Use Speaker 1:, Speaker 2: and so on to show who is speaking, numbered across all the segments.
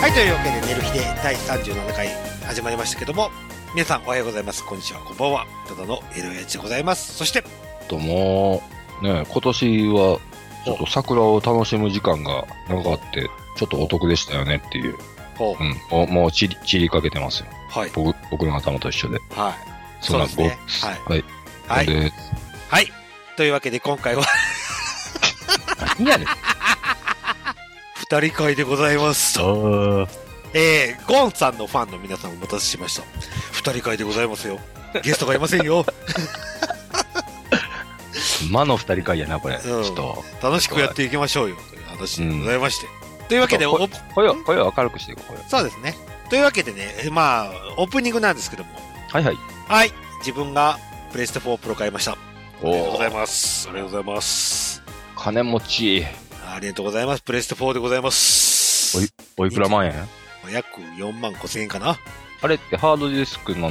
Speaker 1: はい、というわけで、寝る日で第37回始まりましたけども、皆さんおはようございます。こんにちは、こんばんは。ただの LH でございます。そして、
Speaker 2: ともう、ね、今年は、ちょっと桜を楽しむ時間が長かって、ちょっとお得でしたよねっていう。
Speaker 1: ほ
Speaker 2: うん。もう、もう散り、散りかけてますよ。
Speaker 1: う、はい、
Speaker 2: 僕、僕の頭と一緒で。
Speaker 1: はい、
Speaker 2: そんな
Speaker 1: そうですね
Speaker 2: ごはい。
Speaker 1: は
Speaker 2: はいい。で、
Speaker 1: はい。というわけで、今回は
Speaker 2: 何 やねん。
Speaker 1: 二人会でございます。えー、ゴンさんのファンの皆さんお待たせしました。二人会でございますよ。ゲストがいません よ。
Speaker 2: 魔の二人会やな、これ。ち
Speaker 1: うん
Speaker 2: ょっと。
Speaker 1: 楽しくやっていきましょうよ。という話でございまして。というわけで、
Speaker 2: こ
Speaker 1: お
Speaker 2: 声を、声を明るくしていこう、声を
Speaker 1: そうですね。というわけでね、えまあ、オープニングなんですけども、
Speaker 2: はいはい。
Speaker 1: はい、自分がプレステ4プロ買いました。おめ
Speaker 2: お
Speaker 1: でとうござい
Speaker 2: ー
Speaker 1: ます。ありがとうございます。
Speaker 2: 金持ち。
Speaker 1: ありがとうございます。プレステ4でございます。
Speaker 2: おいくら万円
Speaker 1: 約4万5千円かな。
Speaker 2: あれってハードディスクの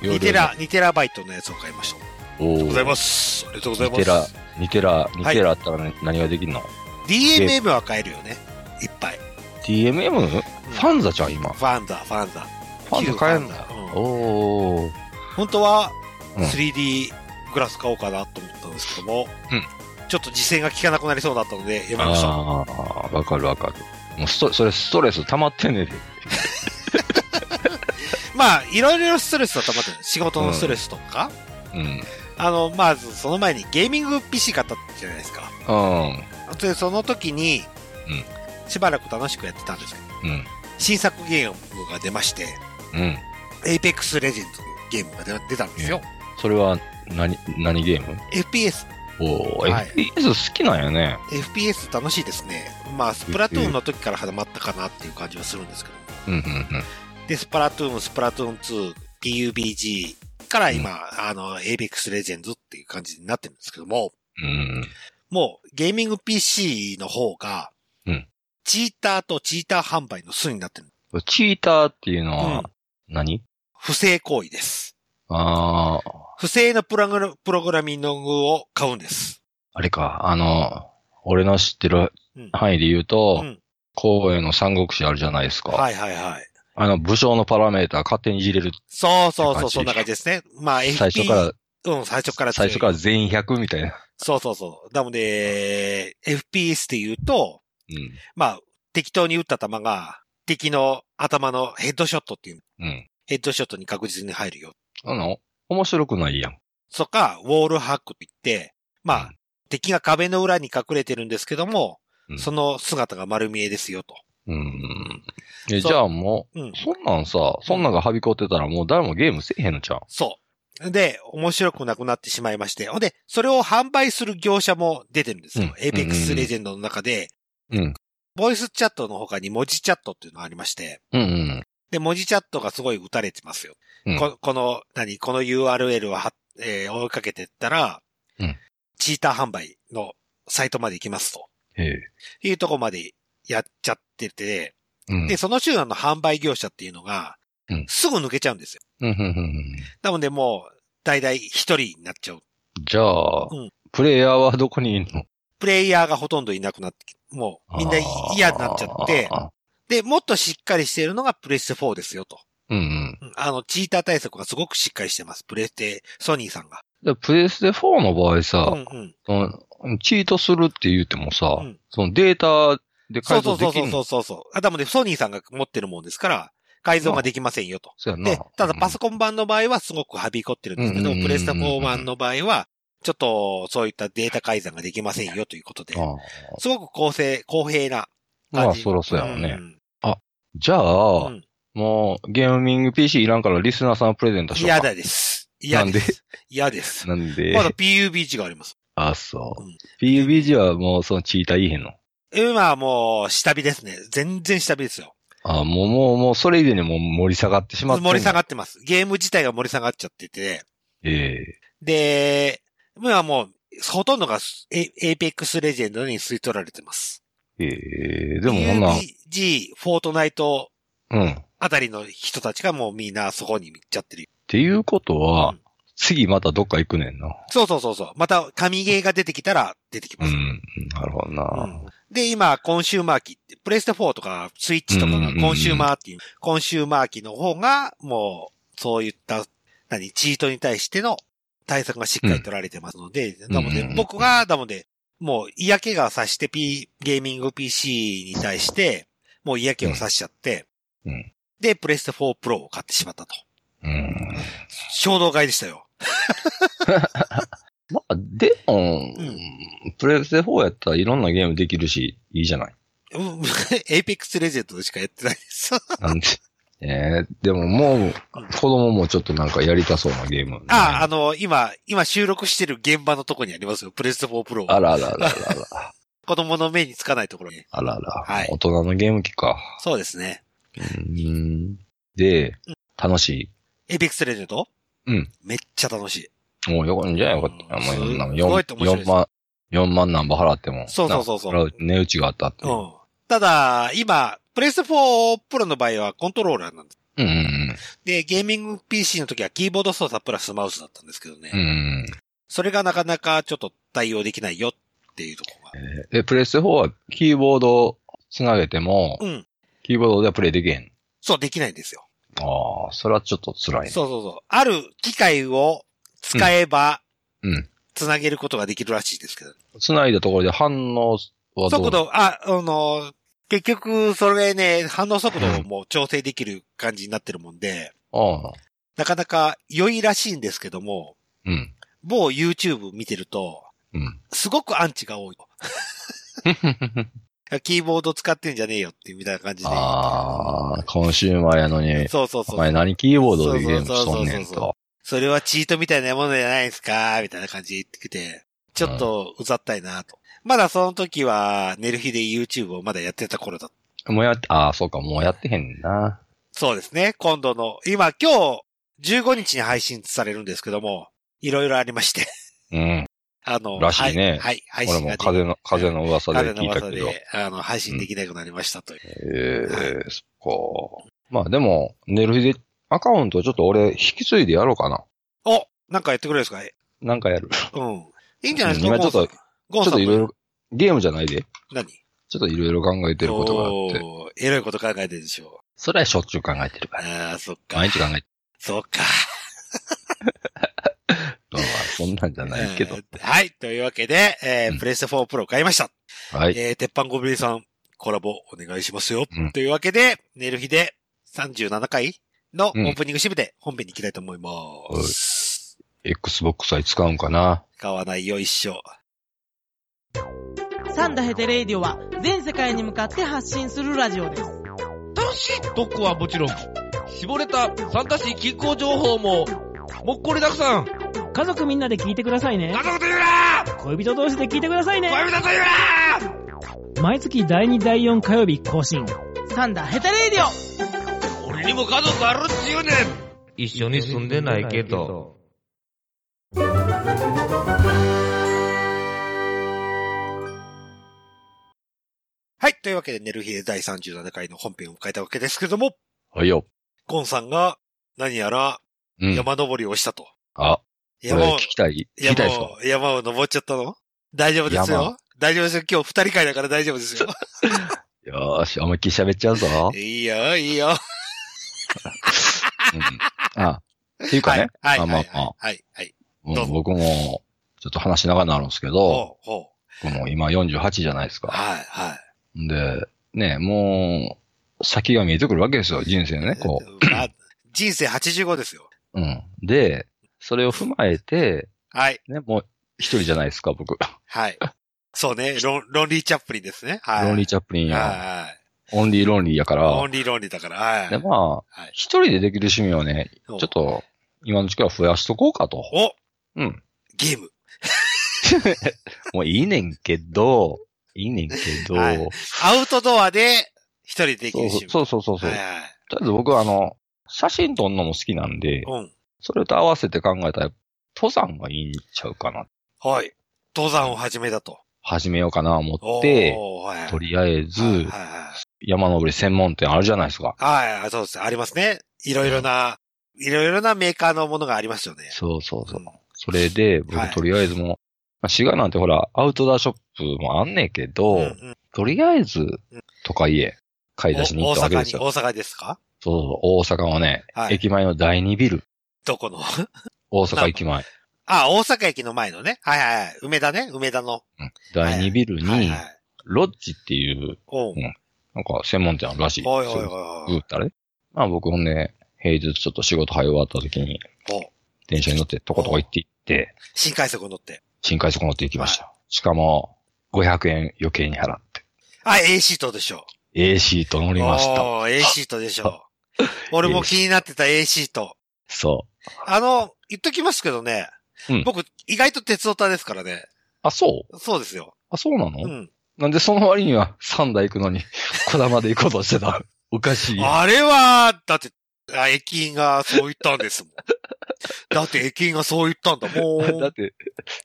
Speaker 2: 容量
Speaker 1: 2テラ、2テラバイトのやつを買いました。あり
Speaker 2: お。
Speaker 1: がとうございますす。ありがとうござい
Speaker 2: 2
Speaker 1: ま
Speaker 2: テ
Speaker 1: す。
Speaker 2: ラ、2テラ、2テラあったらね何ができるの
Speaker 1: DMM は買えるよね。いっぱい。
Speaker 2: ?DMM? フ
Speaker 1: うん
Speaker 2: ァンザじゃん、今。
Speaker 1: ファンザ、ファンザ。
Speaker 2: ファンザ買えんだ
Speaker 1: 旧。ファンザうん
Speaker 2: おー。
Speaker 1: 本当は
Speaker 2: うん
Speaker 1: 3D グラス買おうかなと思ったんですけども、
Speaker 2: うん
Speaker 1: ちょっと実践が効かなくなりそうだったので、やめました。
Speaker 2: ああ、わかるわかる。もうストそれストレス溜まってんねんで。
Speaker 1: まあ、いろいろストレスは溜まってる。仕事のストレスとか、
Speaker 2: うん。
Speaker 1: あの、まずその前にゲーミング PC 買ったじゃないですか。
Speaker 2: うん。
Speaker 1: で、その時に、
Speaker 2: うん
Speaker 1: しばらく楽しくやってたんですけど、
Speaker 2: うん。
Speaker 1: 新作ゲームが出まして、
Speaker 2: うん。
Speaker 1: Apex Legends というゲームが出出たんですよ。
Speaker 2: それは何、何ゲーム
Speaker 1: FPS。
Speaker 2: おお、
Speaker 1: はい
Speaker 2: FPS 好きなんやね。
Speaker 1: FPS 楽しいですね。まあ、スプラトゥーンの時から始まったかなっていう感じはするんですけど。
Speaker 2: うんうん
Speaker 1: で、スプラトゥーン、スプラトゥーン2、PUBG から今、あの、Apex Legends っていう感じになってるんですけども、
Speaker 2: うん。
Speaker 1: もうゲーミング PC の方が、
Speaker 2: うん
Speaker 1: チーターとチーター販売の巣になってる。
Speaker 2: うん。チーターっていうの
Speaker 1: うん
Speaker 2: は何、
Speaker 1: 不正行為です。
Speaker 2: ああ、
Speaker 1: 不正のプログラプログラミングを買うんです。
Speaker 2: あれか、あの、俺の知ってる
Speaker 1: うん
Speaker 2: 範囲で言うと、
Speaker 1: うん
Speaker 2: 公園の三国志あるじゃないですか。
Speaker 1: はいはいはい。
Speaker 2: あの、武将のパラメーター勝手にいじれる。
Speaker 1: そうそうそう、
Speaker 2: って感じ
Speaker 1: そんな感じですね。まあ、FP、
Speaker 2: 最初から、
Speaker 1: うん、最初から強
Speaker 2: 最
Speaker 1: い
Speaker 2: 初から全員100みたいな。
Speaker 1: そうそうそう。なので、FPS で言うと、
Speaker 2: うん。
Speaker 1: まあ、適当に撃った球が、敵の頭のヘッドショットっていう、
Speaker 2: うん。
Speaker 1: ヘッドショットに確実に入るよ。
Speaker 2: あの、面白くないやん。
Speaker 1: そっか、ウォールハックといって、まあ、
Speaker 2: うん
Speaker 1: 敵が壁の裏に隠れてるんですけども、
Speaker 2: うん
Speaker 1: その姿が丸見えですよと。
Speaker 2: うん。え、
Speaker 1: そう
Speaker 2: じゃあもう、
Speaker 1: うん
Speaker 2: そんなんさ、そんなんがはびこってたらもう誰もゲームせえへんのちゃう
Speaker 1: そう。で、面白くなくなってしまいまして。ほんで、それを販売する業者も出てるんですよ。
Speaker 2: うん
Speaker 1: Apex Legend の中で、
Speaker 2: うん。
Speaker 1: ボイスチャットの他に文字チャットっていうのがありまして、
Speaker 2: うんうん。
Speaker 1: で、文字チャットがすごい打たれてますよ。
Speaker 2: うん
Speaker 1: ここの、何この URL をは、えー追いかけてったら、
Speaker 2: うん
Speaker 1: チーター販売のサイトまで行きますと。
Speaker 2: ええ。
Speaker 1: いうとこまでやっちゃってて、
Speaker 2: うん。
Speaker 1: で、その集団の販売業者っていうのが
Speaker 2: うん、
Speaker 1: すぐ抜けちゃうんですよ。
Speaker 2: うんうんうんうん。
Speaker 1: なのでもう、大々一人になっちゃう。
Speaker 2: じゃあ、
Speaker 1: うん
Speaker 2: プレイヤーはどこにいんの
Speaker 1: プレイヤーがほとんどいなくなってき、もうみんな嫌になっちゃって、
Speaker 2: あ
Speaker 1: で、もっとしっかりしているのがプレステ4ですよと。
Speaker 2: ーうんうん。
Speaker 1: うんあの、チーター対策がすごくしっかりしてます。プレステ、ソニーさんが。
Speaker 2: でプレステ4の場合
Speaker 1: う
Speaker 2: さ、
Speaker 1: んうん。
Speaker 2: そのチートするって言ってもさ、
Speaker 1: うん
Speaker 2: そのデータで
Speaker 1: そう
Speaker 2: 改
Speaker 1: そ
Speaker 2: 造
Speaker 1: う
Speaker 2: で
Speaker 1: そう
Speaker 2: き
Speaker 1: そ
Speaker 2: ん
Speaker 1: う
Speaker 2: の
Speaker 1: そうそうそう。あ、でもね、ソニーさんが持ってるもんですから、改造ができませんよと。
Speaker 2: そうやんな
Speaker 1: で、ただパソコン版の場合はすごくはびこってるんですけ
Speaker 2: う
Speaker 1: ど
Speaker 2: んうんうんう、ん
Speaker 1: プレステ4版の場合は、ちょっとそういったデータ改ざんができませんよということで、
Speaker 2: ああ
Speaker 1: すごく公正、公平な感じ。
Speaker 2: まあ、そろそろやろね。
Speaker 1: ん
Speaker 2: じゃあ、
Speaker 1: うん
Speaker 2: もう、ゲーミング PC いらんからリスナーさんプレゼントしようか。
Speaker 1: 嫌だです。嫌です。嫌です。
Speaker 2: なんで、
Speaker 1: まだ PUBG があります。
Speaker 2: あ、そう。
Speaker 1: うん
Speaker 2: PUBG はもう、そのチーターいいへんの。
Speaker 1: 今はもう下火ですね。全然下火ですよ。
Speaker 2: あ、もう、もう、もう、それ以前にもう盛り下がってしまってんの。
Speaker 1: 盛り下が
Speaker 2: が
Speaker 1: ってます。ゲーム自体が盛り下がっちゃってて、
Speaker 2: え
Speaker 1: で、今はもう、ほとんどがエ Apex Legend に吸い取られてます。
Speaker 2: えええでもほんな、
Speaker 1: PUBG、フォートナイト
Speaker 2: うん。っ
Speaker 1: あたりの人たちがもうみんなそこに行っちゃってる。
Speaker 2: ていうことは、
Speaker 1: うん
Speaker 2: 次またどっか行くねんな。
Speaker 1: そうそうそうそう。また神ゲーが出てきたら出てき
Speaker 2: う
Speaker 1: ます。
Speaker 2: ん。なるほどな。
Speaker 1: うんで、今、コンシューマー機って、プレイステ4とか、スイッチとか
Speaker 2: うんうん
Speaker 1: が
Speaker 2: うんうん
Speaker 1: コンシューマーっていう、コンシューマー機の方が、もう、そういった、何、チートに対しての対策がしっかり取られてますので、なの
Speaker 2: うんうんう
Speaker 1: で
Speaker 2: ん、
Speaker 1: 僕が、なので、もう嫌気がさして P、ゲーミング PC に対して、もう嫌気をさしちゃって、
Speaker 2: うんうん
Speaker 1: で、プレステ4プロを買ってしまったと。
Speaker 2: うん。
Speaker 1: 衝動買いでしたよ。
Speaker 2: まあ、でも、プレイステ4やったらいろんなゲームできるし、いいじ ゃない。
Speaker 1: うん、エイペックスレジェンドしかやってない です。
Speaker 2: なんで。えー、でももう、子供もちょっとなんかやりたそうなゲーム、
Speaker 1: あ、あの、今、今収録してる現場のとこにありますよ。プレステ4プロ。
Speaker 2: あらあらあらあら
Speaker 1: 子供の目につかないところに。
Speaker 2: あらあら。
Speaker 1: はい
Speaker 2: 大人のゲーム機か。
Speaker 1: そうですね。
Speaker 2: うーん。で、楽し
Speaker 1: エイペックスレジェンド
Speaker 2: い。うん。
Speaker 1: めっちゃ楽しい。
Speaker 2: もうよかった。じゃあよかった。
Speaker 1: うん
Speaker 2: もうなんか
Speaker 1: すごいって面白いで
Speaker 2: 4
Speaker 1: す
Speaker 2: 万、4万何本払っても。
Speaker 1: そうそうそうそう
Speaker 2: な値打ちがあったって。
Speaker 1: う。ん。ただ、今、プレステ4プロの場合はコントローラーなんです。
Speaker 2: うんうん
Speaker 1: で、ゲーミング PC の時はキーボード操作プラスマウスだったんですけどね。
Speaker 2: うん。うんうん
Speaker 1: それがなかなかちょっと対応できないよっていうところが。
Speaker 2: うん。で、プレステ4はキーボードつなげても、
Speaker 1: うん。
Speaker 2: キーボードではプレイできへん。
Speaker 1: そう、できないんですよ。
Speaker 2: ああ、それはちょっと辛いね。
Speaker 1: そうそうそう。ある機械を使えば、
Speaker 2: うん。
Speaker 1: つなげることができるらしいですけど。
Speaker 2: 繋いだところで反応はどう
Speaker 1: 速。度、あ、あの、結局、それね、反応速度をもう調整できる感じになってるもんで、
Speaker 2: ああ。
Speaker 1: なかなか良いらしいんですけども、
Speaker 2: うん。
Speaker 1: 某 YouTube 見てると、
Speaker 2: うん。
Speaker 1: すごくアンチが多い。キーボード使ってんじゃねえよって、みたいな感じで。
Speaker 2: ああ、コンシューマーやのに、
Speaker 1: そうそうそ
Speaker 2: お
Speaker 1: う。
Speaker 2: 前何キーボードでゲームしとんねん
Speaker 1: そうそうそうそ
Speaker 2: と。
Speaker 1: それはチートみたいなものじゃないですかみたいな感じで言ってきて、ちょっとうざったいなと。まだその時は、寝る日で YouTube をまだやってた頃だ。
Speaker 2: もうやって、ああ、そうか、もうやってへんねんな。
Speaker 1: そうですね。今度の、今今日、15日に配信されるんですけども、いろいろありまして。
Speaker 2: うん。
Speaker 1: あの、
Speaker 2: らしいね
Speaker 1: はい、はい、配
Speaker 2: 俺
Speaker 1: 信
Speaker 2: も
Speaker 1: ができ
Speaker 2: 風の、風の噂で
Speaker 1: 風の
Speaker 2: 聞いた
Speaker 1: 噂
Speaker 2: けど。
Speaker 1: で、あの、配信できなくなりましたという。
Speaker 2: ええそっか。まあでも、ネルフィでアカウントちょっと俺引き継いでやろうかな。
Speaker 1: おなんかやってくれるんですか
Speaker 2: なんかやる。ち
Speaker 1: うん。いいんじゃないです
Speaker 2: う
Speaker 1: か
Speaker 2: ん今ちょっと
Speaker 1: ゴン
Speaker 2: ょっ
Speaker 1: さん、
Speaker 2: といろい
Speaker 1: ゴンさんも
Speaker 2: ろ、ゲームじゃないで。
Speaker 1: 何
Speaker 2: ちょっといろいろ考えてることがあって。
Speaker 1: おーえらいこと考えてるでしょ
Speaker 2: それはしょっちゅう考えてる
Speaker 1: う。
Speaker 2: から。
Speaker 1: ああ、そっか
Speaker 2: 毎。日考えてる。
Speaker 1: そっか。
Speaker 2: まあそんなんじゃないけど
Speaker 1: え。ーはい。というわけで、えー
Speaker 2: うん
Speaker 1: プレステ4プロ買いました。
Speaker 2: はい。
Speaker 1: えー鉄板ゴブリンさん、コラボお願いしますよ。
Speaker 2: うん
Speaker 1: というわけで、寝る日で37回のオ
Speaker 2: うん
Speaker 1: ープニングシムで本編に行きたいと思います。
Speaker 2: Xbox は使うんかな。
Speaker 1: 買わないよ、一生。
Speaker 3: サンダヘテレイディオは全世界に向かって発信するラジオです。
Speaker 4: 楽しい特区はもちろん、絞れた参加市近郊情報も、もっこりたくさん。家
Speaker 3: 家族みんなで聞いてくださいね。
Speaker 4: 族と言うな
Speaker 3: 恋人同士で聞いてくださいね。
Speaker 4: 恋人と言うな
Speaker 3: 毎月第2第4火曜日更新。サンダヘテレイディオ
Speaker 4: 俺にも家族あるっちゅうねん一緒に住んでないけど。
Speaker 1: はい。というわけで、寝る日で第37回の本編を迎えたわけですけども、
Speaker 2: はいよ。
Speaker 1: ゴンさんが、何やら、
Speaker 2: うん。
Speaker 1: 山登りをしたと。
Speaker 2: あ、これ
Speaker 1: 山を
Speaker 2: 聞、きたい。聞きたいです
Speaker 1: 山を、山を登っちゃったの大丈夫ですよ
Speaker 2: 山。
Speaker 1: 大丈夫ですよ。今日二人会だから大丈夫ですよ。
Speaker 2: かよーし、思いっきり喋っちゃうぞ。
Speaker 1: い いよ、いいよ。
Speaker 2: うん。あ、っていうかね。
Speaker 1: はい、は
Speaker 2: まあ
Speaker 1: い、
Speaker 2: ま
Speaker 1: は
Speaker 2: あ
Speaker 1: い
Speaker 2: まあ。
Speaker 1: はい、はい。
Speaker 2: うん
Speaker 1: どうぞ
Speaker 2: 僕も、ちょっと話長くなるんですけど、
Speaker 1: ほう、ほ
Speaker 2: 僕も今48じゃないです
Speaker 1: う。
Speaker 2: か。
Speaker 1: はい、はい。
Speaker 2: で、ね、もう、先が見えてくるわけですよ、人生のね、こ
Speaker 1: まあ人生85ですよ。
Speaker 2: う。うん。で、それを踏まえて、
Speaker 1: はい、
Speaker 2: ね、もう一人じゃないですか、僕。
Speaker 1: はい。そうね、ロン、ロンリーチャップリンですね。はい。
Speaker 2: ロンリー
Speaker 1: チ
Speaker 2: チャップリン
Speaker 1: ャ
Speaker 2: や、
Speaker 1: はい、はい。
Speaker 2: オンリーロンリーやか
Speaker 1: ロ
Speaker 2: ら、
Speaker 1: ンリーロンリーだから、はい。
Speaker 2: で、まあ
Speaker 1: はい、
Speaker 2: 一人でできる趣味をね、
Speaker 1: ちょ
Speaker 2: ちょっ。と、今のうちから増やしとこうかと。
Speaker 1: お
Speaker 2: うん。
Speaker 1: ゲーム。
Speaker 2: もういいねんけど、いいねんけど、
Speaker 1: はいアウトドアで一人でできる趣味。
Speaker 2: そうそうそうそうそう。と
Speaker 1: はい、
Speaker 2: り
Speaker 1: はい。
Speaker 2: あえず僕はあの、写真撮んのも好きなんで、
Speaker 1: うん。
Speaker 2: それと合わせて考えたら、登山がいいんちゃうかな。
Speaker 1: はい。登山を始めたと。
Speaker 2: 始めようかな思
Speaker 1: お
Speaker 2: って、
Speaker 1: ーはい、
Speaker 2: とりあえず、
Speaker 1: はいはいはい
Speaker 2: 山登り専門店あるじゃないですか。
Speaker 1: はい、そうです。ありますね。いろいろな、いろいろなメーカーのものがありますよね。
Speaker 2: そうそうそう
Speaker 1: うん。
Speaker 2: それ
Speaker 1: は
Speaker 2: で、
Speaker 1: い
Speaker 2: 僕とりあえずもう、まあ、滋賀なんてほら、アウトドアショップもあんねんけど、
Speaker 1: うんうん
Speaker 2: とりあえず
Speaker 1: うん、
Speaker 2: とか家、買い出しに行
Speaker 1: お
Speaker 2: ったわ
Speaker 1: 大
Speaker 2: け
Speaker 1: 阪
Speaker 2: です
Speaker 1: に、
Speaker 2: よ。
Speaker 1: 大阪ですか
Speaker 2: そうそうそう、大阪はね、
Speaker 1: はい
Speaker 2: 駅前の第2ビル、
Speaker 1: どこの
Speaker 2: 大阪駅前、
Speaker 1: あ、大阪駅の前のね。はいはいはい。梅田ね。梅田の。
Speaker 2: 第2ビル
Speaker 1: はい
Speaker 2: に
Speaker 1: はい、。
Speaker 2: ロッジっていう、
Speaker 1: おう
Speaker 2: うんなんか専門店あるらしい。
Speaker 1: はいはい
Speaker 2: そう
Speaker 1: はい
Speaker 2: グ
Speaker 1: は
Speaker 2: ー
Speaker 1: い。
Speaker 2: ったらね。まあ僕もね、平日ちょっと仕事早終わった時に、
Speaker 1: おう
Speaker 2: 電車に乗ってとことこ行って行って、
Speaker 1: 新快速乗って。
Speaker 2: 新快速乗って行きました。しかも、500円余計に払って。
Speaker 1: あ、A シートでしょ。
Speaker 2: A シート乗りました。
Speaker 1: おー A シートでしょ。 俺も気になってた A シート。
Speaker 2: そう。
Speaker 1: あの、言っときますけどね。
Speaker 2: うん
Speaker 1: 僕、意外と鉄オタですからね。
Speaker 2: あ、そう
Speaker 1: そうですよ。
Speaker 2: あ、そうなの、
Speaker 1: うん。
Speaker 2: なんでその割には三台行くのに、 小玉で行こうとしてた。おかしい。
Speaker 1: あれは、だって、あ駅員がそう言ったんですもん。だって駅員がそう言ったんだも
Speaker 2: だ
Speaker 1: ん
Speaker 2: って、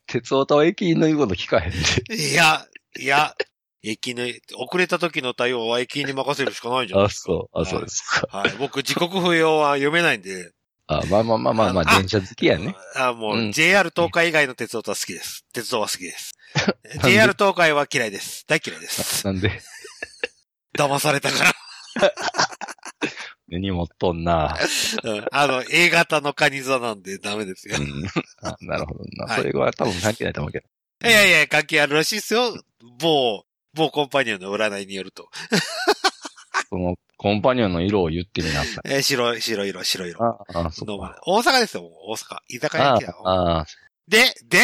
Speaker 2: 鉄オタは駅員の言うこと聞かへんで。。
Speaker 1: いや、いや、駅員の、遅れた時の対応は駅員に任せるしかないんじゃない
Speaker 2: あ、
Speaker 1: ですか。
Speaker 2: そう。あ、そうですか。
Speaker 1: はい。僕、時刻不要は読めないんで。
Speaker 2: あ、まあまあまあまあまあ、
Speaker 1: あ
Speaker 2: 電車好きやね。
Speaker 1: あ、もう、
Speaker 2: うん
Speaker 1: JR 東海以外の鉄道とは好きです。鉄道は好き です。
Speaker 2: んで
Speaker 1: JR 東海は嫌いです。大嫌い です。
Speaker 2: なんで、
Speaker 1: 騙されたか
Speaker 2: 根に持っとんな。
Speaker 1: ら。うんあの、A 型のカニ座なんでダメですよ
Speaker 2: う。ん あなるほどな。
Speaker 1: はい
Speaker 2: それは多分関係ないと思うけど。
Speaker 1: いやいや、関係あるらしいですよ。某、某コンパニオンの占いによると。
Speaker 2: その、コンパニオンの色を言ってみな さい。
Speaker 1: えー白い、白色、白色。
Speaker 2: ああ、そ
Speaker 1: の
Speaker 2: うか。
Speaker 1: 大阪ですよ、もう大阪。居酒屋
Speaker 2: あ
Speaker 1: 行きだよ
Speaker 2: あ、あ
Speaker 1: で、で、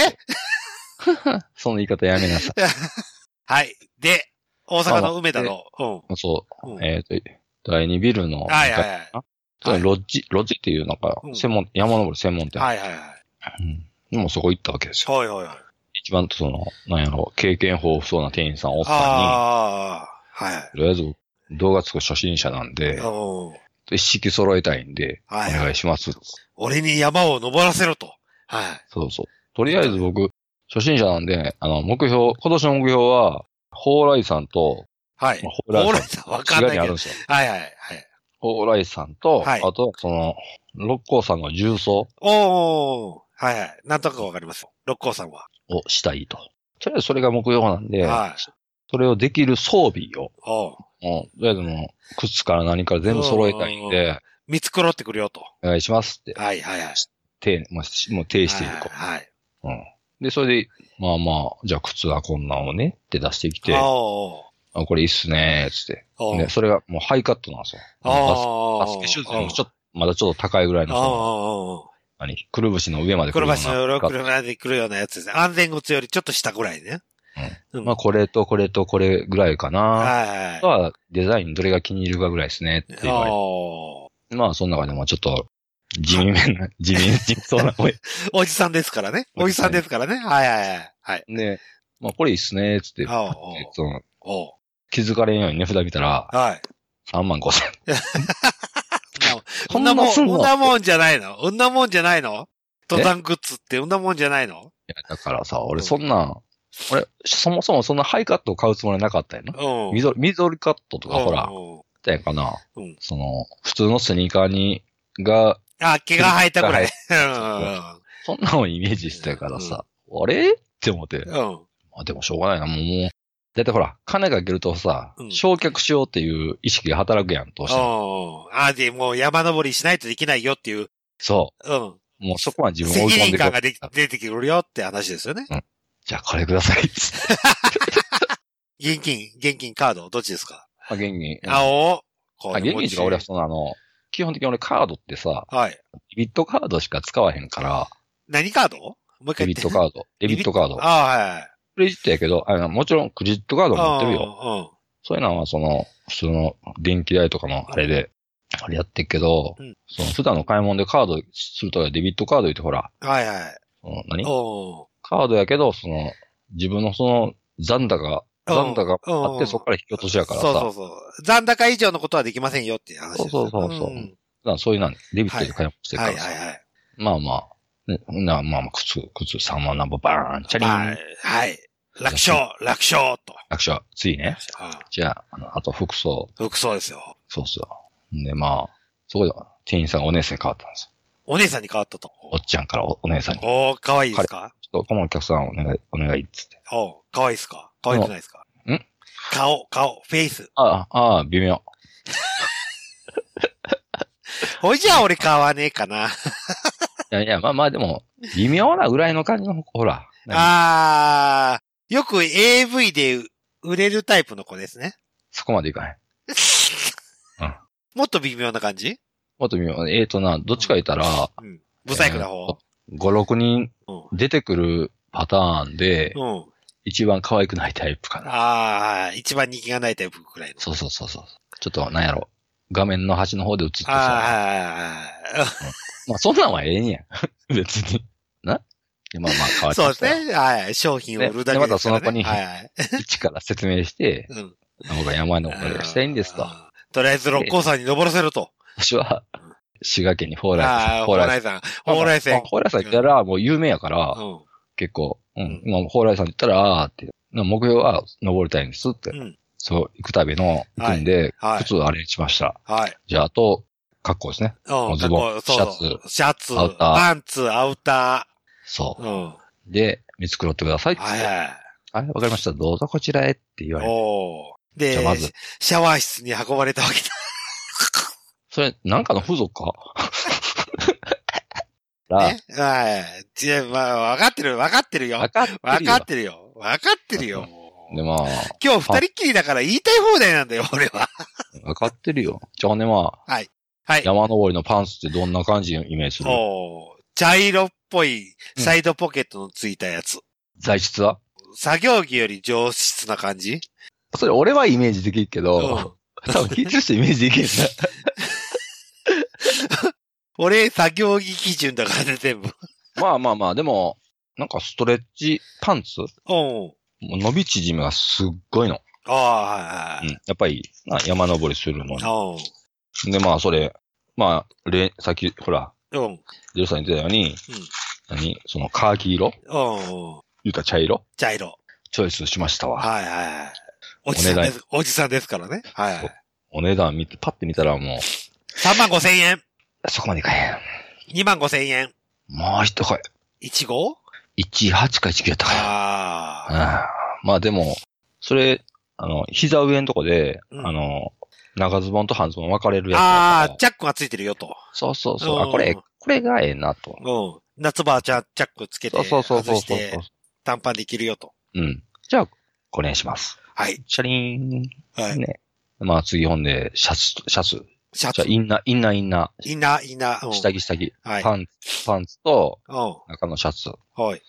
Speaker 2: あその言い方やめなさ
Speaker 1: はい。で、大阪の梅田の、
Speaker 2: い。そう
Speaker 1: う。ん
Speaker 2: えっと、第2ビル
Speaker 1: う
Speaker 2: の、
Speaker 1: ん。はいはいはい。
Speaker 2: そうロッジ、ロッジっていうなんか
Speaker 1: う、ん
Speaker 2: 専門、山登り専門店。
Speaker 1: はいはいはい。
Speaker 2: うん。でもそこ行ったわけですよ。
Speaker 1: はいはいはい。
Speaker 2: 一番その、なんやろ、経験豊富そうな店員さんおった
Speaker 1: ああ、はい。
Speaker 2: のに、とりあえず、動画作る初心者なんで、
Speaker 1: うん
Speaker 2: 一式揃えたいんで、お
Speaker 1: はいは
Speaker 2: 願
Speaker 1: い
Speaker 2: い。します。
Speaker 1: 俺に山を登らせろと。はい。
Speaker 2: そうそう。とりあえず僕、初心者なんで、あの、目標、今年の目標は、蓬莱山と、
Speaker 1: はい。
Speaker 2: まあ
Speaker 1: ほう
Speaker 2: 蓬
Speaker 1: ら
Speaker 2: 莱
Speaker 1: さんわかん
Speaker 2: 滋賀
Speaker 1: ない
Speaker 2: にあ
Speaker 1: け
Speaker 2: るん
Speaker 1: ど。
Speaker 2: ですよ。
Speaker 1: はいはいはい。
Speaker 2: 蓬莱山と、
Speaker 1: はい
Speaker 2: あと、その、六甲山の重曹
Speaker 1: おー。はいはい。なんとかわかりますよ。六甲さんは。
Speaker 2: をしたいと。とりあえずそれが目標なんで、
Speaker 1: はい
Speaker 2: それをできる装備を、
Speaker 1: おう
Speaker 2: もう、とりあえずもう、靴から何から全部揃えたいんで、
Speaker 1: 見繕ってくるよと。
Speaker 2: お願いしますって、
Speaker 1: はいはいはい。
Speaker 2: 手、もうし、もう手していこ
Speaker 1: はいはい。
Speaker 2: う。うん。で、それで、まあまあ、じゃあ靴はこんなんをねって出してきて、あ、
Speaker 1: おー。
Speaker 2: これいいっすねーっつって。
Speaker 1: お
Speaker 2: で、
Speaker 1: ー。
Speaker 2: それがもうハイカットなんですよ。バスバスケシューズよりもちょっと、まだちょっと高いぐらいの、その
Speaker 1: おー。
Speaker 2: 何、くるぶしの上まで
Speaker 1: これ
Speaker 2: よ
Speaker 1: 橋
Speaker 2: うな
Speaker 1: の車で来るようなやつですね。安全靴よりちょっと下ぐらいね。うん
Speaker 2: まあ、これとこれとこれぐらいかな。
Speaker 1: は
Speaker 2: あ
Speaker 1: い
Speaker 2: とは、デザインどれが気に入るかぐらいですねって
Speaker 1: はい。
Speaker 2: 言われ
Speaker 1: おー
Speaker 2: て。まあ、その中でもちょっと、地味めな、地味、地味そうな声。
Speaker 1: おじさんですからね。おじさんですからね。はいはいはいはい。
Speaker 2: で、まあ、これいいっすね、つって、
Speaker 1: ああ
Speaker 2: その
Speaker 1: おう
Speaker 2: 気づかれんように値札見たら、
Speaker 1: はい。
Speaker 2: 3万5千。
Speaker 1: こんなもん、
Speaker 2: そんな
Speaker 1: こん
Speaker 2: もん
Speaker 1: なもんじゃないのこんなもんじゃないの登山グッズってこんなもんじゃないの
Speaker 2: いやだからさ、俺そんな、俺、そもそもそんなハイカットを買うつもりなかったよな。
Speaker 1: うん。
Speaker 2: 緑、緑カットとか、ほら、
Speaker 1: う
Speaker 2: ったんやかな。
Speaker 1: んうん。
Speaker 2: その、普通のスニーカーに、が、
Speaker 1: あ、毛が生えたぐらい。
Speaker 2: そんなのイメージしてたからさ、あれって思って。
Speaker 1: うん。うん。
Speaker 2: まあでもしょうがないな、もう、もう。だってほら、金がけるとさ、
Speaker 1: うん
Speaker 2: 焼却しようっていう意識が働くやん、どうしても。
Speaker 1: うんあ、で、もう山登りしないとできないよっていう、
Speaker 2: そ
Speaker 1: うん。
Speaker 2: う。もうそこは自分を追い
Speaker 1: 責
Speaker 2: 込ん
Speaker 1: 任
Speaker 2: でく
Speaker 1: 感
Speaker 2: る
Speaker 1: ができ出てくるよって話ですよね。
Speaker 2: じゃあこれくだ さい。つって
Speaker 1: 現金、現金カード、どっちですか
Speaker 2: まあ現金。あ、
Speaker 1: 青こ
Speaker 2: 現金とか俺はそのあの、基本的に俺カードってさ、
Speaker 1: はい。
Speaker 2: デビットカードしか使わへんから、
Speaker 1: 何カードもう一
Speaker 2: デ
Speaker 1: 回
Speaker 2: ビ
Speaker 1: 言っ
Speaker 2: ッ
Speaker 1: て。
Speaker 2: トカード、デビットカード。ク
Speaker 1: あ
Speaker 2: レジットやけど、あのもちろんクレジットカード
Speaker 1: あ、は
Speaker 2: 持っ
Speaker 1: い。
Speaker 2: てるよ。
Speaker 1: よ。
Speaker 2: そういうのは、その、普通の電気代とかのあれで、あれやってっけど、
Speaker 1: うん
Speaker 2: その普段の買い物でカードするとデビットカード言ってほら、
Speaker 1: うん。はいはい。
Speaker 2: その何
Speaker 1: お
Speaker 2: カードやけど、その、自分のその残高が、
Speaker 1: うん
Speaker 2: 残高があっ
Speaker 1: う
Speaker 2: て
Speaker 1: ん
Speaker 2: そこから引き落としやから
Speaker 1: そう
Speaker 2: さ
Speaker 1: そう、そう。残高以上のことはできませんよっていう話です。
Speaker 2: そうそうそうそうん普段そういうなん、デビットで買い物してるか
Speaker 1: はい
Speaker 2: らさ、
Speaker 1: はいはい。
Speaker 2: まあまあ、ね、なまあまあ、靴、靴3万ナンバーバーン、チャリ
Speaker 1: は
Speaker 2: ン
Speaker 1: い、。はい。楽勝、楽勝と。
Speaker 2: 役者、次ね。
Speaker 1: あ
Speaker 2: じゃあ、あのあと服装、
Speaker 1: 服装ですよ。
Speaker 2: そうっすよ。んで、まあ、そこで店員さんがお姉さんに変わったんですよ。
Speaker 1: お姉さんに変わったと。
Speaker 2: おっちゃんからおお姉さんに。
Speaker 1: おー、かわいいですか
Speaker 2: ょっとこのお客さんお願い、お願いっつって。
Speaker 1: おう、可愛いっすか可愛くないっすか
Speaker 2: うん
Speaker 1: 顔、顔、フェイス。
Speaker 2: ああ、ああ、微妙。
Speaker 1: ほいじゃあ俺買わねえかな。
Speaker 2: いやいや、まあまあでも、微妙なぐらいの感じの子、ほら。
Speaker 1: あー、よく AV で売れるタイプの子ですね。
Speaker 2: そこまでいかない。
Speaker 1: もっと微妙な感じ
Speaker 2: もっと微妙。ええとな、どっちか言ったら、
Speaker 1: うん。ブサイクな方、
Speaker 2: 5、6人
Speaker 1: う
Speaker 2: 出てくるパターンで、
Speaker 1: うん。
Speaker 2: 一番可愛くないタイプかな。
Speaker 1: あー、一番人気がないタイプくらいの。
Speaker 2: そうそうそうそう。ちょっと、なんやろ。画面の端の方で映ってさ。
Speaker 1: あ
Speaker 2: まあ、そんなんはええんや。 別に。なまあまあ、可
Speaker 1: ー、
Speaker 2: 愛く
Speaker 1: そう
Speaker 2: な
Speaker 1: で
Speaker 2: ったら
Speaker 1: すね。はい。商品を売るだけ
Speaker 2: でま
Speaker 1: で
Speaker 2: た
Speaker 1: す
Speaker 2: そ
Speaker 1: から、ね。
Speaker 2: の子に
Speaker 1: はいはい。
Speaker 2: 一から説明して、
Speaker 1: うん。
Speaker 2: 僕は山へ登りがしたいんですと。
Speaker 1: あー。とりあえず六甲山に登らせると。
Speaker 2: 私は、滋賀県に蓬莱
Speaker 1: あ
Speaker 2: 山。
Speaker 1: あ、蓬莱山。蓬
Speaker 2: 山。
Speaker 1: 莱
Speaker 2: ま
Speaker 1: 山
Speaker 2: あまあ。蓬莱山行ったら、もう有名やから、
Speaker 1: うん。
Speaker 2: 結構、う
Speaker 1: うん
Speaker 2: ん、今、蓬莱山行ったら、あーって、な目標は登りたいんですって。
Speaker 1: うん。
Speaker 2: そう、行くたびの、行くんで、
Speaker 1: はいはい
Speaker 2: 靴をあれにしました。
Speaker 1: はい。
Speaker 2: じゃあ、あと、格好ですね。
Speaker 1: う
Speaker 2: も
Speaker 1: ん。
Speaker 2: うズボン
Speaker 1: 格好そうそうシャツ、
Speaker 2: アウター
Speaker 1: パンツ、アウタ
Speaker 2: そ
Speaker 1: ー。うん。
Speaker 2: う。で、見繕ってくださいって。
Speaker 1: はいはい。
Speaker 2: はい、わかりました。どうぞこちらへって言われて。
Speaker 1: おー
Speaker 2: じゃ
Speaker 1: で
Speaker 2: あ、まず
Speaker 1: シャワー室に運ばれたわけだ。
Speaker 2: それ、なんかの風 俗か ら、
Speaker 1: ね。はい。じゃあ、まあ、わかってる、わかってるよ。
Speaker 2: わ
Speaker 1: わ
Speaker 2: かってるよ。
Speaker 1: かってるよ。わかってるよ。
Speaker 2: で、まあ、
Speaker 1: 今日二人っきりだから言いたい放題なんだよ、俺は。
Speaker 2: わかってるよ。じゃあね、まあ、
Speaker 1: はい。
Speaker 2: 山登りのパンツってどんな感じのイメージする
Speaker 1: おー茶色っぽいサイドポケットのついたやつ。
Speaker 2: 材質は
Speaker 1: 作業着より上質な感じ
Speaker 2: それ、俺はイメージできるけ
Speaker 1: うん
Speaker 2: ど、 多分聞いてる人イメージできるん だ。
Speaker 1: 俺、作業着基準だからね、全部。
Speaker 2: まあまあまあ、でも、なんかストレッチパンツ
Speaker 1: おん。
Speaker 2: もう伸び縮みがすっごいの。
Speaker 1: ああ、は
Speaker 2: う
Speaker 1: いは
Speaker 2: ん
Speaker 1: い。。
Speaker 2: やっぱり、な山登りするのに。
Speaker 1: お
Speaker 2: で、まあ、それ、まあ、れ、さっき、ほら、
Speaker 1: うん。うん。
Speaker 2: ジェルさん言ってたように、何その、カーキ色
Speaker 1: うん。
Speaker 2: 言うか茶色
Speaker 1: 茶色。
Speaker 2: チョイスしましたわ。
Speaker 1: はいはいはい。おじさんです。おじさんですからね。はいはい。
Speaker 2: お値段見て、パッて見たらも
Speaker 1: 3万5千円。
Speaker 2: う、そこまでいかへん。
Speaker 1: 2万5千円。
Speaker 2: もう一回、
Speaker 1: 1号
Speaker 2: 18か19やったか
Speaker 1: ああ。
Speaker 2: ら。うんまあでも、それ、あの、膝上のとこで、
Speaker 1: うん
Speaker 2: あの、長ズボンと半ズボン分かれるやつだから
Speaker 1: ああ、ジャックがついてるよと。
Speaker 2: そうそうそう。
Speaker 1: う
Speaker 2: あ、
Speaker 1: ん
Speaker 2: これ、これがええなと。
Speaker 1: うん。夏場はジャジャックつけて、
Speaker 2: そうそうそうそ
Speaker 1: 外
Speaker 2: う
Speaker 1: し
Speaker 2: そう
Speaker 1: て、短パンできるよと。
Speaker 2: うん。じゃあ、これにします。
Speaker 1: はい。
Speaker 2: チャリーン。
Speaker 1: はい。
Speaker 2: ね。まあ次、ほんで、シャツ、シャツ。
Speaker 1: シャ
Speaker 2: じゃ
Speaker 1: ツ
Speaker 2: あ、。インナー、インナー、インナ
Speaker 1: いいな、いいな。う
Speaker 2: ー。
Speaker 1: ん
Speaker 2: 下着、下着。
Speaker 1: はい。
Speaker 2: パンツ、パンツと、
Speaker 1: うん。
Speaker 2: 中のシャツ。
Speaker 1: はい。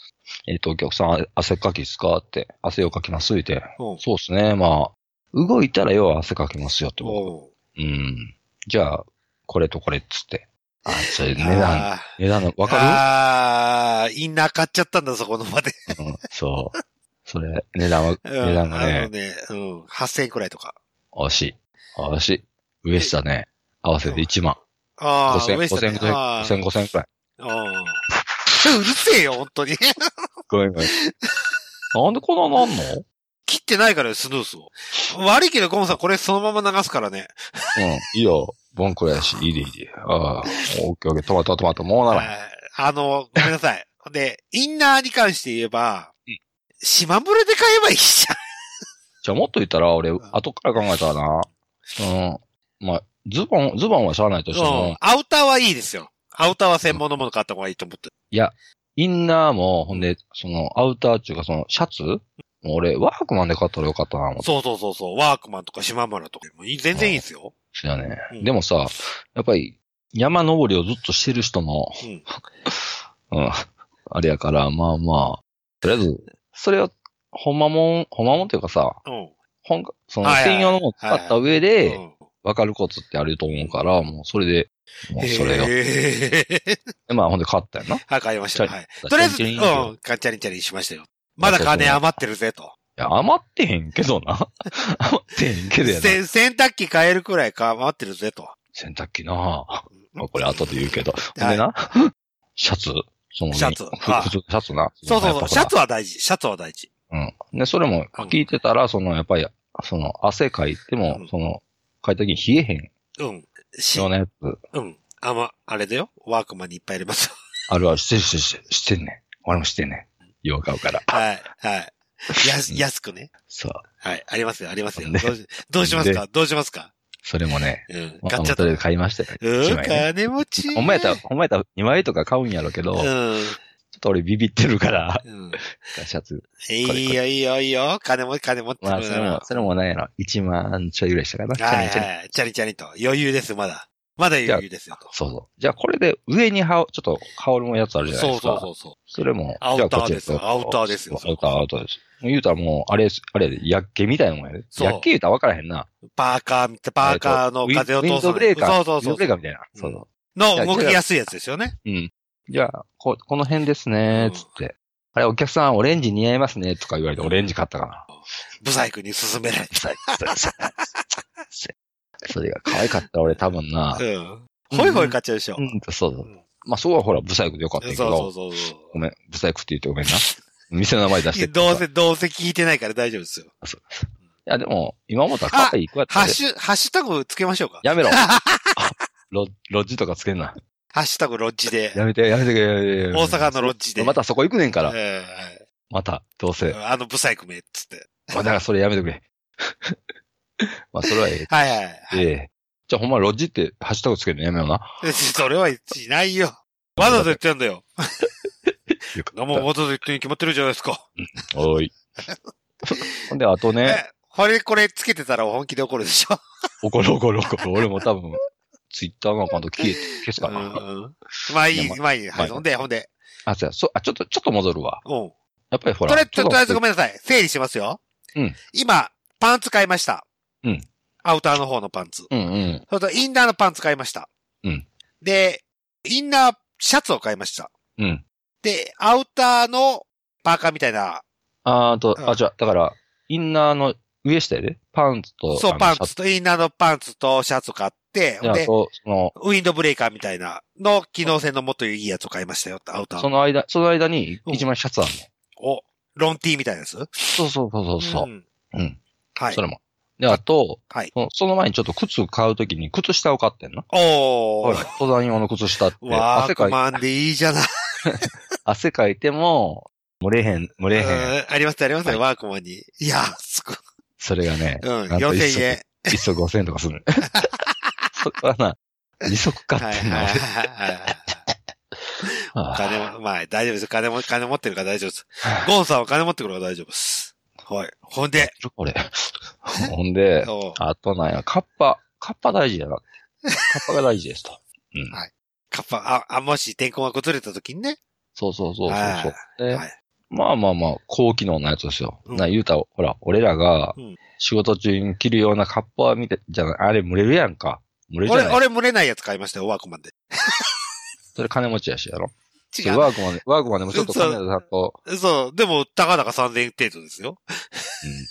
Speaker 2: えっ、と、お客さん、あ汗かきっすかって、汗をかきますって。
Speaker 1: うん。
Speaker 2: そうですね。まあ、動いたら要は汗かきますよってこ
Speaker 1: お
Speaker 2: と。うん。じゃあ、これとこれっつって。あ、それ
Speaker 1: う
Speaker 2: 値段、
Speaker 1: あー
Speaker 2: 値段の、わか
Speaker 1: ああ、インナー買っちゃったんだ、そこの場で。
Speaker 2: るうん、そう。それ、値段は、
Speaker 1: うん
Speaker 2: 値段が
Speaker 1: あの
Speaker 2: ね、
Speaker 1: ね、うん。8000円くらいとか。
Speaker 2: 惜しい。惜しい。上下ね、合わせて1万。
Speaker 1: ああ、
Speaker 2: 5000、
Speaker 1: 上下ね
Speaker 2: 5000、
Speaker 1: あー
Speaker 2: 5000、5000くらい。
Speaker 1: うん。うるせえよ、本当に。
Speaker 2: ごめんごめん。なんでこんななんのうん。
Speaker 1: 切ってないからよ、スヌースを。悪いけど、ゴンさん、これそのまま流すからね。
Speaker 2: いいよ。ボンクラやし、いいでいいで。ああ、オッケーオッケー、トマトトマト、もうならへん。
Speaker 1: あーあの、ごめんなさい。 で、インナーに関して言えば、島村で買えばいいじ
Speaker 2: じゃあもっと言ったら、俺、
Speaker 1: ん
Speaker 2: 後から考えたらな、うん、まあ、ズボン、ズボンはしゃあないとして
Speaker 1: ゃん。うん
Speaker 2: も、。
Speaker 1: アウターはいいですよ。アウターは専門のもの買った方がいいと思って。
Speaker 2: いや、インナーも、ほんで、その、アウターっていうか、その、シャツもう俺、ワークマンで買ったらよかったな、思って。
Speaker 1: そうそうそうそう。ワークマンとか島村とかもいい全然いいですよ。
Speaker 2: そうやね
Speaker 1: う。ん
Speaker 2: でもさ、やっぱり、山登りをずっとしてる人も、
Speaker 1: うん。
Speaker 2: うん、あれやから、まあまあ、とりあえず、それを、ほんまもん、ほんまもんっていうかさ、
Speaker 1: うん。
Speaker 2: 本格、その、
Speaker 1: はいはい
Speaker 2: 専用のもの使った上
Speaker 1: う
Speaker 2: で、
Speaker 1: ん
Speaker 2: わかるコツってあると思うから、もう、それで、もう、それを。
Speaker 1: へー
Speaker 2: でまあ、ほんで買ったよな。
Speaker 1: はい、買いまし
Speaker 2: チ
Speaker 1: た。
Speaker 2: ャリ
Speaker 1: はい。とりあえず、
Speaker 2: チ
Speaker 1: う
Speaker 2: ャリンチャリン
Speaker 1: ん。カチャリンチャリンしましたよ。まだ金余ってるぜと。
Speaker 2: いや、余ってへんけどな。 余ってへんけどやな。
Speaker 1: せ洗濯機買えるくらいか余ってるぜと。
Speaker 2: 洗濯機なまあこれ後で言う けど。ほんでな、 シャツ、そのね
Speaker 1: シャツ
Speaker 2: ふ
Speaker 1: あ
Speaker 2: 普通のシャツな。
Speaker 1: そうそうそう。シャツ
Speaker 2: は。
Speaker 1: は大事。シャツは大事。
Speaker 2: うん。で、それも聞いてたら、その、やっぱり、その、汗かいても
Speaker 1: うん、
Speaker 2: その、かいた時に冷えへん
Speaker 1: うん。し
Speaker 2: ようなやつ、
Speaker 1: うん。 あ、ま、あれだよ。ワークマンにいっぱいあります。
Speaker 2: あるあるしてるしてるしてるしてんねん。俺もしてんねよう買うから。
Speaker 1: はい、はい。やす、安くね。
Speaker 2: そう。
Speaker 1: はい、ありますよ、ありますよ。
Speaker 2: ね
Speaker 1: どうしどうしますかどうしますか
Speaker 2: それもね、
Speaker 1: うん。
Speaker 2: まあ
Speaker 1: 買っちゃった。
Speaker 2: とりあえず買いましたよ。
Speaker 1: う
Speaker 2: 一
Speaker 1: ん、
Speaker 2: 枚ね
Speaker 1: 金持ち。
Speaker 2: ほんまやったら、ほんまやったら2枚とか買うんやろうけど、ちょっと俺ビビってるから、
Speaker 1: うん。うん。
Speaker 2: シャツ。
Speaker 1: いいよ、いいよ、いいよ。金も、金持って
Speaker 2: まあ、
Speaker 1: る
Speaker 2: そ
Speaker 1: な
Speaker 2: れも
Speaker 1: ら、。
Speaker 2: それもなんやろ。1万ちょいぐらいしたかな。
Speaker 1: はい
Speaker 2: チャリンチャリン
Speaker 1: はい。チャリチャリと。余裕です、まだ。まだ余裕ですよ、と。
Speaker 2: そうそう。じゃあこれで上に羽織、ちょっと羽織るもやつあるじゃない
Speaker 1: そ
Speaker 2: で
Speaker 1: う
Speaker 2: すか。
Speaker 1: そうそうそう。
Speaker 2: それも、
Speaker 1: アウターですよ
Speaker 2: じゃあこっち
Speaker 1: アウターですよ
Speaker 2: アウター、アウターです。もう言うたらもう、あれです、あれやで、やっけみたいなもんやで。
Speaker 1: そう
Speaker 2: やっけ言うたら分からへんな。
Speaker 1: パーカー見て、パーカーの風を
Speaker 2: ウィンウィ
Speaker 1: 通
Speaker 2: ン
Speaker 1: さない
Speaker 2: ドブレーカー。
Speaker 1: そうそう
Speaker 2: ウィンドブ
Speaker 1: そう。
Speaker 2: レーカーみたいな。そうそう。
Speaker 1: の動きやすいやつですよね。
Speaker 2: うん。じゃあ、こ、この辺ですね、つって。あれ、お客さん、オレンジ似合いますね、とか言われて、オレンジ買ったか な。
Speaker 1: ブサイクに勧められて。
Speaker 2: それが可愛かったら俺多分な。
Speaker 1: うん。ほいほい買っちゃうでしょ
Speaker 2: う。ん、そうそう。まあ、そこはほら、ブサイクでよかった
Speaker 1: そう
Speaker 2: け
Speaker 1: そ
Speaker 2: ど
Speaker 1: う、そうそ
Speaker 2: ごめん、ブサイクって言ってごめんな。 店の名前出して
Speaker 1: う。どうせ、どうせ聞いてないから大丈夫ですよ。
Speaker 2: いや、でも、今思ったら可愛い子やった
Speaker 1: ハッ
Speaker 2: で。
Speaker 1: シュ、ハッシュタグつけましょうか。
Speaker 2: やめろ。ロロッジとかつけんな。
Speaker 1: ハッシュタグロッジで。
Speaker 2: やめて、やめて、やめてやめて。
Speaker 1: 大阪のロッジで。
Speaker 2: またそこ行くねんから。
Speaker 1: え
Speaker 2: また、どう
Speaker 1: え
Speaker 2: せ。
Speaker 1: はいあのブサイクめ、つって。
Speaker 2: まあ、だからそれやめてくれ。 まあ、それはえ
Speaker 1: はいはい
Speaker 2: え。ええ。じゃあ、ほんまロッジってハッシュタグつけるのやめような。
Speaker 1: はい。それはしないよ。わざと言ってんだよ。
Speaker 2: よかった
Speaker 1: 何もわざと言ってんに決まってるじゃないですか。
Speaker 2: お ーい。ほんで、あとね、
Speaker 1: え、これ、これつけてたら本気で怒るでしょ。
Speaker 2: 怒る怒る怒る。俺も多分、ツイッターのアカウント消え、消すか
Speaker 1: うん
Speaker 2: な。
Speaker 1: うんまあい
Speaker 2: い
Speaker 1: い、
Speaker 2: や
Speaker 1: まあいい。は
Speaker 2: まあ
Speaker 1: い、ほんで、ほんで。
Speaker 2: あ、そうや、そう、あ、ちょっと、ちょっと戻るわ。
Speaker 1: うん。
Speaker 2: やっぱりほら。
Speaker 1: とりあえず、とりあえずご
Speaker 2: め
Speaker 1: めんなさい。整理しますよ。
Speaker 2: うん
Speaker 1: 今、パンツ買いました。
Speaker 2: うん
Speaker 1: アウターの方のパンツ。
Speaker 2: ん。うんうん。
Speaker 1: それと、インナーのパンツ買いました。
Speaker 2: うん
Speaker 1: で、インナーシャツを買いました。
Speaker 2: うん。
Speaker 1: で、アウターのパーカーみたいな、
Speaker 2: あーあと、
Speaker 1: うん
Speaker 2: あ、じゃあ、だから、インナーの上下やで、パンツと、
Speaker 1: そう、パン
Speaker 2: あの
Speaker 1: ツと、インナーのパンツとシャツを買って、
Speaker 2: シャツで、あ
Speaker 1: で、
Speaker 2: と、その、
Speaker 1: ウィンドブレーカーみたいなの機能性のもっといいやつを買いましたよ、アウター
Speaker 2: そ
Speaker 1: の。
Speaker 2: の間、その間に
Speaker 1: うん
Speaker 2: 一枚シャツあるの。
Speaker 1: お、ロンティーみたいなやつそう
Speaker 2: そうそうそうそうそう。
Speaker 1: ん
Speaker 2: うん。
Speaker 1: はい
Speaker 2: そ。れも。で、あと、
Speaker 1: はい
Speaker 2: そのその前にちょっと靴買うときに靴下を買ってんの。
Speaker 1: お
Speaker 2: ほ
Speaker 1: ー
Speaker 2: ら、。登山用の靴下って、
Speaker 1: ワ
Speaker 2: 汗
Speaker 1: ー
Speaker 2: か
Speaker 1: ク
Speaker 2: い、
Speaker 1: マンでいいじゃない。
Speaker 2: 汗かいても、漏れへん、漏れへん。
Speaker 1: うんありますねありますね、
Speaker 2: はい
Speaker 1: ワークマンに。いや、すごい。
Speaker 2: それがね、
Speaker 1: うん、
Speaker 2: なんと一
Speaker 1: 4000
Speaker 2: 足
Speaker 1: 円。
Speaker 2: 一足五千円とか する。そこはな、二足買
Speaker 1: はい
Speaker 2: っ
Speaker 1: は
Speaker 2: て
Speaker 1: い
Speaker 2: んの。
Speaker 1: はい
Speaker 2: 俺
Speaker 1: はい はい。
Speaker 2: ああ
Speaker 1: 金も、まあ大丈夫です。金も、金持ってるから大丈夫 です。ゴンさんは金持ってくるから大丈夫です。はい。ほんで、
Speaker 2: これ。ほんで、
Speaker 1: お
Speaker 2: あとなんや、カッパ、カッパ大事やな。カッパが大事ですと。うん。
Speaker 1: はいカッパ、あ、あ、もし天候が崩れた時にね。
Speaker 2: そうそうそうそう
Speaker 1: は
Speaker 2: そう。で
Speaker 1: はい
Speaker 2: まあまあまあ、高機能なやつですよ。
Speaker 1: うん
Speaker 2: な、言うたら、ほら、俺らが
Speaker 1: うん、
Speaker 2: 仕事中に着るようなカッパは見て、じゃない、あれ蒸れるやんか。蒸れるじ
Speaker 1: 俺
Speaker 2: ゃ、ない。
Speaker 1: 俺、群れないやつ買いましたよ、ワークマンで。
Speaker 2: それ金持ちやしやろ。
Speaker 1: 違
Speaker 2: ワークマンで、ワークマンでもちょっと
Speaker 1: そう
Speaker 2: 金田さんと、
Speaker 1: う。そう。でも、たかだか3000円程度ですよ。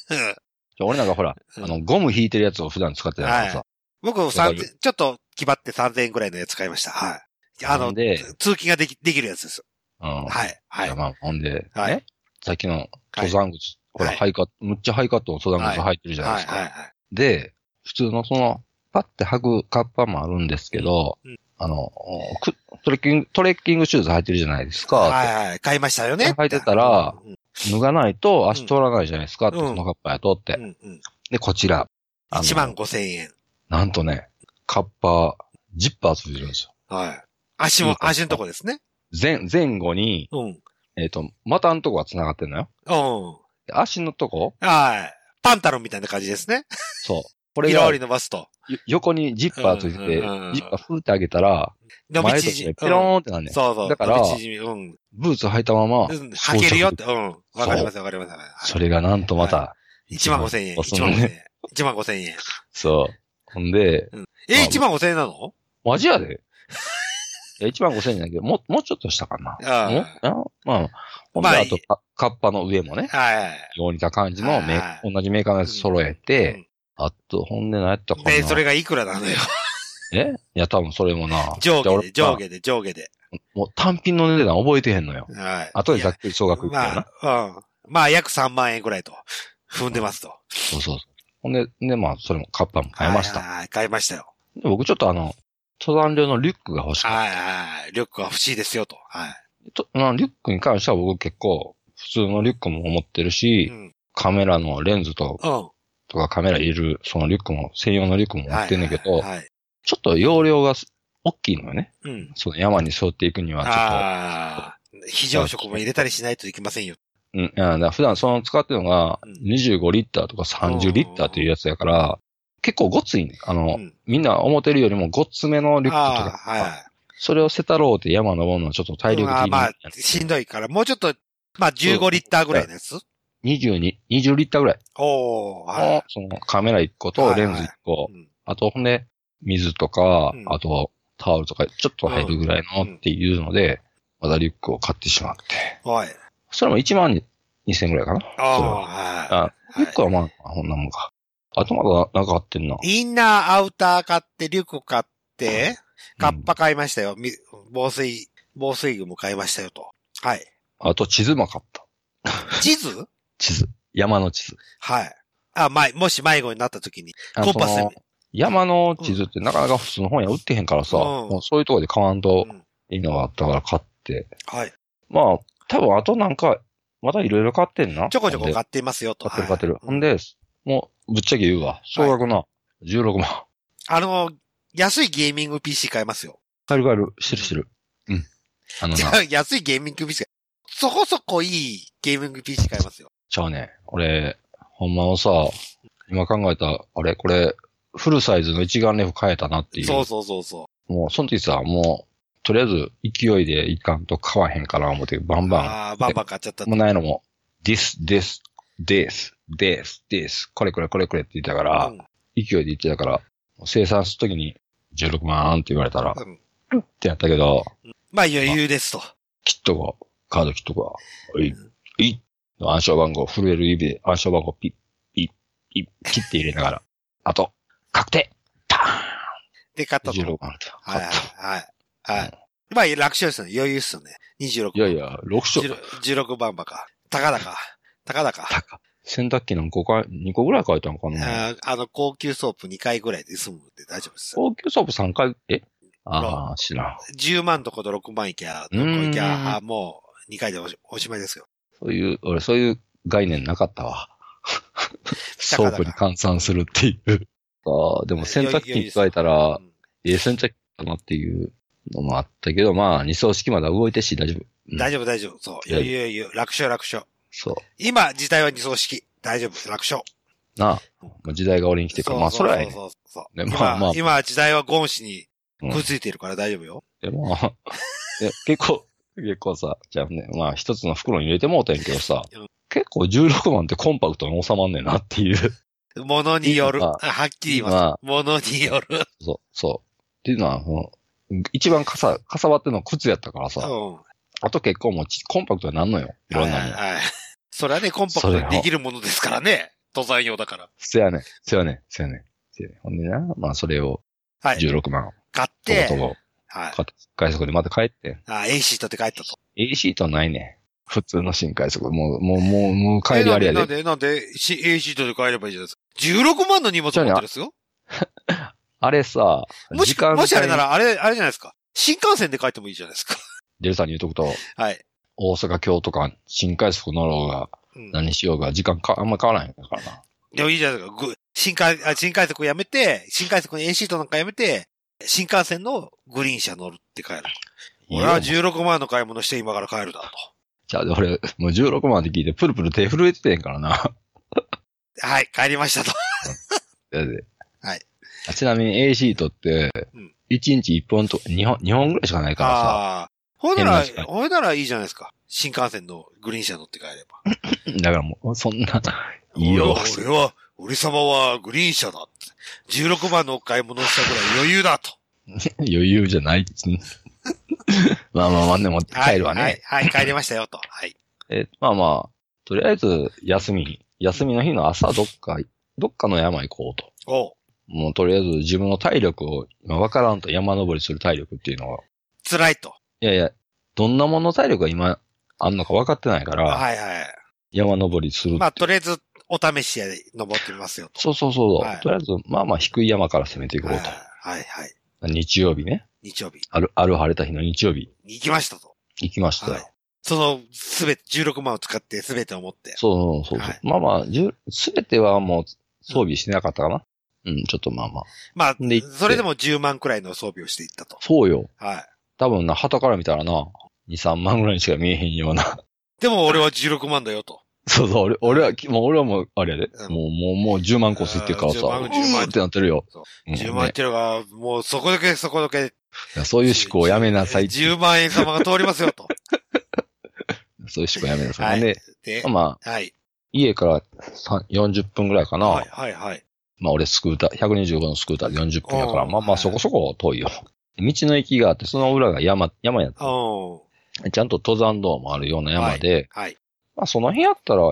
Speaker 1: うん
Speaker 2: じゃあ俺なんかほら、
Speaker 1: うん
Speaker 2: あの、ゴム引いてるやつを普段使ってたからさ。
Speaker 1: 僕、
Speaker 2: か
Speaker 1: 3
Speaker 2: る
Speaker 1: 0ちょっと気張って3000円くらいのやつ買いました。はい。あ
Speaker 2: ほ
Speaker 1: の
Speaker 2: ん、で、
Speaker 1: 通勤ができ、できるやつです。
Speaker 2: うん。
Speaker 1: はい。はいい
Speaker 2: や。まあ、ほんで、
Speaker 1: はい
Speaker 2: ねさっきの登山靴、ほら、
Speaker 1: はい
Speaker 2: ハイカット、むっちゃハイカットの登山靴入ってるじゃ
Speaker 1: はい
Speaker 2: ないですか。
Speaker 1: はいはい。
Speaker 2: で、普通のその、パッて履くカッパもあるんですけど、
Speaker 1: うん
Speaker 2: あの、くトレッキング、トレッキングシューズ履いてるじゃないですか。
Speaker 1: はいはい。買いましたよね。
Speaker 2: 履いてたら
Speaker 1: うん、
Speaker 2: 脱がないと足通らないじゃないですか、って
Speaker 1: うん
Speaker 2: そのカッパやとって。
Speaker 1: うんうん。
Speaker 2: で、こちら。あの
Speaker 1: 1万5千円。
Speaker 2: なんとね、カッパ、ジッパーついてるんですよ。
Speaker 1: はい。足
Speaker 2: うん
Speaker 1: も、足のとこですね。
Speaker 2: 前、前後に、
Speaker 1: うん。うん。
Speaker 2: えっ、と、股のとこが繋がってんのよ。で足のとこ
Speaker 1: はい。パンタロンみたいな感じですね。
Speaker 2: そう。これ
Speaker 1: ピロ
Speaker 2: が
Speaker 1: リ伸ばすと。
Speaker 2: よ横にジッパーついてて、
Speaker 1: うんうんうん
Speaker 2: ジッパーふーって上げたら、
Speaker 1: 伸び
Speaker 2: 前と
Speaker 1: 縮み。
Speaker 2: ね、ペロー
Speaker 1: うん
Speaker 2: ンってなんねん
Speaker 1: そうそう。
Speaker 2: だから
Speaker 1: 伸び縮み。うん。
Speaker 2: ブーツ履いたま
Speaker 1: う
Speaker 2: ま、
Speaker 1: ん履けるよって。うん。わかりますわかりますわかります。
Speaker 2: それがなんとまた、
Speaker 1: 1万5千円。
Speaker 2: そ
Speaker 1: 1
Speaker 2: の
Speaker 1: 万5千
Speaker 2: ね、
Speaker 1: 円。1万5千円。
Speaker 2: そう。ほんで、
Speaker 1: え、
Speaker 2: まあ
Speaker 1: 1万5千円なの
Speaker 2: マジやで。いや、1万5千円だけど、もう、もうちょっとしたかな。
Speaker 1: あ
Speaker 2: あまあ、ほんで、
Speaker 1: まあ
Speaker 2: あと、かカッパの上もね、
Speaker 1: はい。
Speaker 2: よう似た感じのメーカ
Speaker 1: は
Speaker 2: ー、同じメーカーのやつ揃えて、あと、ほんで何やった
Speaker 1: う
Speaker 2: か
Speaker 1: ん
Speaker 2: な。
Speaker 1: で、それがいくらなのよ。
Speaker 2: えいや、多分それもな。
Speaker 1: 上
Speaker 2: で
Speaker 1: 下
Speaker 2: 俺
Speaker 1: で、上下で、上下で。
Speaker 2: もう単品の値段覚えてへんのよ。
Speaker 1: はい。
Speaker 2: 後でざ
Speaker 1: だ
Speaker 2: っくり総額いくからな。
Speaker 1: まあ、うん。まあ、約3万円ぐらいと。踏んでますと。
Speaker 2: そうそうそう。ほんで、で、まあ、それもカッパも買いました。
Speaker 1: はいはい。買いましたよ。
Speaker 2: で僕ちょっとあの、登山用のリュックが欲しくて
Speaker 1: はいはい。リュックは欲しいですよと。はい。
Speaker 2: とまあリュックに関しては僕結構、普通のリュックも持ってるし
Speaker 1: う、ん。
Speaker 2: カメラのレンズと、
Speaker 1: うん。
Speaker 2: とかカメラいる、そのリュックも、専用のリュックも持ってんだけど、
Speaker 1: はいはいはい。
Speaker 2: ちょっと容量がす大きいのよね。
Speaker 1: うん。
Speaker 2: その山に沿っていくには、ちょっと。
Speaker 1: ああ。非常食も入れたりしないといけませんよ。
Speaker 2: うん、いやだから普段その使ってるのが
Speaker 1: うん
Speaker 2: 25リッターとか30リッターというやつやから、結構ごっついね。あの、
Speaker 1: うん
Speaker 2: みんな思ってるよりもごっつめのリュックと
Speaker 1: ああ、
Speaker 2: か、
Speaker 1: はいはい。
Speaker 2: それをせたろうって山登るのはちょっと体力的
Speaker 1: うんあー
Speaker 2: に、
Speaker 1: まあ、しんどいから、もうちょっと、まあ、15リッターぐらいのやつ
Speaker 2: 22、20リッターぐらい
Speaker 1: おお
Speaker 2: の、
Speaker 1: は
Speaker 2: そのカメラ1個とレンズ1個、
Speaker 1: い。うん
Speaker 2: あとほんで、水とか、
Speaker 1: うん
Speaker 2: あとタオルとかちょっと入るぐらいのっていうので、まだリュックを買ってしまって。
Speaker 1: はい。
Speaker 2: それも1万2000ぐらいかな。
Speaker 1: ああ
Speaker 2: それは
Speaker 1: は
Speaker 2: あ、リュックはまあ、こんなもんか。あとまだなんかあってんな。
Speaker 1: い。インナー、アウター買って、リュック買って、カッパ買いましたよ。み防水、防水具も買いましたよと。 はい。
Speaker 2: あと地図も買った。
Speaker 1: 地図
Speaker 2: 地図。山の地図。
Speaker 1: はい。あ、ま、もし迷子になった時に。
Speaker 2: あ
Speaker 1: コンパス
Speaker 2: その山の地図ってなかなか普通の本屋売ってへんからさ、
Speaker 1: うん
Speaker 2: もうそういうとこで買わんと
Speaker 1: うん
Speaker 2: いいのがあったから買って。
Speaker 1: はい。
Speaker 2: まあ、多分あとなんか、まだいろいろ買ってんな。
Speaker 1: ちょこちょこ買
Speaker 2: 買っ
Speaker 1: っていますよと。
Speaker 2: 買ってる買ってる。
Speaker 1: はい
Speaker 2: ほんで、もう、ぶっちゃけ言うわ。総額な、16万。
Speaker 1: あの、安いゲーミング PC 買いますよ。
Speaker 2: 買える買える。してるしてる。うん。あの
Speaker 1: じゃ
Speaker 2: な、
Speaker 1: あ、 安いゲーミング PC 買いそこそこいいゲーミング PC 買いますよ。
Speaker 2: ちゃうね。俺、ほんまをさ、今考えた、あれこれ、フルサイズの一眼レフ変えたなっていう。
Speaker 1: そうそうそうそ
Speaker 2: もう、その時さ、もう、とりあえず、勢いでいかんと買わへんから思って、バン
Speaker 1: う。
Speaker 2: バ
Speaker 1: ああ、バンバン買っちゃった
Speaker 2: ン。。もうないのも、this, this, this, this, this, これこれこれこれって言ったから、
Speaker 1: うん
Speaker 2: 勢いで言ってたから、生産するときに16万って言われたら、
Speaker 1: うん
Speaker 2: ってやったけど、
Speaker 1: まあ余裕ですと。
Speaker 2: キットが、カードキットが、おい
Speaker 1: うん、
Speaker 2: おい、の暗証番号、震える指で暗証番号ピッ、ピッ、ピッ、切って入れながら、あと、確定パ
Speaker 1: で、買っ
Speaker 2: ー
Speaker 1: た
Speaker 2: ン
Speaker 1: と。
Speaker 2: !16 万と。
Speaker 1: はいはいはい。は
Speaker 2: う
Speaker 1: い。まあ楽勝ですよね。余裕っすよね。26
Speaker 2: いやいや、6勝。
Speaker 1: 16番馬か。高々か。高々か。
Speaker 2: 洗濯機の5回、2個ぐらい書いたのかな
Speaker 1: あーあの、高級ソープ2回ぐらいで済むんで大丈夫ですよ。
Speaker 2: 高級ソープ3回、えああ、知らん。
Speaker 1: 10万とこと6万いきゃ、
Speaker 2: う
Speaker 1: ど
Speaker 2: ー
Speaker 1: こ
Speaker 2: ん
Speaker 1: いきゃ、あーもう2回でおしおしまいですよ。
Speaker 2: そういう、俺そういう概念なかった わ。ソープに換算するって いう。ああ、でも洗濯機に変えたら
Speaker 1: う、ん
Speaker 2: ええ洗濯機かなっていうのもあったけど、まあ、二層式まだ動いてるし大丈夫。うん
Speaker 1: 大丈夫大丈夫。そう。
Speaker 2: いや
Speaker 1: 余裕余裕。楽勝楽勝。
Speaker 2: そう。
Speaker 1: 今、時代は二層式。大丈夫。楽勝。
Speaker 2: なあ、まあ時代が俺に来てから、まあ、それはええね
Speaker 1: そうそうそう。
Speaker 2: ね
Speaker 1: 今、
Speaker 2: まあまあ
Speaker 1: 今時代はゴン氏にくっついてるから大丈夫よ。
Speaker 2: でも、 え結構、結構さ、じゃあね、まあ、一つの袋に入れてもうたんやけどさ
Speaker 1: うん、
Speaker 2: 結構16万ってコンパクトに収まんねえなっていう。
Speaker 1: ものによる。
Speaker 2: 今
Speaker 1: あはっきり言います。ものによる。
Speaker 2: そう、そう。っていうのは、その一番かさ、かさばってるのは靴やったから
Speaker 1: うん。
Speaker 2: さ、あと結構もうちコンパクトになんのよ。いろんなもん。
Speaker 1: はいはい。それはね、コンパクトにできるものですからね。登山用だから。
Speaker 2: せやねん、せやねん、せやねん。せやねんほんでな、まあそれを
Speaker 1: はい。
Speaker 2: 16万、
Speaker 1: 買っ
Speaker 2: とぼと
Speaker 1: て、
Speaker 2: ぼ、
Speaker 1: はい。
Speaker 2: 買って快速でまた帰ってん。
Speaker 1: あ、A シートって書いたと。
Speaker 2: A シートないねん。普通の新快速。もう、もう、もう、もう帰りあれや
Speaker 1: えなん
Speaker 2: で。
Speaker 1: で、なんで、なんでし A シートで買えればいいじゃないですか。16万の荷物持ってるんですよ。
Speaker 2: あれさ、
Speaker 1: もし
Speaker 2: 時間
Speaker 1: く、
Speaker 2: 帯
Speaker 1: もしあれな。ら、あれ、あれじゃないですか。新幹線で書いてもいいじゃないですか。
Speaker 2: デルさんに言うとくと、
Speaker 1: はい。
Speaker 2: 大阪、京都間、新快速乗ろうが、
Speaker 1: うん
Speaker 2: 何しようが、時間か、あんま変わらへんからな。
Speaker 1: でもいいじゃないですか。ぐ新海、あ新海速やめて、新海速の A シートなんかやめて、新幹線のグリーン車乗るって帰る。俺はい
Speaker 2: いよ
Speaker 1: 16万の買い物して今から帰るだと。
Speaker 2: じゃあ、俺、もう16万で聞いて、プルプル手震えててんからな。
Speaker 1: はい、帰りました と。
Speaker 2: だって
Speaker 1: はい
Speaker 2: あちなみに A シートって
Speaker 1: うん、
Speaker 2: 1日1本と、2本、2本ぐらいしかないからさ。
Speaker 1: ああ。ほんなら
Speaker 2: 変な時間、
Speaker 1: ほんならいいじゃないですか。新幹線のグリーン車乗って帰れば。
Speaker 2: だからもう、そんな、いいよ。
Speaker 1: 俺俺は、俺様はグリーン車だって。16万のお買い物をしたぐらい余裕だと。
Speaker 2: 余裕じ ゃない。まあまあまあ、でも、帰るわね。
Speaker 1: はい、はい、はい帰りましたよと。はい。
Speaker 2: え、まあまあ、とりあえず、休み、休みの日の朝、どっか、どっかの山行こうと。
Speaker 1: おう
Speaker 2: もうとりあえず自分の体力を、今わからんと山登りする体力っていうのは、
Speaker 1: 辛いと。
Speaker 2: いやいや、どんなものの体力が今、あんのか分かってないから、
Speaker 1: はいはい。
Speaker 2: 山登りする。
Speaker 1: まあ、とりあえず、お試しで登ってみますよと。
Speaker 2: そうそうそう。
Speaker 1: はい
Speaker 2: とりあえず、まあまあ低い山から攻めていこう
Speaker 1: はい
Speaker 2: と。
Speaker 1: はいはい。
Speaker 2: 日曜日ね。
Speaker 1: 日曜日。
Speaker 2: ある、ある晴れた日の日曜日、
Speaker 1: 行きましたと。
Speaker 2: 行きましたよ。
Speaker 1: はいその、すべて、16万を使ってすべてを持って。
Speaker 2: そうそうそう。
Speaker 1: はい
Speaker 2: まあまあ、すべてはもう装備してなかったかな。うん、ちょっとまあまあ。
Speaker 1: まあ
Speaker 2: で行っ、て
Speaker 1: それでも10万くらいの装備をしていったと。
Speaker 2: そうよ。
Speaker 1: はい。
Speaker 2: 多分な、旗から見たらな、2、3万ぐらいにしか見えへんような。
Speaker 1: でも俺は16万だよと。
Speaker 2: そうそう、俺、俺は、もう俺はもう、あれやで、
Speaker 1: うん
Speaker 2: もう、もう、もう10万個吸ってるからさ、う
Speaker 1: 10万10万
Speaker 2: ーってなってるよ。うん
Speaker 1: 10万円っ
Speaker 2: ね
Speaker 1: ていうのが、もうそこだけそこだけ。
Speaker 2: いやそういう思考やめなさいって。
Speaker 1: 10万円様が通りますよと。
Speaker 2: そういう思考やめなさい。
Speaker 1: はい
Speaker 2: で、
Speaker 1: で、
Speaker 2: まあ、
Speaker 1: はい。
Speaker 2: 家からさ40分ぐらいかな。
Speaker 1: はい、はい、はい。
Speaker 2: まあ俺スクーター、125のスクーターで40分やから、
Speaker 1: うん
Speaker 2: まあまあそこそこ遠いよ。道の駅があって、その裏が山、山やっ
Speaker 1: う
Speaker 2: た。
Speaker 1: ん。
Speaker 2: ちゃんと登山道もあるような山で、
Speaker 1: はい。
Speaker 2: まあその辺やったら、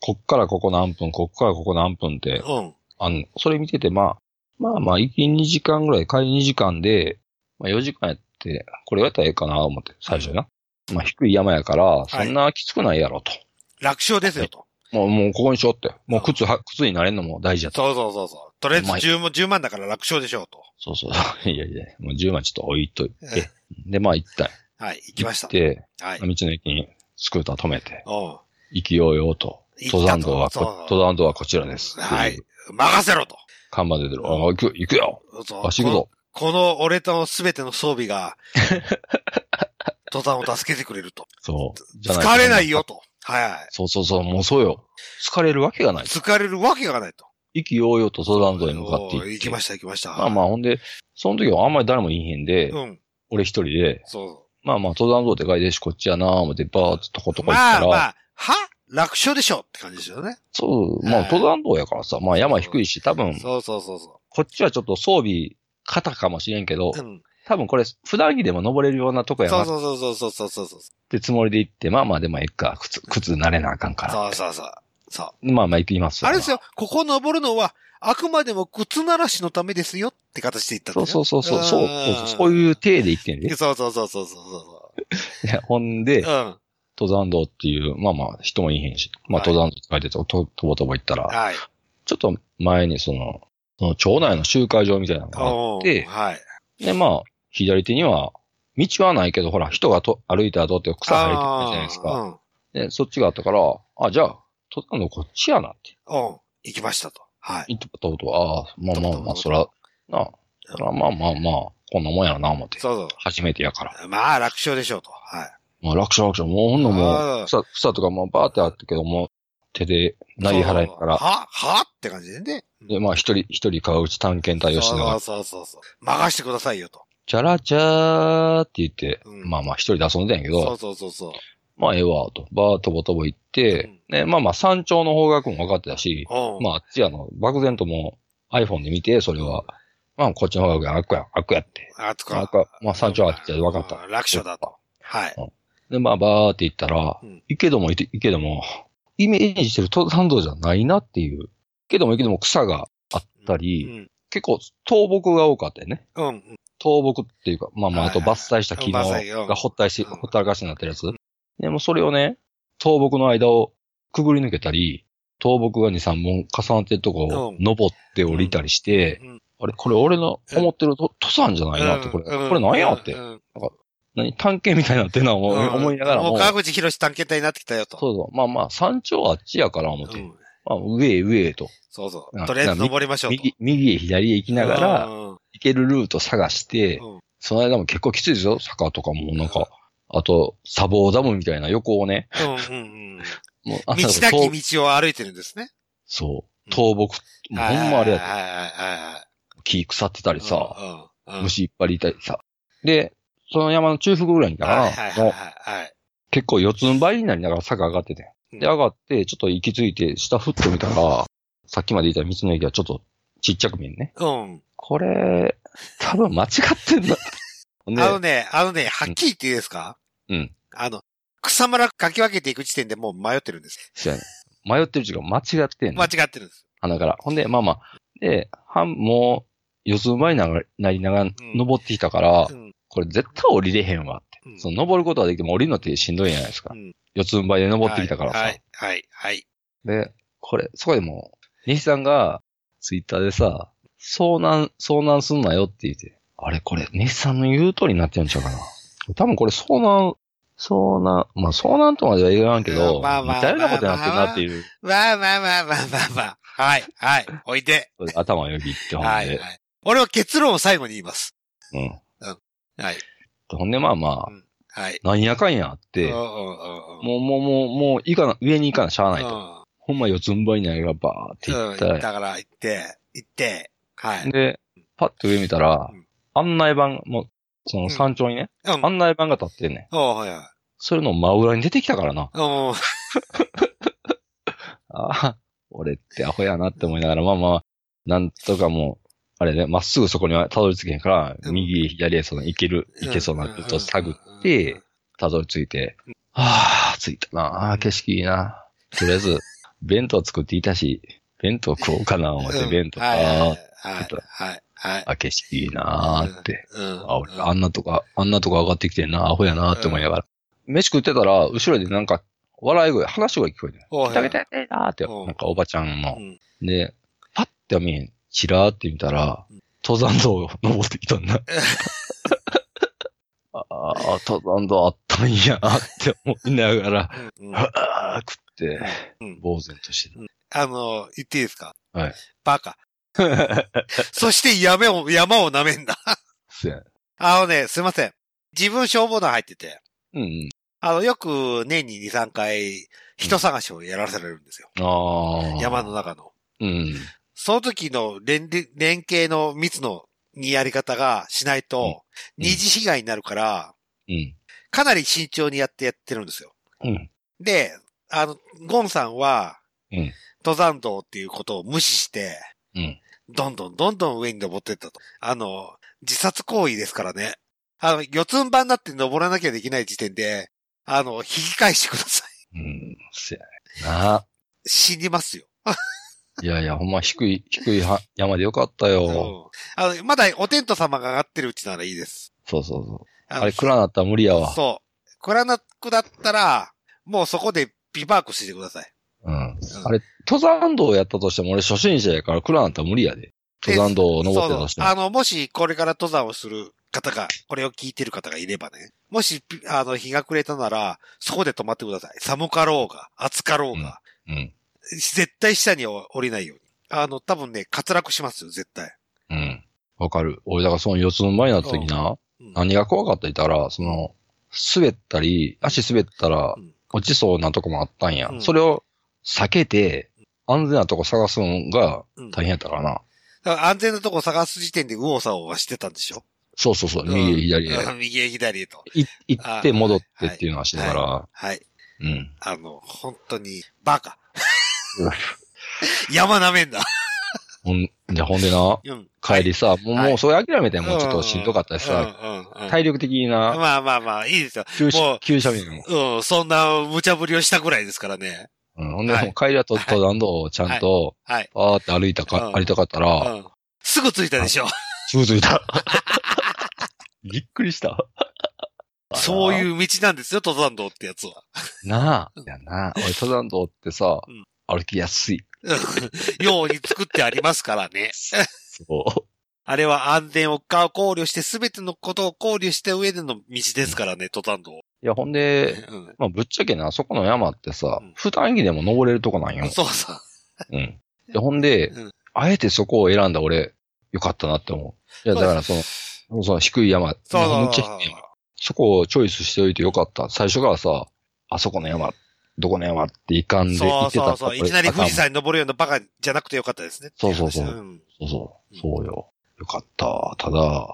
Speaker 2: こっからここ何分、こっからここ何分って、
Speaker 1: うん。
Speaker 2: あの、それ見てて、まあ、まあまあ、行き2時間ぐらい、帰り2時間で、まあ4時間やって、これやったらええかな、思って、最初な。まあ低い山やから、そんなきつくないやろと。
Speaker 1: 楽勝ですよと。
Speaker 2: もう、もうここにしようって。もう靴は、靴になれんのも大事やと。
Speaker 1: そうそうそうそう。とりあえず
Speaker 2: うまい
Speaker 1: 10, も10万だから楽勝でしょうと。
Speaker 2: そうそうそう。 いやいや、もう10万ちょっと置いとい
Speaker 1: え
Speaker 2: て。で、まあ行った。
Speaker 1: はい、行きました。
Speaker 2: で、
Speaker 1: はい。う
Speaker 2: 道
Speaker 1: ん。
Speaker 2: の駅にスクーター止めて、
Speaker 1: 行
Speaker 2: 行きようよと。
Speaker 1: ったと
Speaker 2: 登山道は
Speaker 1: そう
Speaker 2: こ、登山道はこちらです。
Speaker 1: はい。。任せろと。
Speaker 2: 看板出てる。あ、行く、行くよ
Speaker 1: そう
Speaker 2: わし行くぞ
Speaker 1: このこの俺とすべての装備 が、登山を助けてくれると。
Speaker 2: そう。じゃと
Speaker 1: 疲れないよ。と。は。
Speaker 2: そうそうそう、もうそうよ。疲れるわけがないい。
Speaker 1: 疲れるわけがないと。
Speaker 2: 意気揚々と登山道に向かっていっ
Speaker 1: お
Speaker 2: て。
Speaker 1: ー行きました、行きました。
Speaker 2: まあまあ、ほんで、その時はあんまり誰もいいへんで、
Speaker 1: うん。
Speaker 2: 俺一人で、
Speaker 1: そ
Speaker 2: まあまあ、登山道でかいでし、こっちやなぁ思って、バーッととこと
Speaker 1: う。
Speaker 2: こ行っ
Speaker 1: ま
Speaker 2: たら、
Speaker 1: あまあ、は楽勝でしょって感じですよね。
Speaker 2: そう、ま
Speaker 1: は
Speaker 2: あ
Speaker 1: い
Speaker 2: 登山道やからさ、まあ山低いし、多分、
Speaker 1: そうそうそうそ
Speaker 2: こっちはちょっと装備、肩かもしれんけど、
Speaker 1: う。うん。
Speaker 2: 多分これ、普段着でも登れるようなとこや
Speaker 1: そ
Speaker 2: な
Speaker 1: う
Speaker 2: っ
Speaker 1: そうそうそうそうそうそう。
Speaker 2: てつもりで行って、まあまあでもえっか、靴、靴慣れなあかんから。
Speaker 1: そうそうそう。そう。
Speaker 2: まあまあ行きます
Speaker 1: あれですよ、ここ登るのは、あくまでも靴ならしのためですよって形で言ったん
Speaker 2: そう
Speaker 1: です
Speaker 2: そう
Speaker 1: よ
Speaker 2: そうそう、そう、そうそう
Speaker 1: う
Speaker 2: いう体で行ってん
Speaker 1: ん。
Speaker 2: で。
Speaker 1: そうそうそうそうそうそ
Speaker 2: いやほんで
Speaker 1: う。う、ん。
Speaker 2: 登山道っていう、まあまあ人もいいへんし、まあ
Speaker 1: はい
Speaker 2: 登山道って書いてたと、ととぼとぼ行ったら、
Speaker 1: はい。
Speaker 2: ちょっと前にその、その町内の集会場みたいなのがあっ
Speaker 1: おー
Speaker 2: で
Speaker 1: はい。
Speaker 2: て、でまあ、左手には、道はないけど、ほら、人がと歩いた後って草生えてくるじゃないです
Speaker 1: あ
Speaker 2: か。
Speaker 1: ー
Speaker 2: で、そっちがあったから、あ、じゃあ、登山道こっちやなって。
Speaker 1: うん。うん。行きましたと。はい。
Speaker 2: 言ってたことは、ああ、まあまあまあ、
Speaker 1: そそ
Speaker 2: そうら、なあ、そらまあまあまあ、こんなもんやろな、思って。
Speaker 1: そうそ
Speaker 2: 初めてやから。
Speaker 1: う。まあ、楽勝でしょうと。はい。
Speaker 2: まあ、楽勝楽勝。もうほんのも
Speaker 1: ああ
Speaker 2: う、草、草とかもうバーってあったけども、手で、投げ払いながら、
Speaker 1: ははって感じでね。
Speaker 2: で、まあ、一人、一人川内探検隊をしながら、
Speaker 1: そうそうそうそう。任してくださいよと。
Speaker 2: チャラチャーって言って、
Speaker 1: うん
Speaker 2: まあまあ、一人で遊んでたんやけど、
Speaker 1: そうそうそうそう。
Speaker 2: まあ、ええわ、と。バーとぼとぼ行って、ね、まあまあ、山頂の方角も分かってたし、
Speaker 1: うん。
Speaker 2: まあ、あっちやの、漠然ともう iPhone で見て、それは、まあ、こっちの方角があっこや、あっこやって。
Speaker 1: あ、あと
Speaker 2: あっ
Speaker 1: か。
Speaker 2: こやまあ、山頂あっちやで分かっ
Speaker 1: う
Speaker 2: た。
Speaker 1: ん楽勝だと。はい。
Speaker 2: で、まあ、バーって行ったら、
Speaker 1: うん
Speaker 2: 行けども行けども、イメージしてる登山道じゃないなっていう。行けども行けども草があったり、
Speaker 1: うん。
Speaker 2: 結構倒木が多かったよね。
Speaker 1: うん。うん
Speaker 2: 倒木っていうか、まあまあ、あと
Speaker 1: はいはい
Speaker 2: 伐採した木の
Speaker 1: 伐採うん
Speaker 2: がほったらし、
Speaker 1: うん
Speaker 2: ほったらかしになってるやつ。でもそれをね、倒木の間をくぐり抜けたり、倒木が2、3本重なってるとこを
Speaker 1: うん
Speaker 2: 登って降りたりして、
Speaker 1: うんうん
Speaker 2: あれ、これ俺の思ってると登山じゃないなって、これ、
Speaker 1: うん
Speaker 2: これなんやって
Speaker 1: う、ん
Speaker 2: 何探検みたいになってんな思,、
Speaker 1: うん
Speaker 2: 思いながらも、
Speaker 1: もう川
Speaker 2: そう
Speaker 1: 口博士探検隊になってきたよと。
Speaker 2: そう、まあまあ、山頂あっちやから思って、
Speaker 1: うん
Speaker 2: まあ、上へ上へと、
Speaker 1: そうそ
Speaker 2: うん
Speaker 1: う。とりあえず登りましょうと。
Speaker 2: 右、右へ左へ行きながら、
Speaker 1: うん
Speaker 2: 行けるルート探して、
Speaker 1: うん
Speaker 2: その間も結構きついですよ。坂とかもなんか、あと、砂防ダムみたいな横をね、
Speaker 1: うんうんうん。
Speaker 2: もう、
Speaker 1: 道
Speaker 2: あ
Speaker 1: な
Speaker 2: なんか倒
Speaker 1: き道を歩いてるんですね。
Speaker 2: そう、倒木、もうほんまあれ
Speaker 1: はいは
Speaker 2: やで
Speaker 1: いはいは
Speaker 2: 木腐ってたり
Speaker 1: い。
Speaker 2: さ、
Speaker 1: うん、うんうん。
Speaker 2: 虫いっぱいいたりさ。で、その山の中腹ぐらいにか
Speaker 1: はいはい
Speaker 2: ら、
Speaker 1: はい
Speaker 2: もう
Speaker 1: はい。
Speaker 2: 結構四つん這いになりながら坂上がってて。
Speaker 1: うん
Speaker 2: で、上がって、ちょっと行き着いて、下振ってみたら、さっきまでいた道の駅はちょっとちっちゃく見えんね。
Speaker 1: うん。
Speaker 2: これ、多分間違って んだ。ね
Speaker 1: あのね、あのね、はっきり言っていいですか
Speaker 2: うん。
Speaker 1: あの、草むらかき分けていく時点でもう迷ってるんです。
Speaker 2: そうやね迷ってる時間間違ってんの
Speaker 1: 間違ってるんです。
Speaker 2: 鼻から。ほんで、まあまあ。で、半、もう、四つん這いにながらなりながら
Speaker 1: ん
Speaker 2: 登ってきたから、
Speaker 1: うん。
Speaker 2: これ絶対降りれへんわって。
Speaker 1: うん
Speaker 2: その登ることはできても降りるのってしんどいじゃないですか。
Speaker 1: うん
Speaker 2: 四つん這いで登ってきたからさ。
Speaker 1: はいはいはい。
Speaker 2: で、これ、そこでもう、西さんが、ツイッターでさ、遭難、遭難すんなよって言って、あれこれ、西さんの言う通りになってるんちゃうかな。多分これ遭難そうな、まあ、そうなんとまでは言わんけど、
Speaker 1: まあまあ
Speaker 2: 似たようなことになってるなっていう、
Speaker 1: まあまあまあまあまあまあ。はい、はい、おいで。
Speaker 2: 頭をよぎって、ほんで。
Speaker 1: はい、はい。俺は結論を最後に言います。
Speaker 2: うん。
Speaker 1: はい、
Speaker 2: ほんで、まあま
Speaker 1: うんはい。
Speaker 2: あ、なんやかんやあって、
Speaker 1: うんうんうんうん
Speaker 2: もう、もう、もう、もう、いかな、上に行かな、しゃあないと。
Speaker 1: うん
Speaker 2: ほんま四つん這いにあれがバーって行
Speaker 1: うん
Speaker 2: った
Speaker 1: 行ったから行って、行って、はい。
Speaker 2: で、パッと上見たら
Speaker 1: うん、
Speaker 2: 案内板、もう、その山頂にね、
Speaker 1: うん。
Speaker 2: 案内板が立ってんねん。
Speaker 1: おうはいはい。
Speaker 2: それの真裏に出てきたからな。
Speaker 1: おう
Speaker 2: ああ、俺ってアホやなって思いながら、まあまあ、なんとかもう、あれね、まっすぐそこにはたどり着けへんから、
Speaker 1: うん
Speaker 2: 右、左へその、行ける、行けそうなルートを探っ
Speaker 1: うん
Speaker 2: て、たどり着いて、はあ、着いたな、ああ、景色いいな。とりあえず、弁当作っていたし、弁当食おうかな、思って、弁当か、
Speaker 1: はいはい
Speaker 2: あ
Speaker 1: はいはいはい。
Speaker 2: あ、景色いいなーって。
Speaker 1: うん
Speaker 2: あ、俺、あんなとか、あんなとか上がってきてんな、アホやなって思いながら。飯食ってたら、後ろでなんか、笑い声、話し声聞こえて、
Speaker 1: おう
Speaker 2: 食べたいなーって、
Speaker 1: うん
Speaker 2: なんかおばちゃんの
Speaker 1: う。ん
Speaker 2: で、パッて見えん。チラーって見たら
Speaker 1: う、
Speaker 2: 登山道を登ってきたんだ。ああ、登山道あったんやって思いながら、
Speaker 1: うんうん
Speaker 2: ああ、食って、
Speaker 1: うん
Speaker 2: 呆然として
Speaker 1: あの、言っていいですか
Speaker 2: はい。
Speaker 1: バカ。
Speaker 2: た。
Speaker 1: そして山を、山を舐めんだ。
Speaker 2: そうや
Speaker 1: あのね、すいません。自分消防団入ってて、
Speaker 2: うんうん。
Speaker 1: あの、よく年に2、3回、人探しをやらされるんですよ。
Speaker 2: ああ。
Speaker 1: 山の中の。
Speaker 2: うん。
Speaker 1: その時の連、連携の密の、にやり方がしないと、
Speaker 2: うん
Speaker 1: 二次被害になるから、
Speaker 2: うん。
Speaker 1: かなり慎重にやってやってるんですよ。
Speaker 2: うん。
Speaker 1: で、あの、ゴンさんは、
Speaker 2: うん
Speaker 1: 登山道っていうことを無視して、
Speaker 2: うん
Speaker 1: どんどんどんどん上に登ってったと。あの、自殺行為ですからね。あの、四つん這いになって登らなきゃできない時点で、あの、引き返してください。
Speaker 2: うん。そうやな。なあ。
Speaker 1: 死にますよ。
Speaker 2: いやいや、ほんま低い、低いは山でよかった
Speaker 1: うん
Speaker 2: よ。
Speaker 1: あの、まだおテント様が上がってるうちならいいです。
Speaker 2: そうそうそう。
Speaker 1: あの
Speaker 2: あれ、暗なったら無理やわ。
Speaker 1: そう。クラナックだったら、もうそこでビバークしてください。
Speaker 2: うん。あれ、登山道をやったとしても、俺初心者やから暗なったら無理やで。登山道を登ってたとして
Speaker 1: そう
Speaker 2: も
Speaker 1: そう。あの、もしこれから登山をする方が、これを聞いてる方がいればね、もし、ピあの、日が暮れたなら、そこで泊まってください。寒かろうが、暑かろうが、
Speaker 2: うん。
Speaker 1: 絶対下に降りないように。あの、多分ね、滑落しますよ、絶対。
Speaker 2: うん。わかる。俺、だからその四つの前になった時な、
Speaker 1: うん
Speaker 2: 何が怖かった言ったら、その、滑ったり、足滑ったら
Speaker 1: うん、
Speaker 2: 落ちそうなとこもあったんや。
Speaker 1: うん
Speaker 2: それを避けて、安全なとこ探すのが
Speaker 1: うん
Speaker 2: 大変やったからな。
Speaker 1: だから安全なとこ探す時点で右往左往はしてたんでしょ
Speaker 2: そうそうそう、右へ左へ。
Speaker 1: うん右へ左へと。
Speaker 2: い行って戻ってっていうのはしてたから、
Speaker 1: はい。
Speaker 2: うん。
Speaker 1: あの、本当に、バ カ。山なめんだ。
Speaker 2: ほん、じゃあほんでな、
Speaker 1: うん。
Speaker 2: 帰りさ、もう、
Speaker 1: はい
Speaker 2: もうそれ諦めて、もうちょっとしんどかったしさ、
Speaker 1: うんうんうんうん
Speaker 2: 体力的な
Speaker 1: まあまあまあ、いいですよ。
Speaker 2: 急
Speaker 1: もう
Speaker 2: 斜急斜面も。
Speaker 1: うん、そんな無茶ぶりをしたぐらいですからね。
Speaker 2: うん、ほんで、
Speaker 1: はい
Speaker 2: もう帰りはと登山道をちゃんと、
Speaker 1: はい。
Speaker 2: あーって歩いた
Speaker 1: う
Speaker 2: か
Speaker 1: ん、
Speaker 2: 歩いたかったら、
Speaker 1: うん。すぐ着いたでし ょ。
Speaker 2: すぐ着いた。びっくりした。
Speaker 1: そう
Speaker 2: う。
Speaker 1: いう道なんですよ、登山道ってやつは。
Speaker 2: なあ。いやなあ。俺登山道ってさ
Speaker 1: うん、
Speaker 2: 歩きや すい。
Speaker 1: うんように作ってありますからね。
Speaker 2: そ
Speaker 1: あれは安全を考慮して、すべてのことを考慮した上での道ですからね、登山道。
Speaker 2: う。いや、ほんで、
Speaker 1: う
Speaker 2: まあ、ぶっちゃけな、そこの山ってさ
Speaker 1: うん、
Speaker 2: 普段着でも登れるとこなんよ
Speaker 1: ん。。そうそう。
Speaker 2: うん。で、ほんで、
Speaker 1: うん
Speaker 2: あえてそこを選んだ俺、よかったなって思う。いや、だからその、そのその低い山、
Speaker 1: そう
Speaker 2: めっ
Speaker 1: そ
Speaker 2: ち
Speaker 1: う
Speaker 2: ゃ
Speaker 1: そう
Speaker 2: 低い山そこをチョイスしておいてよかった。最初からさ、あそこの山、どこの山っていかんで行
Speaker 1: そ
Speaker 2: っ
Speaker 1: う
Speaker 2: てた
Speaker 1: そうそう。いきなり富士
Speaker 2: あ
Speaker 1: 山に登るようなバカじゃなくてよかったですね。
Speaker 2: そうそうそう
Speaker 1: うん。
Speaker 2: かんそうそう。そうよ。よかった。ただ、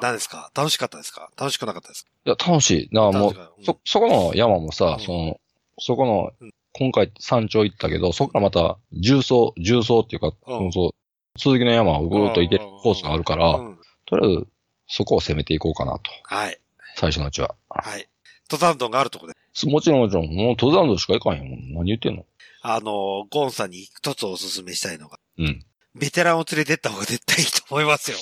Speaker 1: 何ですか楽しかったですか楽しくなかったですか
Speaker 2: いや、楽しい。なあ、
Speaker 1: 楽
Speaker 2: も
Speaker 1: し
Speaker 2: う、
Speaker 1: かった
Speaker 2: そ、そこの山もさ、
Speaker 1: うん
Speaker 2: その、そこの
Speaker 1: うん、
Speaker 2: 今回山頂行ったけど、そこからまた、重曹、重曹っていうか、
Speaker 1: うん
Speaker 2: そう、続きの山をぐーっと行けるコースがあるから、
Speaker 1: うんうん
Speaker 2: とりあえず、そこを攻めていこうかなと。
Speaker 1: はい。
Speaker 2: 最初のうちは。
Speaker 1: はい。登山道があるとこで。
Speaker 2: すもちろんもちろん、もう登山道しか行かんよ。何言ってんの
Speaker 1: あの、ゴンさんに一つお勧めしたいのが、
Speaker 2: うん。
Speaker 1: ベテランを連れてった方が絶対いいと思いますよ。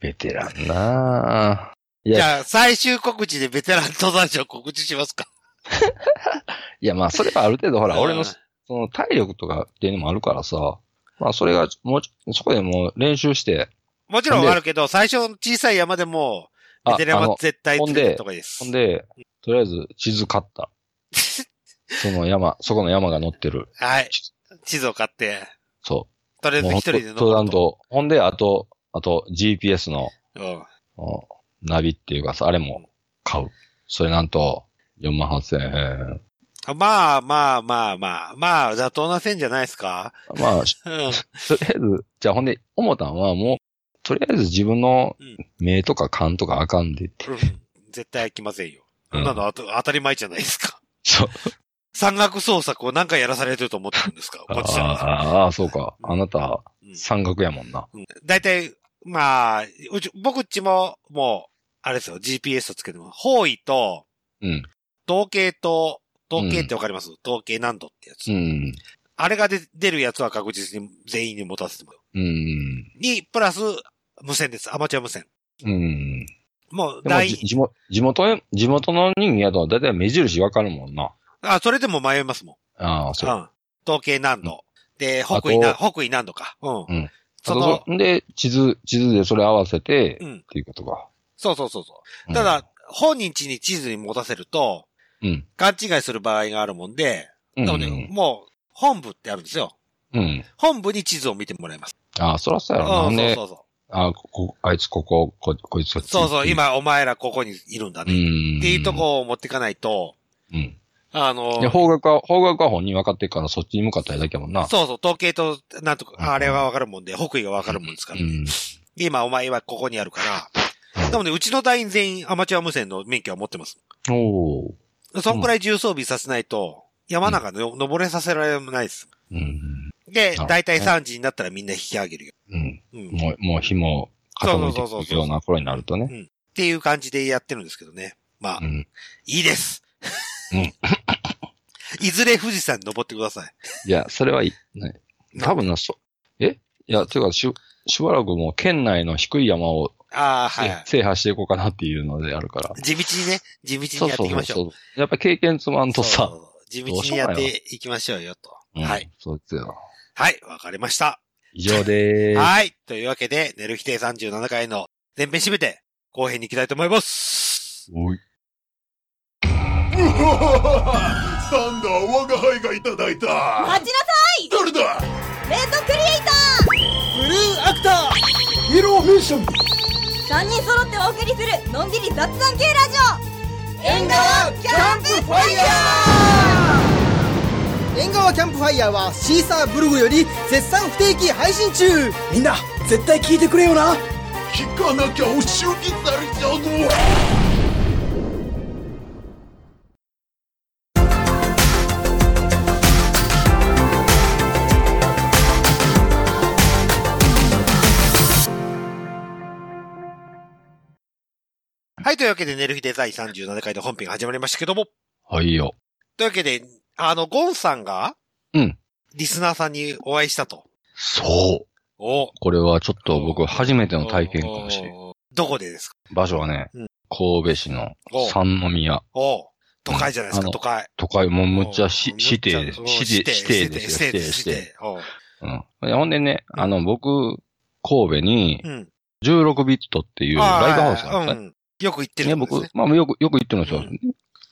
Speaker 2: ベテランなぁ。い
Speaker 1: じ
Speaker 2: や、
Speaker 1: ゃあ、最終告知でベテラン登山者を告知しますか。
Speaker 2: いやまあ、それはある程度、ほら、俺
Speaker 1: う
Speaker 2: の、
Speaker 1: ん
Speaker 2: その、体力とかっていうのもあるからさ、まあ、それが、もうちょ、そこでもう練習して、
Speaker 1: もちろんあるけど、最初の小さい山でも、ベ
Speaker 2: あ、
Speaker 1: テラン
Speaker 2: あ
Speaker 1: は
Speaker 2: の、
Speaker 1: 絶対連れてった方がいいです。
Speaker 2: ほんで、とりあえず地図買 った。その山、そこの山が乗ってる。
Speaker 1: はい。地図を買って、
Speaker 2: そ
Speaker 1: とりあ
Speaker 2: う。
Speaker 1: えず一人で登
Speaker 2: 登山
Speaker 1: ると。
Speaker 2: と。ほんで、あと、あと GPS の
Speaker 1: うん。
Speaker 2: うんナビっていうかさ、あれも買う。それなんと、4万8000円。
Speaker 1: まあまあまあまあ、まあ妥当な線じゃないですか。
Speaker 2: まあ、
Speaker 1: うん。
Speaker 2: とりあえず、じゃあほんで、思ったんはもう、とりあえず自分の
Speaker 1: うん
Speaker 2: 目とか勘とかあかんでって。
Speaker 1: 絶対飽きませんよ。
Speaker 2: う
Speaker 1: そ
Speaker 2: ん
Speaker 1: んなのあと当たり前じゃないですか。
Speaker 2: そう。
Speaker 1: 山岳捜索を何回やらされてると思ってるんですかこっちじゃないですか
Speaker 2: ああ、そうか。あなた、
Speaker 1: うん
Speaker 2: 山岳やもんな。
Speaker 1: うん大体、まあ、うち、僕っちも、もう、あれですよ、GPS をつけても、方位と、
Speaker 2: うん。
Speaker 1: 統計と、統計ってわかります、統計難度ってやつ。
Speaker 2: うん。
Speaker 1: あれがで出るやつは確実に全員に持たせてもらう。
Speaker 2: うん。
Speaker 1: に、プラス、無線です。アマチュア無線。
Speaker 2: うん。
Speaker 1: もう、
Speaker 2: でも
Speaker 1: 大
Speaker 2: じ、、地元、地元へ、地元の人間やと、だいたい目印わかるもんな。
Speaker 1: あ、それでも迷いますもん。
Speaker 2: ああ、そうう。
Speaker 1: ん。統計難度。で、
Speaker 2: と
Speaker 1: 北緯な、北緯何度か。うん。
Speaker 2: うん
Speaker 1: その
Speaker 2: あ、とで、地図、地図でそれ合わせて、
Speaker 1: う
Speaker 2: っ
Speaker 1: ん。
Speaker 2: ていうことか。
Speaker 1: そうそうそうそうう。
Speaker 2: ん
Speaker 1: た、だ、本人地に地図に持たせると、
Speaker 2: うん。
Speaker 1: 勘違いする場合があるもんで、
Speaker 2: う。
Speaker 1: なんので、もう、本部ってあるんですよ。
Speaker 2: うん。
Speaker 1: 本部に地図を見てもらいます。
Speaker 2: ああ、そらそう
Speaker 1: う
Speaker 2: やろ。なん
Speaker 1: ん、そう
Speaker 2: で
Speaker 1: そ、うそ
Speaker 2: あ、ここ、あいつここ、こ、こいつこっ
Speaker 1: う。
Speaker 2: ち。
Speaker 1: そうそう、。今お前らここにいるんだ
Speaker 2: う
Speaker 1: ね。
Speaker 2: ん。
Speaker 1: っていうと。こを持ってかないと、
Speaker 2: うん。
Speaker 1: あの
Speaker 2: で、、方角は、方角は本人分かってるから、そっちに向かったらだけやもんな。
Speaker 1: そうそう、統計と、なんと
Speaker 2: うん
Speaker 1: か、あれはわかるもんで、北緯がわかるもんですから
Speaker 2: う。ん。
Speaker 1: で今お前はここにあるから。でもね、うちの隊員全員アマチュア無線の免許は持ってます。
Speaker 2: おー。
Speaker 1: そんくらい重装備させないと、山なんかの、登れさせられないです。
Speaker 2: うん。
Speaker 1: で
Speaker 2: なるほどね、
Speaker 1: だいたい3時になったらみんな引き上げるよ。
Speaker 2: うん。
Speaker 1: うん。っ
Speaker 2: もう、もう紐傾いていくような頃になるとね。
Speaker 1: ていう感じでやってるんですけどね。まあ
Speaker 2: う、ん。
Speaker 1: いいです
Speaker 2: うん。
Speaker 1: いずれ富士山に登ってください。
Speaker 2: いや、それはいい。ね多分な、そう。えいや、というか、し、しばらくもう県内の低い山を
Speaker 1: ああ、はい。
Speaker 2: 制覇していこうかなっていうのであるから。
Speaker 1: 地道にね、地道に
Speaker 2: そう
Speaker 1: やっ
Speaker 2: そ
Speaker 1: ていうき
Speaker 2: そう
Speaker 1: ましょう。
Speaker 2: そう。やっぱ経験積まんと
Speaker 1: そ
Speaker 2: さ。
Speaker 1: う地道にやっていきましょうよと。
Speaker 2: うん
Speaker 1: はい。。
Speaker 2: そうですよ。
Speaker 1: はい、わかりました。
Speaker 2: 以上でーす。
Speaker 1: はい。というわけで、寝る日定37回の前編締めて、後編に行きたいと思います。
Speaker 2: おい。
Speaker 5: うわははサンダー我が輩がいただいた
Speaker 6: 待ちなさ
Speaker 5: 誰だ
Speaker 6: いレッドクリエイタ
Speaker 5: イエローフィッション
Speaker 6: ー3人揃ってお送りするのんびり雑談系ラジオ縁側キャンプファイヤ
Speaker 7: 縁側キャンプファイヤーはシーサーブログより絶賛不定期配信中みんな絶対聞いてくれよな
Speaker 5: 聞かなきゃお仕置きされちゃうぞ
Speaker 1: はい、というわけで、寝る日で第37回の本編が始まりましたけども、
Speaker 2: はいよ。
Speaker 1: というわけで、あの、ゴンさんが、
Speaker 2: うん。
Speaker 1: リスナーさんにお会いしたと。
Speaker 2: そう。
Speaker 1: お
Speaker 2: これはちょっと僕初めての体験かもしれん。
Speaker 1: ん。どこでですか
Speaker 2: 場所はね
Speaker 1: うん、
Speaker 2: 神戸市の
Speaker 1: お
Speaker 2: 三宮。
Speaker 1: おう都会じゃないです
Speaker 2: あ
Speaker 1: か、
Speaker 2: の
Speaker 1: 都会。
Speaker 2: 都会もむっちゃし
Speaker 1: おう
Speaker 2: 指定です。
Speaker 1: むっちゃ
Speaker 2: 指定、指定ですよ。
Speaker 1: 指定、指
Speaker 2: 指定、指
Speaker 1: 定
Speaker 2: 定。
Speaker 1: 指定。おう
Speaker 2: うん。ほんでね、あの、僕、神戸に
Speaker 1: うん。
Speaker 2: 16ビットっていう
Speaker 1: あ
Speaker 2: ライ
Speaker 1: あ
Speaker 2: ブハウスがあった
Speaker 1: う
Speaker 2: ね。
Speaker 1: ん。よく行ってる
Speaker 2: ね、
Speaker 1: んです
Speaker 2: 僕
Speaker 1: ね。、
Speaker 2: まあ、よく、よく言ってるんですよ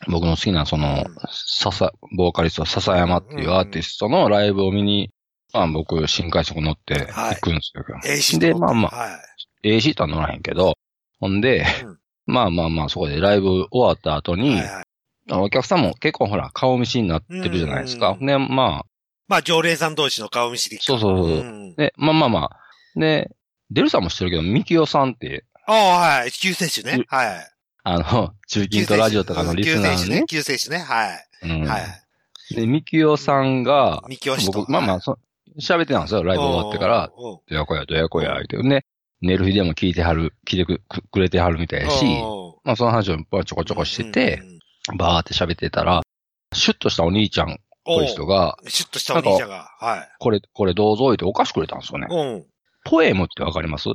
Speaker 1: う。
Speaker 2: 僕の好きな、その
Speaker 1: うん、
Speaker 2: 笹、ボーカリスト、笹山っていうアーティストのライブを見に、まあ、僕、新快速乗って
Speaker 1: はい
Speaker 2: 行くんですよ。
Speaker 1: A シート
Speaker 2: で、まあまあ、
Speaker 1: はい。
Speaker 2: A シートは乗らへんけど、ほんで、
Speaker 1: うん
Speaker 2: まあまあまあ、そこでライブ終わった後に、
Speaker 1: はいはい
Speaker 2: お客さんも結構ほら、顔見知りになってるじゃないですか。
Speaker 1: うん
Speaker 2: で、まあ、
Speaker 1: まあ、常連さん同士の顔見知り。
Speaker 2: そうそうそう。
Speaker 1: ん
Speaker 2: で、まあまあまあ。で、デルさんも知ってるけど、ミキオさんって、
Speaker 1: ああ、はい。救世主ね
Speaker 2: ゆ。
Speaker 1: はい。
Speaker 2: あ の、中
Speaker 1: 救
Speaker 2: 近
Speaker 1: 世主
Speaker 2: とラジオとかのリスナーのね。
Speaker 1: 救世主ね。救世主ね。はい。
Speaker 2: うん
Speaker 1: はい。
Speaker 2: で、ミキオさんが、
Speaker 1: 三木氏と。
Speaker 2: 僕、まあまあ、そ喋ってたんですよ。ライブ終わってから、
Speaker 1: おうおう
Speaker 2: どやこや、どやこや、言うて。ね、寝る日でも聞いてはる、聞いてくくれてはるみたいやし、
Speaker 1: おうおう
Speaker 2: まあその話をいっぱいちょこちょこしてて、
Speaker 1: うんうんうん
Speaker 2: バーって喋ってたら、シュッとしたお兄ちゃんっぽい人が、
Speaker 1: シュッとしたお兄ちゃんが。はい。
Speaker 2: これ、これどうぞ言ってお菓子くれたんですよね。
Speaker 1: うん。
Speaker 2: ポエムってわかります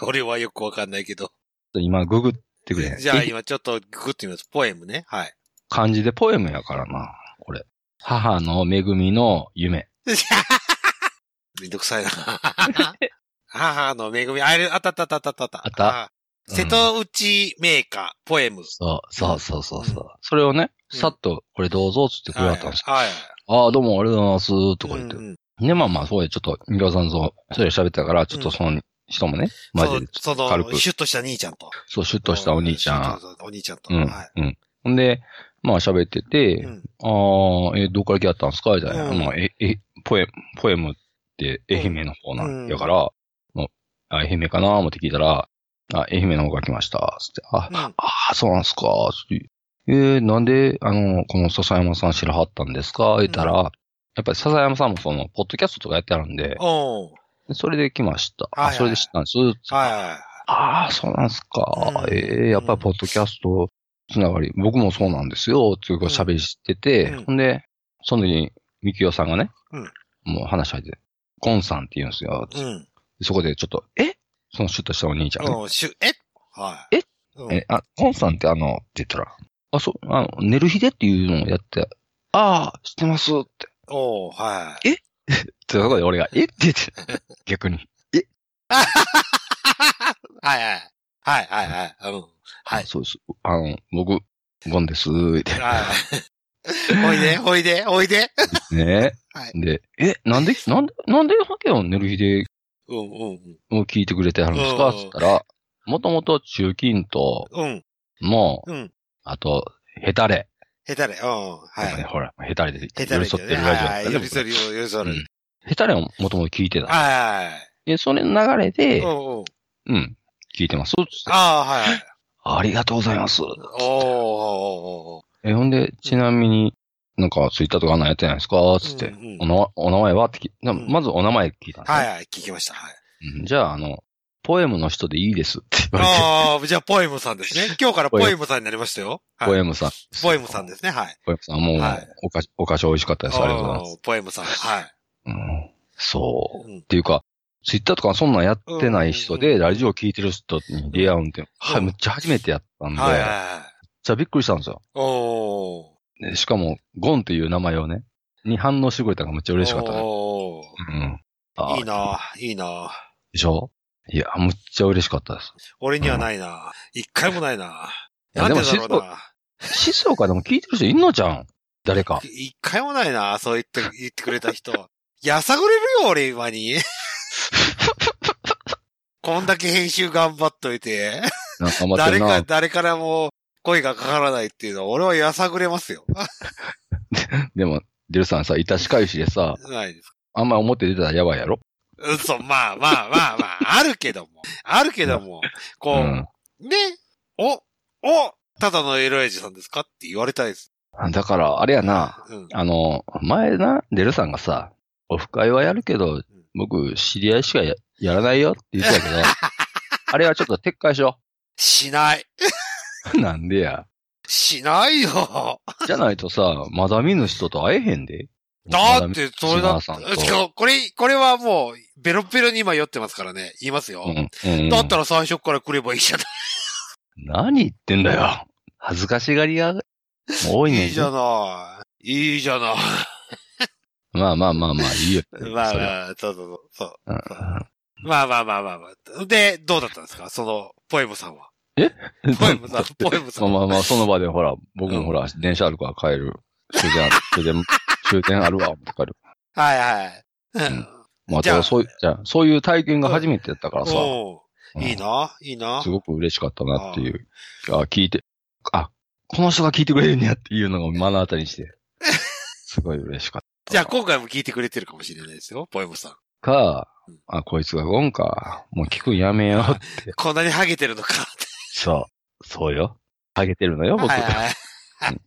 Speaker 1: 俺はよくわかんないけど。
Speaker 2: 今ググってくれへん。
Speaker 1: じゃあ今ちょっとグッと見ます。ポエムね。 はい。
Speaker 2: 漢字でポエムやからな、これ。母の恵みの夢。
Speaker 1: めんどくさいな。母の恵み。あれ、あったあったあったあったあった。
Speaker 2: あった
Speaker 1: あ
Speaker 2: うん
Speaker 1: 瀬戸内名家、ポエム。
Speaker 2: そう、そうそうそうそう。それをね、
Speaker 1: うん
Speaker 2: さっと、これどうぞ、つってくれはったんですよ。
Speaker 1: はい。
Speaker 2: ああ、どうも、ありがとうございます、とか言って
Speaker 1: う。んうん
Speaker 2: で、まあまあ、そうで、ちょっと、ミロさんと、それ喋ったから、ちょっとその人もね、マジで、
Speaker 1: その、そ
Speaker 2: 軽
Speaker 1: の
Speaker 2: く
Speaker 1: シュッとした兄ちゃんと。
Speaker 2: そう、シュッとしたお兄ちゃ
Speaker 1: シュッとしたお兄ちゃんと。
Speaker 2: ん。うん、
Speaker 1: はい。
Speaker 2: うん。ほんで、まあ喋ってて、
Speaker 1: うん
Speaker 2: ああ、え、どっから来はったんですかみたいな。
Speaker 1: うん
Speaker 2: まあ、え、え、ポエム、ポエムって愛媛の方なんやから、もうあ愛媛かな思って聞いたら、あ、愛媛の方から来ました。つって、あ、
Speaker 1: うん
Speaker 2: ああ、そうなんすか。つってえーなんで、あの、この笹山さん知らはったんですか言ったら、やっぱり笹山さんもその、ポッドキャストとかやってあるんで、
Speaker 1: おう
Speaker 2: でそれで来ました。
Speaker 1: はい
Speaker 2: あ、
Speaker 1: はい
Speaker 2: それで知ったんです。
Speaker 1: はいは
Speaker 2: ああ、そうなんすか。
Speaker 1: うん
Speaker 2: ええやっぱりポッドキャストつながり、僕もそうなんですよ、っていうか喋りしてて、
Speaker 1: うん
Speaker 2: ほんで、その時に、みきおさんがね、
Speaker 1: うん
Speaker 2: もう話し入って、コンさんって言うんですよ。
Speaker 1: い。うん。
Speaker 2: そこでちょっと、えそのシュッとしたお兄ちゃんがね、
Speaker 1: うん、シュ、えはい。
Speaker 2: え
Speaker 1: うん
Speaker 2: え、あ、コンさんってあの、って言ったら、あ、そう、あの、寝る日でっていうのをやって、ああ、知ってますって。
Speaker 1: おうはい。
Speaker 2: ってとこで俺が、えって言って、逆に、
Speaker 1: はいはい。はいはいはい。うん。はい。
Speaker 2: そうです。あの、僕、ゴンです、って。
Speaker 1: はい。お いで、おいで、おいで。
Speaker 2: ね。
Speaker 1: はい
Speaker 2: で、え、なんで、なんで、なんで、ハケを寝る日で
Speaker 1: うんうん
Speaker 2: を聞いてくれてはるんです
Speaker 1: う
Speaker 2: か
Speaker 1: ん
Speaker 2: って言ったら、もともと中金と、
Speaker 1: うん。うん。
Speaker 2: もう、
Speaker 1: うん。
Speaker 2: あと、ヘタレ。
Speaker 1: 下手れ。うん。はい。
Speaker 2: ほら、ヘタレで
Speaker 1: 下手
Speaker 2: 寄
Speaker 1: れ
Speaker 2: り
Speaker 1: てね。
Speaker 2: 添ってる
Speaker 1: は
Speaker 2: ラ
Speaker 1: い
Speaker 2: ジオ
Speaker 1: はい。
Speaker 2: だ
Speaker 1: 寄
Speaker 2: っ
Speaker 1: り
Speaker 2: たけど。
Speaker 1: 添るよ、寄り添
Speaker 2: う
Speaker 1: る
Speaker 2: ん。ヘタレをもともと聞いてた。
Speaker 1: はいはい。
Speaker 2: で、それの流れで
Speaker 1: う、んうん。
Speaker 2: うん、聞いてます。つって
Speaker 1: ああ、はいはい。
Speaker 2: ありがとうございます。
Speaker 1: おーおーおーおー
Speaker 2: え、ほんで、ちなみに、なんか、ツイッターとかあんなんやってないですかつって
Speaker 1: うんうん、
Speaker 2: おなお名前はって聞いな
Speaker 1: うん
Speaker 2: まずお名前聞いたんですね
Speaker 1: はいはい、聞きました。はい。
Speaker 2: うんじゃあ、あの、ポエムの人でいいですって言われて。
Speaker 1: ああ、じゃあ、ポエムさんですね。今日からポエムさんになりましたよ。はい
Speaker 2: ポエムさん。
Speaker 1: ポエムさんですね、はい。
Speaker 2: ポエムさん、もう
Speaker 1: はい、
Speaker 2: お菓子、お菓子美味しかったです。ありがとうございます。
Speaker 1: おーポエムさん、はい。
Speaker 2: うんそう。
Speaker 1: うん
Speaker 2: っていうか、ツイッターとかそんなんやってない人
Speaker 1: うんうん
Speaker 2: で、
Speaker 1: うん
Speaker 2: ラジオ聞いてる人に出会うんって、は
Speaker 1: う
Speaker 2: い、
Speaker 1: ん
Speaker 2: めっちゃ初めてやったんで、
Speaker 1: はいはい
Speaker 2: めっ
Speaker 1: はい。
Speaker 2: ちゃびっくりしたんですよ。
Speaker 1: おー。
Speaker 2: でしかも、ゴンっていう名前をね、に反応してくれたのがめっちゃ嬉しかったね。
Speaker 1: おー
Speaker 2: うん。あー
Speaker 1: いい。な、いいな。
Speaker 2: でしょいや、むっちゃ嬉しかったです。
Speaker 1: 俺にはないな。一回もないな。
Speaker 2: いや
Speaker 1: なんでだろ
Speaker 2: でも
Speaker 1: うな。
Speaker 2: 静岡でも聞いてる人いんのじゃん誰 か。
Speaker 1: 一回もないな、そう言って、言ってくれた人。やさぐれるよ、俺、今に。 こんだけ編集頑張っといて、
Speaker 2: なんか頑張って
Speaker 1: 誰
Speaker 2: る
Speaker 1: か、
Speaker 2: な。
Speaker 1: 誰からも声がかからないっていうのは、俺はやさぐれますよ。
Speaker 2: でも、デルさんさ、いたし返しでさ、
Speaker 1: ないです。
Speaker 2: あんま表出たらやばいやろ
Speaker 1: 嘘、まあまあまあまあ、あるけども。あるけども、こう、
Speaker 2: うん
Speaker 1: ね、お、お、ただのエロエジさんですかって言われたいです。
Speaker 2: あだから、あれやな、
Speaker 1: うん。
Speaker 2: あの、前な、デルさんがさ、オフ会はやるけど、僕、知り合いしかややらないよって言ってた けど、あれはちょっと撤回しよ
Speaker 1: しない。
Speaker 2: う。 なんでや。
Speaker 1: しないよ。
Speaker 2: じゃないとさ、まだ見ぬ人と会えへんで。
Speaker 1: だって、それだ
Speaker 2: ま
Speaker 1: っ
Speaker 2: 見ぬシナーさんと
Speaker 1: て、しかもこれ、これはもう、ベロッベロに今酔ってますからね。言いますよ。
Speaker 2: うんうん
Speaker 1: だったら最初から来ればいいじゃない。
Speaker 2: 何言ってんだよ。恥ずかしがり屋、もう多いねん
Speaker 1: いいじゃない。いいじゃない。。
Speaker 2: まあまあまあまあ、いいよ
Speaker 1: まあ
Speaker 2: それは
Speaker 1: まあ、そうそうそうそう。
Speaker 2: うん
Speaker 1: まあまあまあまあまあ。で、どうだったんですかその、ポエムさん は。
Speaker 2: うん
Speaker 1: ポエムさん、ポエムさ
Speaker 2: そ
Speaker 1: ん。
Speaker 2: のまま、その場でほら、僕もほら、電車あるから帰る。終電ある、終電、終電あるわ、思って帰る。
Speaker 1: はいはい。
Speaker 2: んまあ、
Speaker 1: じゃあ
Speaker 2: そういう、じゃあそういう体験が初めてやったからさ、
Speaker 1: おう
Speaker 2: うん
Speaker 1: いいな、いいな
Speaker 2: す。ごく嬉しかったなっていう。あ聞いて、あ、この人が聞いてくれるんやっていうのを目の当たりに して、すごい嬉しかっ
Speaker 1: じゃあ今回も聞いてくれてるかもしれないですよ、ポエムさん。
Speaker 2: た。か、あ、こいつがゴンか、もう聞くんやめようって。
Speaker 1: こんなにハゲてるのか。
Speaker 2: そう、そうよ。ハゲてるのよ、僕。
Speaker 1: はいはい。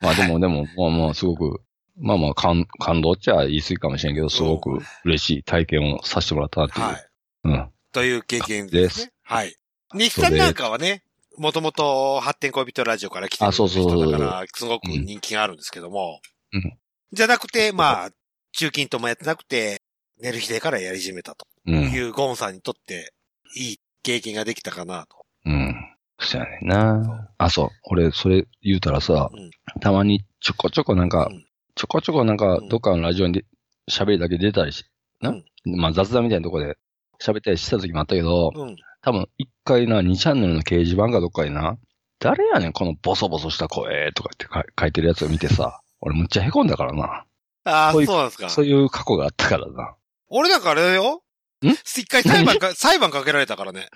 Speaker 2: まあでも、でも、まあまあ、すごく、まあまあ感、感動っちゃ言い過ぎかもしれんけど、すごく嬉しい体験をさせてもらったなっていう。
Speaker 1: はい。
Speaker 2: うん。
Speaker 1: という経験です、ね。
Speaker 2: で
Speaker 1: はい。日産なんかはね、もともと発展恋人ラジオから来てる
Speaker 2: あそうそうそう
Speaker 1: 人だから、すごく人気があるんですけども。
Speaker 2: うん
Speaker 1: じゃなくて、まあ、中近ともやってなくて、寝る日でからやり始めたと
Speaker 2: うん
Speaker 1: い。うゴンさんにとって、いい経験ができたかなと。
Speaker 2: うん。そうやねんな。あ、そう。俺、それ言うたらさ、
Speaker 1: うん
Speaker 2: たまにちょこちょこなんか、
Speaker 1: うん
Speaker 2: ちょこちょこなんか
Speaker 1: う、ん
Speaker 2: どっかのラジオにで喋りだけ出たりし、な、
Speaker 1: うん
Speaker 2: まあ雑談みたいなとこで喋ったりしてた時もあったけど、
Speaker 1: うん。
Speaker 2: 多分、一回な、2チャンネルの掲示板かどっかにな、誰やねん、このボソボソした声とかってか書いてるやつを見てさ、俺むっちゃ凹んだからな。
Speaker 1: ああ、そう
Speaker 2: こいう
Speaker 1: うなんですか。
Speaker 2: そういう過去があったからな。
Speaker 1: 俺なんかあれだよ
Speaker 2: ん
Speaker 1: 一回裁判か、裁判かけられたからね。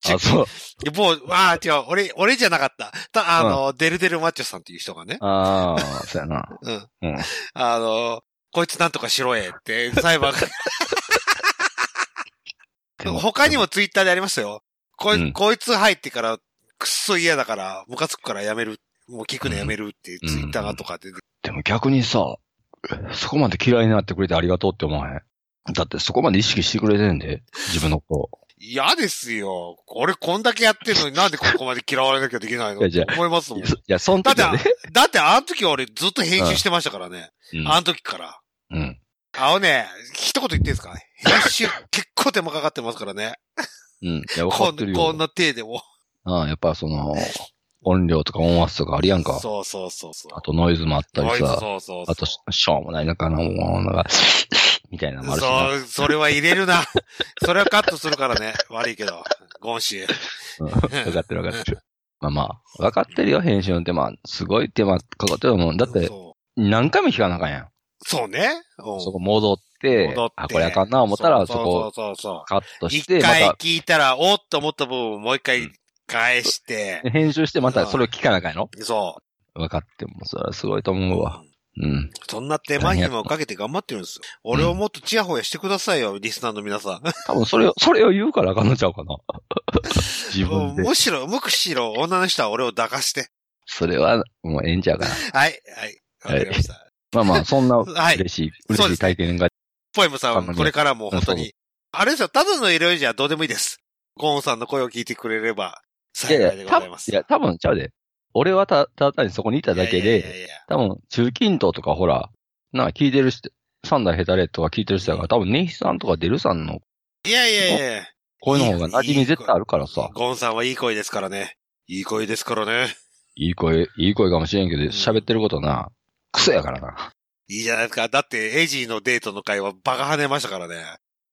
Speaker 1: ち
Speaker 2: あ、そう。
Speaker 1: でもう、ああ、違う、俺、俺じゃなかった。た、あの、デルデルマッチョさんっていう人がね、
Speaker 2: ああ、そうやな。
Speaker 1: うん。
Speaker 2: うん。
Speaker 1: あの、こいつなんとかしろえ って、裁判か
Speaker 2: で
Speaker 1: 他にもツイッターでありましたよ。こい,、
Speaker 2: うん
Speaker 1: こいつ入ってから、くっそ嫌だから、ムカつくからやめる。もう聞くのやめるっていう
Speaker 2: うん
Speaker 1: ツイッターがとかで、
Speaker 2: でも逆にさ、そこまで嫌いになってくれてありがとうって思わへん。だってそこまで意識してくれてんで、自分のこと。
Speaker 1: 嫌ですよ。俺こんだけやってるのになんでここまで嫌われなきゃできないの
Speaker 2: いや
Speaker 1: っ
Speaker 2: じゃ
Speaker 1: て
Speaker 2: あ
Speaker 1: 思いますもん
Speaker 2: いや。そいや、そん時はね。
Speaker 1: だってあの時俺ずっと編集してましたからね。
Speaker 2: うん
Speaker 1: あの時から。
Speaker 2: うん。
Speaker 1: あのね、一言言っていいですか編集結構手間かかってますからね。
Speaker 2: うん。いや、わか
Speaker 1: こ
Speaker 2: ってる
Speaker 1: んこん
Speaker 2: よ。
Speaker 1: な手でも。
Speaker 2: ああやっぱその、音量とか音圧とかありやんか。
Speaker 1: そうそうそうそう。
Speaker 2: あとノイズもあったり
Speaker 1: そうそ
Speaker 2: さ。
Speaker 1: うそうそう。
Speaker 2: あとし、しょうもないのかな、もう、なんか、 みたいなのもあるしな。
Speaker 1: そう、それは入れるな。 それはカットするからね。悪いけど。ゴンシー。
Speaker 2: うんわかってるわ かってる。まあまあ、わかってるよ、編集の手間。すごい手間かかってるもん。だって、
Speaker 1: そ
Speaker 2: 何回も弾かなあかんやん。
Speaker 1: うそうね。うん
Speaker 2: そこ戻って、
Speaker 1: 戻って
Speaker 2: あ、これあかんな思ったら、そ
Speaker 1: そう
Speaker 2: こ
Speaker 1: そうそう
Speaker 2: カット
Speaker 1: そう。
Speaker 2: し
Speaker 1: 一
Speaker 2: て、ま
Speaker 1: 回
Speaker 2: た、
Speaker 1: 聞いたら、おっと思った部分をもう一
Speaker 2: う
Speaker 1: 回
Speaker 2: ん
Speaker 1: 返して。
Speaker 2: 編集して、またそれを聞かなあかんやろ
Speaker 1: そ
Speaker 2: 分かっても、それはすごいと思うわ。
Speaker 1: う。
Speaker 2: うん。
Speaker 1: そんな手間暇をかけて頑張ってるんですよ。俺をもっとチヤホヤしてくださいよ、リスナーの皆さん。
Speaker 2: 多分それを、それを言うからあかんのちゃうかな。 自分で。
Speaker 1: むしろ、むしろ女の人は俺を抱かして。
Speaker 2: それは、もうええんちゃうかな。
Speaker 1: はい、はい。わかりました。
Speaker 2: まあまあ、そんな
Speaker 1: はい
Speaker 2: 嬉し
Speaker 1: そ
Speaker 2: い、
Speaker 1: うです
Speaker 2: 嬉しい体験が、
Speaker 1: ポエムさ
Speaker 2: あの
Speaker 1: ん、
Speaker 2: ね
Speaker 1: これからも本当
Speaker 2: うん
Speaker 1: に。あれですよ、ただの色々じゃどうでもいいです。ゴーンさんの声を聞いてくれれば
Speaker 2: い
Speaker 1: 幸
Speaker 2: や
Speaker 1: い
Speaker 2: い
Speaker 1: で
Speaker 2: や、
Speaker 1: ござ
Speaker 2: たぶ
Speaker 1: い
Speaker 2: ん、い
Speaker 1: ます。
Speaker 2: や、多分ちゃうで。俺はた、ただ単にそこにいただけ
Speaker 1: いやい
Speaker 2: で、
Speaker 1: やいや
Speaker 2: 多分、中近東とかほら、なあ、聞いてる人、サンダーヘタレとか聞いてる人だから、多分、ネヒさんとかデルさんの
Speaker 1: いやいやいやいや。
Speaker 2: 声の方が馴染み絶対あるからさ。
Speaker 1: ゴーンさんはいい声ですからね。いい声ですからね。
Speaker 2: いい声、いい声かもしれんけど、喋ってることな、クソやからな。
Speaker 1: いいじゃないですか。だって、エイジーのデートの会はバカ跳ねましたからね。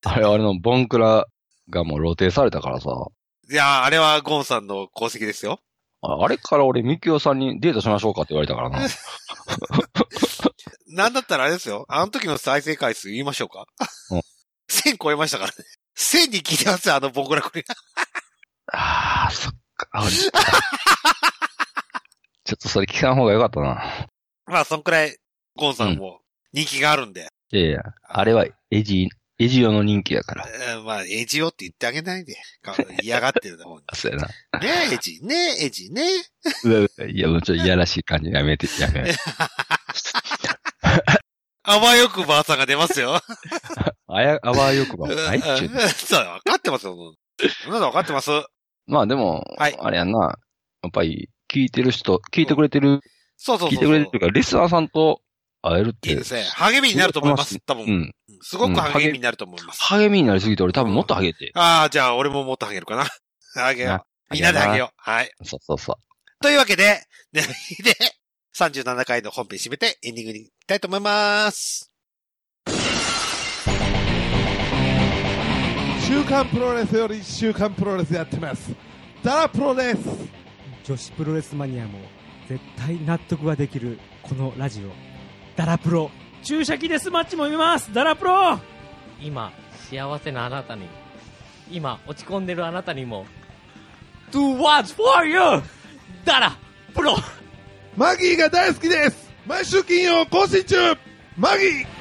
Speaker 2: あれ、あれのボンクラがもう露呈されたからさ。
Speaker 1: いやー、あれはゴーンさんの功績ですよ。
Speaker 2: ああれから俺、ミキオさんにデートしましょうかって言われたからな。
Speaker 1: なんだったらあれですよ。あの時の再生回数言いましょうか
Speaker 2: うん。
Speaker 1: 1000超えましたからね。1000に聞いてますよ、あの僕らこれ。
Speaker 2: ああ、そっか。あ俺 ちょっとそれ聞かん方がよかったな。
Speaker 1: まあ、そんくらい、ゴーンさんも人気があるんで。
Speaker 2: いやいや、あれはエジ、エジオの人気やから。
Speaker 1: えーまあ、エジオって言ってあげないで。か嫌がってる方 に。
Speaker 2: そうやな。
Speaker 1: ねえ、エジ、ねえ、エジ、ね
Speaker 2: うわうわいや、もうちょっといやらしい感じやめて、やめよう。
Speaker 1: あわよくばあさんが出ますよ。
Speaker 2: あや、あわよくば
Speaker 1: う
Speaker 2: も
Speaker 1: ん
Speaker 2: ないっ ちゅう。
Speaker 1: そう、わかってますよ。そんなのわかってます。
Speaker 2: まあでも、
Speaker 1: はい
Speaker 2: あれやんな。やっぱり、聞いてる人、聞いてくれてる、
Speaker 1: そうそうそう。
Speaker 2: 聞いてくれてるというか、リスナーさんと会えるって。
Speaker 1: いいですね。励みになると思います。多
Speaker 2: う
Speaker 1: 分。
Speaker 2: ん。
Speaker 1: すごく励みになると思います。
Speaker 2: 励みになりすぎて、俺多分もっと励て。
Speaker 1: ああ、じゃあ、俺ももっと励るかな。 励げよ
Speaker 2: な
Speaker 1: う。みんなで励げよう。はい。
Speaker 2: そうそうそう。
Speaker 1: というわけで、ね、 で、37回の本編締めてエンディングに行きたいと思います。
Speaker 8: 週刊プロレスより週刊プロレスやってますダラプロです
Speaker 3: 女子プロレスマニアも絶対納得ができるこのラジオダラプロ注射器デスマッチも見ますダラプロ
Speaker 9: 今幸せなあなたに今落ち込んでるあなたにも
Speaker 3: Do what's for you
Speaker 9: ダラプロ
Speaker 8: マギーが大好きです毎週金曜更新中マギー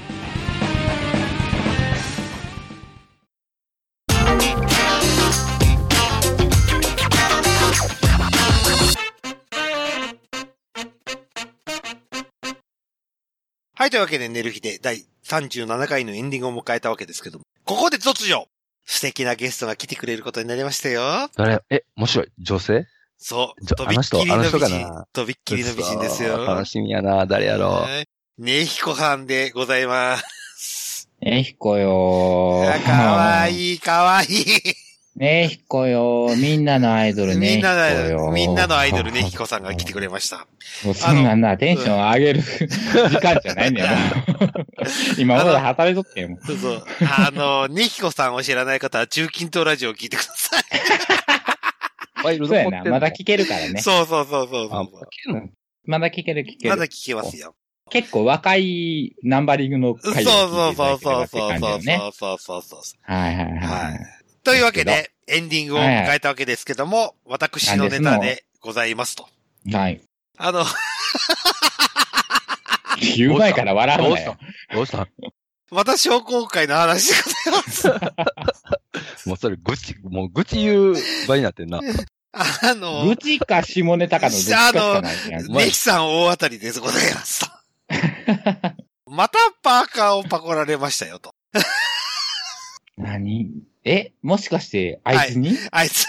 Speaker 1: はい、というわけで、寝る日で第37回のエンディングを迎えたわけですけども、ここで突如素敵なゲストが来てくれることになりましたよ。
Speaker 2: 誰え、面白い。女性
Speaker 1: そう、
Speaker 2: ちょ
Speaker 1: とびっきりの美
Speaker 2: あの人あの人か
Speaker 1: 人
Speaker 2: な。
Speaker 1: とびっきりの美人ですよ
Speaker 2: うっそ。楽しみやな。誰やろ
Speaker 1: はいねひこさんでございます。
Speaker 10: えひこよ
Speaker 1: あ
Speaker 10: ー。
Speaker 1: かわいい、かわいい。
Speaker 10: ねひこよ、みんなのアイドルね。
Speaker 1: みんなのアイド
Speaker 10: ひこ
Speaker 1: ル、
Speaker 10: よ
Speaker 1: みんなのアイドルね、ひこさんが来てくれま した。
Speaker 10: もうそんなな、テンション上げる時間じゃないんだ よ、もう今まで働いとってよ、もう
Speaker 1: そうそう。あの、ねひこさんを知らない方は、中近東ラジオを聞いてください。
Speaker 10: そうやな、まだ聞けるからね。
Speaker 1: そうそうそうそうそう。
Speaker 10: まだ聞ける聞ける。
Speaker 1: まだ聞けますよ。
Speaker 10: 結構若いナンバリングの
Speaker 1: そう
Speaker 10: 回を
Speaker 1: そ
Speaker 10: 聞
Speaker 1: う
Speaker 10: いていた
Speaker 1: そうそう
Speaker 10: だければって
Speaker 1: そう
Speaker 10: 感じ
Speaker 1: そ
Speaker 10: よ
Speaker 1: う
Speaker 10: ね。
Speaker 1: そうそうそう。
Speaker 10: はいはいはい。
Speaker 1: というわけで、エンディングを迎えたわけですけども、私のネタでございますと。
Speaker 10: ない。
Speaker 1: あの、
Speaker 10: 言う前から笑うなよ。
Speaker 2: どうした
Speaker 1: また商工会の話でござい ます。
Speaker 2: もうそれ、愚痴、もう愚痴言う場になってんな。
Speaker 1: あの、
Speaker 10: 愚痴か下ネタかのどっちか
Speaker 1: あ
Speaker 10: しか
Speaker 1: の
Speaker 10: ないじゃん、
Speaker 1: ネヒさん大当たりですござい ますと。またパーカーをパコられましたよと。
Speaker 10: 何えもしかして、あいつに、
Speaker 1: あいつ、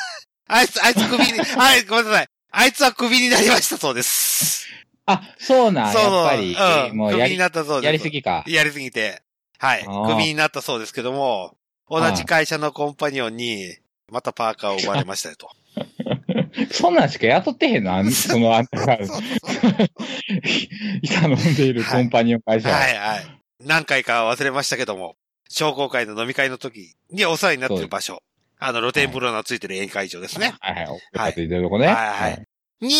Speaker 1: あいつ、あいつ首に、あいごめんなさい。あいつは首になりましたそうです。
Speaker 10: あ、そうなん、
Speaker 1: そう
Speaker 10: やっぱり。
Speaker 1: うん
Speaker 10: もうや
Speaker 1: 首に
Speaker 10: り
Speaker 1: なったそうです
Speaker 10: やりすぎか。
Speaker 1: やりすぎて。はい。
Speaker 10: あー
Speaker 1: 首になったそうですけども、同じ会社のコンパニオンに、またパーカーを奪われましたよと。
Speaker 10: そんなんしか雇ってへんのあん、そのあんたが。 頼んでいるコンパニオン会社。
Speaker 1: はいはい。何回か忘れましたけども、商工会の飲み会の時にお世話になってる場所。あの、露天風呂のついてる宴会場ですね。
Speaker 10: はいはい。おいてるとこね。
Speaker 1: はいはい。に、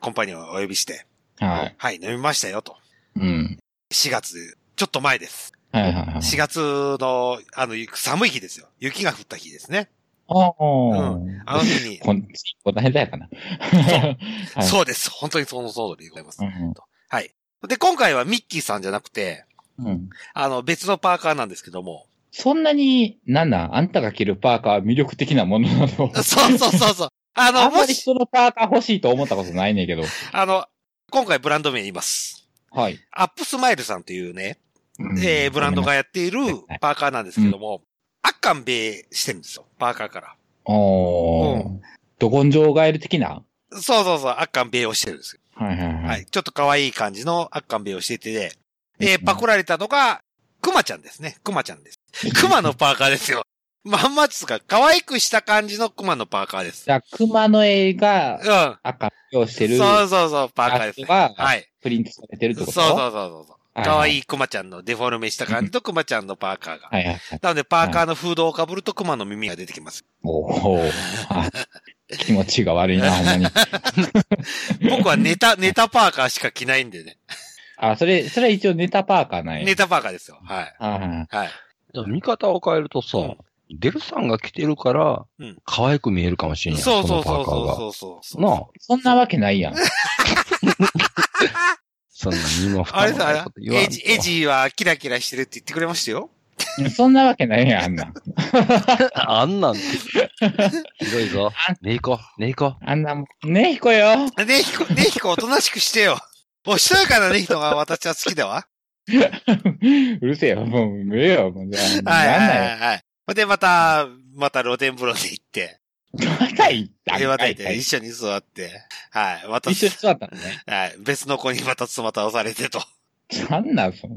Speaker 1: コンパニオンをお呼びして、
Speaker 10: はい。
Speaker 1: はい、飲みましたよと。
Speaker 10: うん。
Speaker 1: 4月、ちょっと前です。
Speaker 10: はいはいはい。
Speaker 1: 4月の、あの、寒い日ですよ。雪が降った日ですね。
Speaker 10: ああ、
Speaker 1: あの日に
Speaker 10: こん、こんな下手やかな。 はい
Speaker 1: そうです。本当にその通りでございます。
Speaker 10: うん
Speaker 1: はい。で、今回はミッキーさんじゃなくて、
Speaker 10: うん。
Speaker 1: あの、別のパーカーなんですけども。
Speaker 10: そんなに、なんなんあんたが着るパーカーは魅力的なものなの
Speaker 1: そうそうそうそう。あの、
Speaker 10: あんま
Speaker 1: も
Speaker 10: り
Speaker 1: し、
Speaker 10: 人のパーカー欲しいと思ったことないねんけど。
Speaker 1: あの、今回ブランド名言います。
Speaker 10: はい。
Speaker 1: アップスマイルさんというね、えー、ブランドがやっているパーカーなんですけども、あっかんべしてるんですよ、パーカーから。
Speaker 10: おー。ど根性ガエル的な
Speaker 1: そうそうそう、あっかんべをしてるんですよ。
Speaker 10: はいはいはい。
Speaker 1: はい。ちょっと可愛い感じのあっかんべをしてて、えー、パクられたのが、クマちゃんですね。クマちゃんです。クマのパーカーですよ。 まんまっつうか、可愛くした感じのクマのパーカーです。
Speaker 10: じゃあ、熊の絵が
Speaker 1: うん。
Speaker 10: 赤をしてる。
Speaker 1: そうそうそう、パーカーですね。
Speaker 10: は、
Speaker 1: はい。
Speaker 10: プリントされてるっ
Speaker 1: そ
Speaker 10: て
Speaker 1: う
Speaker 10: こと
Speaker 1: そう
Speaker 10: う。
Speaker 1: そうそう。
Speaker 10: はい
Speaker 1: 可愛いクマちゃんのデフォルメした感じとクマちゃんのパーカーが。
Speaker 10: はいはいはい。
Speaker 1: なので、パーカーのフードをかぶるとクマの耳が出てきます。
Speaker 10: おー。 あ気持ちが悪 いな、ほんまに。
Speaker 1: 僕はネタ、ネタパーカーしか着ないんでね。
Speaker 10: あ、それ、それは一応ネタパーカーない。
Speaker 1: ネタパーカーですよ。はい。
Speaker 10: はい。
Speaker 1: はい。
Speaker 2: 見方を変えるとさ、デルさんが着てるから
Speaker 1: うん、
Speaker 2: 可愛く見えるかもしれない。
Speaker 1: そう
Speaker 2: こ
Speaker 1: そ
Speaker 2: の
Speaker 1: う
Speaker 2: パ
Speaker 1: そう
Speaker 2: ーカーが
Speaker 1: そうそうそう。
Speaker 2: なあ、
Speaker 10: そんなわけないやん。
Speaker 2: そんな身も
Speaker 1: あれ
Speaker 2: 蓋もない
Speaker 1: さ
Speaker 2: こ、と言わん
Speaker 1: エ
Speaker 2: と
Speaker 1: ジ、エジはキラキラしてるって言ってくれましたよ。
Speaker 10: そんなわけないやん、あんなん。
Speaker 2: あんなんて。ひどい ぞ。ねいこ、ねいこ。
Speaker 10: あんなもん。ねひこよ。
Speaker 1: ねひこ、ねひこおとなしくしてよ。おしとやかなねひこが私は好きだわ。
Speaker 10: うるせえよ。もう、ええよ。もう、じゃあ、
Speaker 1: はい
Speaker 10: なん
Speaker 1: はい
Speaker 10: な
Speaker 1: はい
Speaker 10: よ。
Speaker 1: はい。ほんで、また、また露天風呂で行って、
Speaker 10: また行った。
Speaker 1: で、また行っ
Speaker 10: は
Speaker 1: て、
Speaker 10: い
Speaker 1: 一緒に座って、はい、また、
Speaker 10: 一緒に座ったのね。
Speaker 1: はい、別の子にまた妻倒されてと。
Speaker 10: なんなん、その。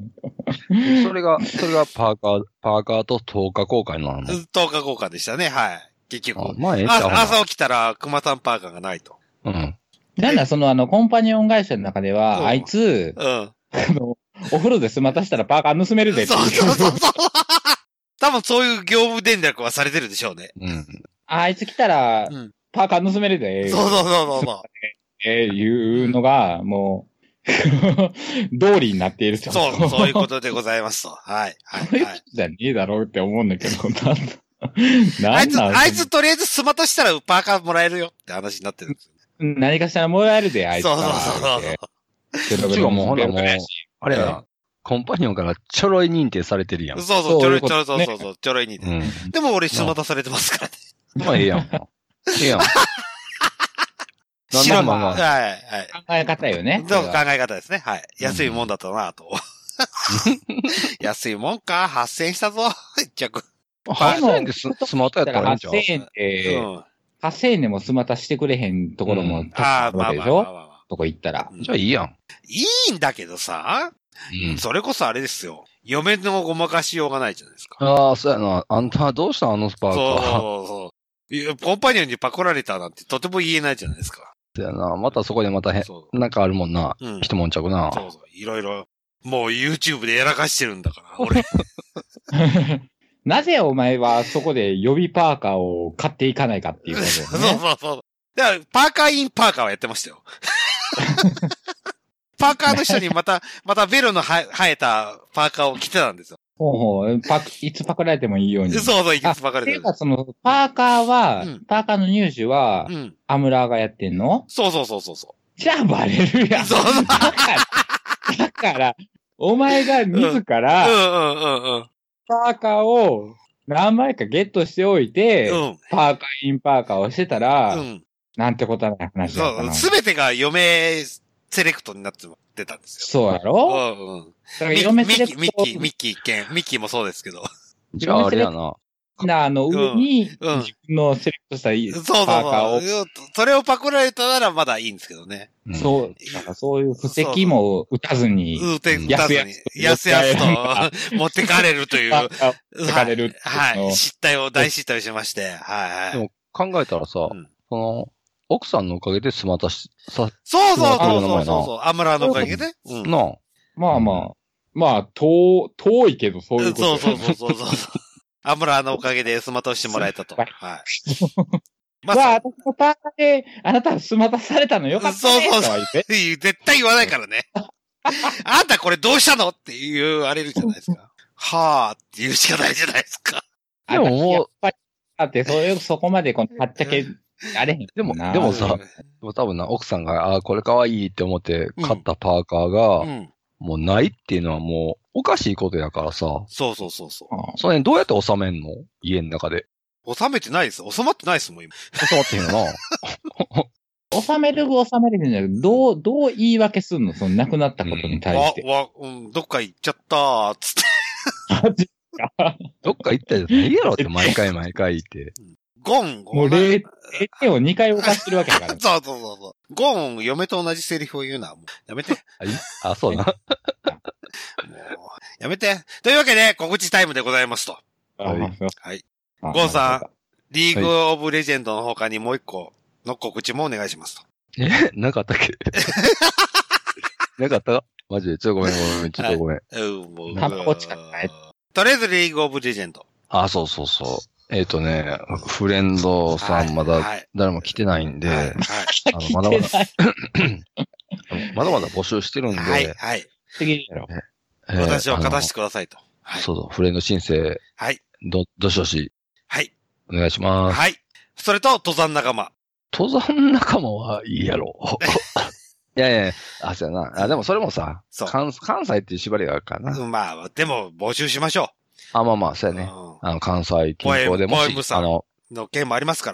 Speaker 2: それが、それがパーカー、パーカーと10日公開なの。
Speaker 1: 10日交換でしたね、はい。結局
Speaker 2: あ。まあええんちゃう
Speaker 1: あ朝起きたら、熊さんパーカーがないと。
Speaker 2: うん。
Speaker 10: なんだ、その、あの、コンパニオン会社の中で
Speaker 1: そ
Speaker 10: は、
Speaker 1: う
Speaker 10: あいつ、
Speaker 1: うん。
Speaker 10: あの、お風呂で済またしたらパーカー盗めるでって
Speaker 1: そう
Speaker 10: いう
Speaker 1: そうそうそう。多分そういう業務連絡はされてるでしょうね。
Speaker 2: うん。
Speaker 10: あいつ来たら
Speaker 1: う、ん。
Speaker 10: パーカー盗めるで、
Speaker 1: そうそうそうそう。
Speaker 10: えーいうのが、もう、 道理になっていると
Speaker 1: そう、そういうことでございますと。はい、はい、はい。
Speaker 10: じゃねえだろうって思うんだけ ど、なんだ。
Speaker 1: あ
Speaker 10: ないん
Speaker 1: つ、
Speaker 10: なん
Speaker 1: あいつとりあえずスマとしたらパーカーもらえるよって話になってるんですよ
Speaker 10: 何かしらもらえるで、あいつ
Speaker 1: そ
Speaker 10: は。
Speaker 1: うそうそうそう。
Speaker 10: ベロ
Speaker 2: こっ
Speaker 10: ベ
Speaker 2: ち
Speaker 10: ロ
Speaker 2: がもうほら
Speaker 10: ベ
Speaker 2: もう
Speaker 10: ロベロ、
Speaker 2: あれやな、コンパニオンからちょろい認定されてるやん。
Speaker 1: そう
Speaker 10: そ
Speaker 1: そう、
Speaker 10: う
Speaker 1: ちょろ
Speaker 10: い
Speaker 1: いう
Speaker 10: こ
Speaker 1: ちょろい、そ
Speaker 10: と
Speaker 1: う
Speaker 10: ね
Speaker 1: そうそう、ちょろいに
Speaker 2: う
Speaker 1: ね。
Speaker 2: ん。
Speaker 1: でも俺、スマとされてますからね。
Speaker 2: まあええやん。え えやん。なんだ
Speaker 1: 白
Speaker 2: まあま
Speaker 1: は
Speaker 2: あ
Speaker 1: い、はい。
Speaker 10: 考え方よね。
Speaker 1: どう考え方ですね。はい。安いもんだったなと。安いもんか ?8000 円したぞ。一着。
Speaker 2: まあ、8000円でススマートや
Speaker 10: だ
Speaker 2: っ
Speaker 10: か
Speaker 2: たらいい
Speaker 10: ら
Speaker 2: んちゃう
Speaker 10: 8000円って、
Speaker 1: うん。
Speaker 10: 8000円でも済またしてくれへんところ
Speaker 2: う
Speaker 10: も
Speaker 2: ん、
Speaker 1: ああ、
Speaker 10: わ
Speaker 1: まあ
Speaker 10: けで
Speaker 1: まあ
Speaker 10: し
Speaker 1: まあまあ
Speaker 10: ょ
Speaker 1: まあ。
Speaker 10: とこ行ったら。
Speaker 1: うん
Speaker 2: じゃあいいやん。
Speaker 1: いいんだけどさ、
Speaker 2: うん。
Speaker 1: それこそあれですよ。嫁のごまかしようがないじゃないですか。
Speaker 2: ああ、そうやな。あんたはどうしたんあのスパーカ
Speaker 1: そう
Speaker 2: ー。
Speaker 1: そうそう。いやコンパニオンにパコられたなんてとても言えないじゃないですか。
Speaker 2: そうやな。またそこでまたへん
Speaker 1: そ、
Speaker 2: なんかあるもんな。
Speaker 1: うん
Speaker 2: 一悶着な。
Speaker 1: そうそう。いろいろ、もう YouTube でやらかしてるん だから、俺。
Speaker 10: なぜお前はそこで予備パーカーを買っていかないかっていうこ
Speaker 1: そ
Speaker 10: と
Speaker 1: う
Speaker 10: だよ
Speaker 1: そ
Speaker 10: ね。
Speaker 1: うそう。だから、パーカーインパーカーはやってました よ。パーカーの人にまた、またベロのは生えたパーカーを着てたんですよ。
Speaker 10: ほうほうパク、いつパクられてもいいように。
Speaker 1: そうそう、いくつばか
Speaker 10: っ
Speaker 1: り
Speaker 10: てい
Speaker 1: で
Speaker 10: う。か、その、パーカーは、
Speaker 1: うん
Speaker 10: パーカーの入手は、
Speaker 1: うん。
Speaker 10: アムラーがやってんの
Speaker 1: そうそうそうそうそ
Speaker 10: じゃあバレるや
Speaker 1: う。
Speaker 10: ん。
Speaker 1: そうそう。
Speaker 10: だから、だから、お前が自ら、
Speaker 1: うんうんうんうん。
Speaker 10: パーカーを何枚かゲットしておいて、
Speaker 1: うん。
Speaker 10: パーカーインパーカーをしてたら、
Speaker 1: うん。
Speaker 10: なんてことはない話だった
Speaker 1: そう、
Speaker 10: な。
Speaker 1: すべてが嫁セレクトになってたんですよ。
Speaker 10: そうやろ
Speaker 1: うんうん。
Speaker 10: だから
Speaker 1: ミッ
Speaker 10: 嫁セレ
Speaker 1: キ
Speaker 10: ク
Speaker 1: ー、ミッ
Speaker 10: ト
Speaker 1: キー、ミッキー一見、ミッキーもそうですけど。
Speaker 2: じゃああれやな。
Speaker 10: なあの上に、自
Speaker 1: うんうん
Speaker 10: 分のセレクトしたい
Speaker 1: そうそう
Speaker 10: パーカー
Speaker 1: そ
Speaker 10: を
Speaker 1: う。それをパクられたならまだいいんですけどね。
Speaker 2: うん
Speaker 10: そう、なんかそういう布石も打たずに、
Speaker 1: うん、てん、
Speaker 10: やすや
Speaker 1: に
Speaker 10: す、
Speaker 1: やすやすと持ってかれるという。
Speaker 10: パーカーを
Speaker 1: は
Speaker 10: 使われるっていう
Speaker 1: は
Speaker 10: のを
Speaker 1: い。失態を、大失態をしまして。はい
Speaker 2: で
Speaker 1: はい。
Speaker 2: も考えたらさ、
Speaker 1: うん
Speaker 2: その、奥さんのおかげでスマタし、さ、
Speaker 1: そうそう
Speaker 2: あ
Speaker 1: そ
Speaker 2: の
Speaker 1: う
Speaker 2: 名
Speaker 1: そう
Speaker 2: 前な
Speaker 1: そうそう。アムラーのおかげで。うん
Speaker 2: なあ
Speaker 10: まあまあ、まあ、遠、遠いけどそういうこと。
Speaker 1: そう そうそうそうそう。アムラーのおかげでスマタをしてもらえたと。
Speaker 10: そう
Speaker 1: はい。ま
Speaker 10: ま
Speaker 1: あ、
Speaker 10: あ、
Speaker 1: そう
Speaker 10: 私のパーカーで、あなたはスマタされたのよかったね
Speaker 1: そうそう
Speaker 10: と
Speaker 1: そ
Speaker 10: は
Speaker 1: う
Speaker 10: 言って。
Speaker 1: 絶対言わないから ね。あんたこれどうしたのって言われるじゃないですか。 はあって言うしかないじゃないですか。
Speaker 2: でももう
Speaker 10: 私やっぱり、だって、そういう、そこまで、この、はっちゃけ、あれへん
Speaker 2: でも、
Speaker 10: な
Speaker 2: でもさ、でも多分な、奥さんが、ああ、これ可愛いって思って買ったパーカーが、
Speaker 1: うん。
Speaker 2: もうないっていうのはもう、おかしいことやからさ、
Speaker 1: そうそうそうそう。
Speaker 2: それどうやって収めんの家の中で。
Speaker 1: 収めてないです。収まってないですもん、今。
Speaker 2: 収まってへんよ な。
Speaker 10: 収める、収めれへんじゃなくて、どう、どう言い訳すんのその、亡くなったことに対して。
Speaker 1: わ、わ、うん、どっか行っちゃったー、つって。
Speaker 2: どっか行ったじゃないやろって、毎回毎回言って。
Speaker 1: ゴン、。
Speaker 10: もう、0点を2回犯してるわけだか
Speaker 1: そ
Speaker 10: ら
Speaker 1: うそうそうそう。ゴーン、嫁と同じセリフを言うな。もうやめて。も
Speaker 2: あいあ、そうな。
Speaker 1: う、やめて。というわけで、告知タイムでございますと。
Speaker 2: はい
Speaker 1: はい。
Speaker 10: あ
Speaker 1: ゴンさリーグオブレジェンドの他にもう一個の告知もお願いしますと。
Speaker 2: え、 なかったっ けなかったマジで。ちょっとごめんごめん、ちょっとごめん。
Speaker 1: うん、もう
Speaker 10: 卵近くない
Speaker 1: とりあえずリーグオブレジェンド。
Speaker 2: あ、そうそうそう。えっ、とね、フレンドさんまだ
Speaker 1: はい。
Speaker 2: 誰も来てないんで、
Speaker 1: はい。
Speaker 2: あのまだまだ、まだまだ募集してるんで、
Speaker 1: はい。はいはい。
Speaker 10: 次だろ。
Speaker 2: えー
Speaker 1: 私を勝たして
Speaker 2: あ
Speaker 1: くださいと。は
Speaker 2: の
Speaker 1: い。
Speaker 2: そうそう、フレンド申請、
Speaker 1: はい。
Speaker 2: ど、どしどし、
Speaker 1: はい。
Speaker 2: お願いします。
Speaker 1: はい。それと、登山仲間。
Speaker 2: 登山仲間はいいやろ。 いやいや、あ、そうやな。あ、でもそれもさ、
Speaker 1: そう
Speaker 2: 関関西っていう縛りがあるからな。
Speaker 1: うんまあ、でも、募集しましょ。
Speaker 2: あ、まあまあ、そううやね。
Speaker 1: う
Speaker 2: あの、関西近郊でも
Speaker 1: ポエムポエム
Speaker 2: し、
Speaker 1: さん
Speaker 2: あの、
Speaker 1: んの件もありますか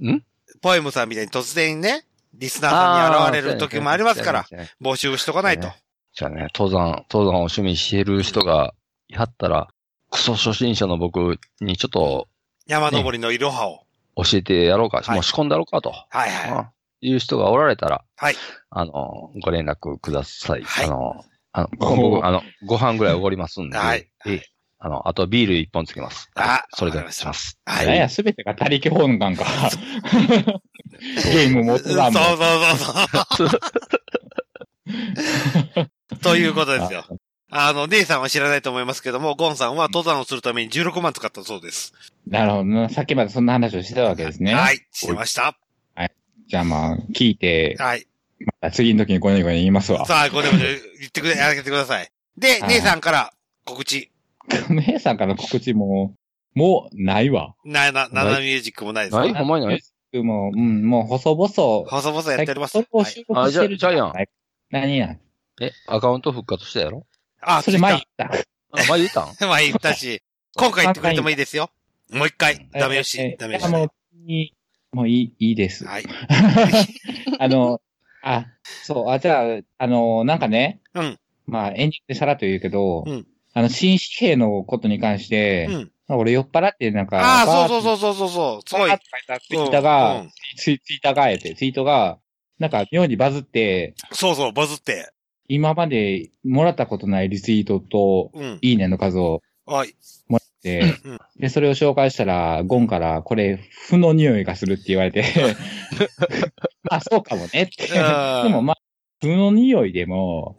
Speaker 1: ら。
Speaker 2: ん
Speaker 1: ポエムさんみたいに突然ね、リスナーさんに現れる時もありますから、
Speaker 2: そうやね。
Speaker 1: 募集しとかないと。
Speaker 2: じゃあね、登山、登山を趣味してる人が、やったら、クソ初心者の僕にちょっと
Speaker 1: 山登りのいろはを。
Speaker 2: 教えてやろうか、
Speaker 1: はい
Speaker 2: もう仕込んだろうかと、
Speaker 1: はいは
Speaker 2: うんいう人がおられたら、
Speaker 1: はい
Speaker 2: あの、ご連絡ください。
Speaker 1: はい
Speaker 2: あの、あの、
Speaker 10: お
Speaker 2: 僕、あの、ご飯ぐらいおごりますんで、
Speaker 1: はい
Speaker 2: ええあの、あとビール一本つけます。
Speaker 1: あ
Speaker 2: それでお願いします。
Speaker 1: い。は。
Speaker 10: ないんや、すべてが他力本願か。ゲームも
Speaker 1: そう
Speaker 10: 登
Speaker 1: そう
Speaker 10: 山も。
Speaker 1: そうそう。ということですよ。あの、姉さんは知らないと思いますけども、ゴンさんは登山をするために16万使ったそうです。
Speaker 10: なるほどな。さっきまでそんな話をしてたわけですね。
Speaker 1: はい、してました。
Speaker 10: じゃあまあ、聞いて、
Speaker 1: はい。
Speaker 10: 次の時にごねごね言いますわ。
Speaker 1: さあ、これで言ってくれ、あげてください。で、
Speaker 10: はい
Speaker 1: 姉さんから告知。
Speaker 10: 姉さんからの告知も、もうないわ。
Speaker 1: な、な、ななミュージックもないです
Speaker 2: は
Speaker 1: ね
Speaker 2: い、ほんまにない
Speaker 10: もう、うん、もう細々。
Speaker 1: 細々やっております。
Speaker 10: それを
Speaker 1: は
Speaker 10: 収
Speaker 1: い、
Speaker 10: 録してる
Speaker 2: あじゃあじゃあやん
Speaker 10: ん。何やん。
Speaker 2: え、アカウント復活したやろ
Speaker 1: あ、
Speaker 10: そ れ前言った。
Speaker 2: あ、前言ったん
Speaker 1: 前前言ったし、今回言ってくれてもいいですよ。もう一回。ダメ押
Speaker 10: え
Speaker 1: し、ダ
Speaker 10: え
Speaker 1: メ
Speaker 10: いやも
Speaker 1: 押
Speaker 10: う、いいもういい、いいで
Speaker 1: し。
Speaker 10: す。
Speaker 1: はい。
Speaker 10: あの、あ、そう、あ、じゃあ、あの、なんかね、
Speaker 1: うん
Speaker 10: まあ、エンディングでさらっと言うけど、
Speaker 1: うん
Speaker 10: あの、新紙幣のことに関して、
Speaker 1: うん。
Speaker 10: 俺酔っ払って、なんか、
Speaker 1: ああ、
Speaker 10: バー
Speaker 1: そうそう
Speaker 10: って
Speaker 1: そうそうそう。すごい
Speaker 10: バーっ。て書いたツイッターが、
Speaker 1: うんうん
Speaker 10: ツイツイッターがえて、ツイートが、なんか、妙にバズって、
Speaker 1: そうそう、バズって。
Speaker 10: 今までもらったことないリツイートと、
Speaker 1: うん。
Speaker 10: いいねの数を
Speaker 1: はい。
Speaker 10: もらっって、で、それを紹介したら、ゴンから、これ、負の匂いがするって言われ て、あ、そうかもねって。で
Speaker 1: あー
Speaker 10: もまあ、負の匂いでも、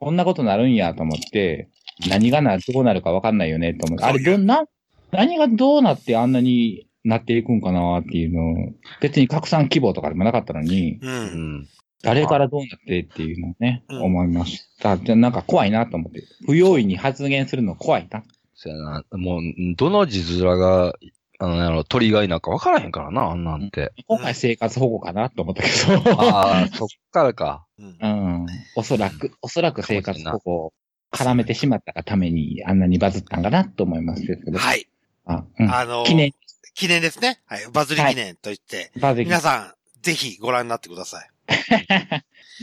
Speaker 10: こんなことなるんやと思って、何がな、どうなるかわかんないよねと思って、あれ、どんな、何がどうなってあんなになっていくんかなっていうのを、別に拡散希望とかでもなかったのに、
Speaker 1: うん。
Speaker 10: 誰からどうなってっていうのをね、思いました。でなんか怖いなと思って、不用意に発言するの怖いな。
Speaker 2: そうやな。もう、どの字面が、あの、なんやろ、鳥がいなんか分からへんからな、あんなんて。
Speaker 10: 今回生活保護かなと思ったけど。
Speaker 2: ああ、そっからか。
Speaker 10: うん。おそらく、おそらく生活保護を絡めてしまったがために、あんなにバズったんかなと思いますけど。
Speaker 1: はい。
Speaker 10: あ、うん。
Speaker 1: あのー
Speaker 10: 記念、
Speaker 1: 記念ですね。はい。バズり記念と言って、
Speaker 10: バズり
Speaker 1: 皆さん、ぜひご覧になってください。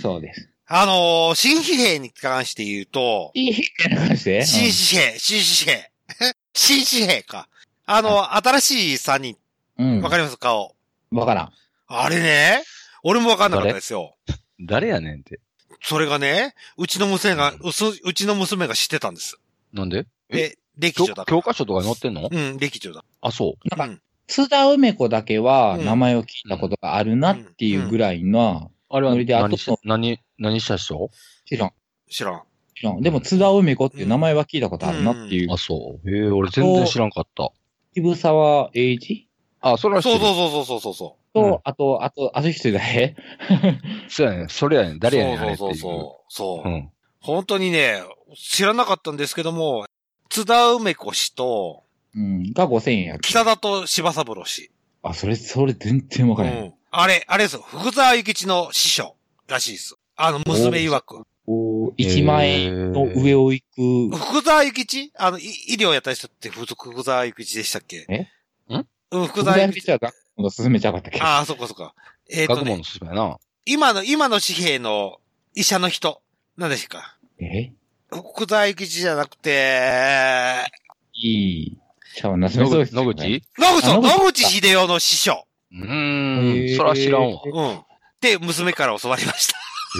Speaker 10: そうです。
Speaker 1: あのー新紙幣に関して言うと、
Speaker 10: 新紙幣に関してうん
Speaker 1: 新紙幣、新紙幣。 新紙幣か。あの、新しい3人。
Speaker 10: うん。
Speaker 1: わかります顔。
Speaker 10: わからん。
Speaker 1: あれね、俺もわかんなかったですよ。
Speaker 2: 誰やねんって。
Speaker 1: それがね、うちの娘が、うすうちの娘が知ってたんです。
Speaker 2: なんで
Speaker 1: え、歴女だ
Speaker 2: 教科書とかに載ってんの
Speaker 1: うん、歴女だ。
Speaker 2: あ、そう。
Speaker 1: なんか、
Speaker 10: 津田梅子だけは名前を聞いたことがあるなっていうぐらいの、
Speaker 2: あれは
Speaker 10: それであ
Speaker 2: 何
Speaker 10: と
Speaker 2: し、何、何した人
Speaker 10: 知らん。
Speaker 1: 知らん。
Speaker 10: 知らん。でも津田梅子っていう名前は聞いたことあるなっていう。
Speaker 2: あ、そう。へえ、俺全然知らんかった。
Speaker 10: 渋沢栄一
Speaker 2: あ、それは知って
Speaker 1: そう
Speaker 2: る
Speaker 1: そうそうそうそうそう。
Speaker 10: と、あと、あと、あと一人誰
Speaker 2: そうやねん。それやねん。誰やねん、あれって
Speaker 1: そ
Speaker 2: いうう。
Speaker 1: そうそう。そう、
Speaker 2: うん
Speaker 1: 本当にね、知らなかったんですけども、津田梅子氏と、
Speaker 10: うん。が5000円やっけ
Speaker 1: 北田と柴三郎氏。
Speaker 10: あ、それ、それ全然わ
Speaker 1: う
Speaker 10: からへん。
Speaker 1: ん。あれ、あれですよ。福沢諭吉の師匠らしいです。あの、娘曰く。
Speaker 10: こう、1万円の上を行く、
Speaker 1: 福沢諭吉あの、い医療やった人ってふ福沢諭吉でしたっけ
Speaker 10: え
Speaker 1: うん、福
Speaker 10: 福
Speaker 1: 沢諭
Speaker 10: 沢諭
Speaker 1: 吉。
Speaker 10: 吉は学問の進めちゃうかったっけ
Speaker 1: ああ、そっかそっか。えっ、と
Speaker 2: 学
Speaker 1: ね
Speaker 2: 問の、進めやな。
Speaker 1: 今の、今の紙幣の医者の人、何でしたか
Speaker 10: え
Speaker 1: 福沢諭吉じゃなくて、
Speaker 10: いい。ちゃうな、そ
Speaker 2: 野
Speaker 10: れそうで
Speaker 2: 口
Speaker 10: すよ
Speaker 2: 野
Speaker 10: ね
Speaker 2: 口
Speaker 1: 野口、
Speaker 10: あ野口
Speaker 1: 野口秀夫の師匠。
Speaker 2: う
Speaker 10: へ
Speaker 2: ー
Speaker 10: え
Speaker 2: ん。そら知らんわ。
Speaker 1: うん。で、娘から教わりまし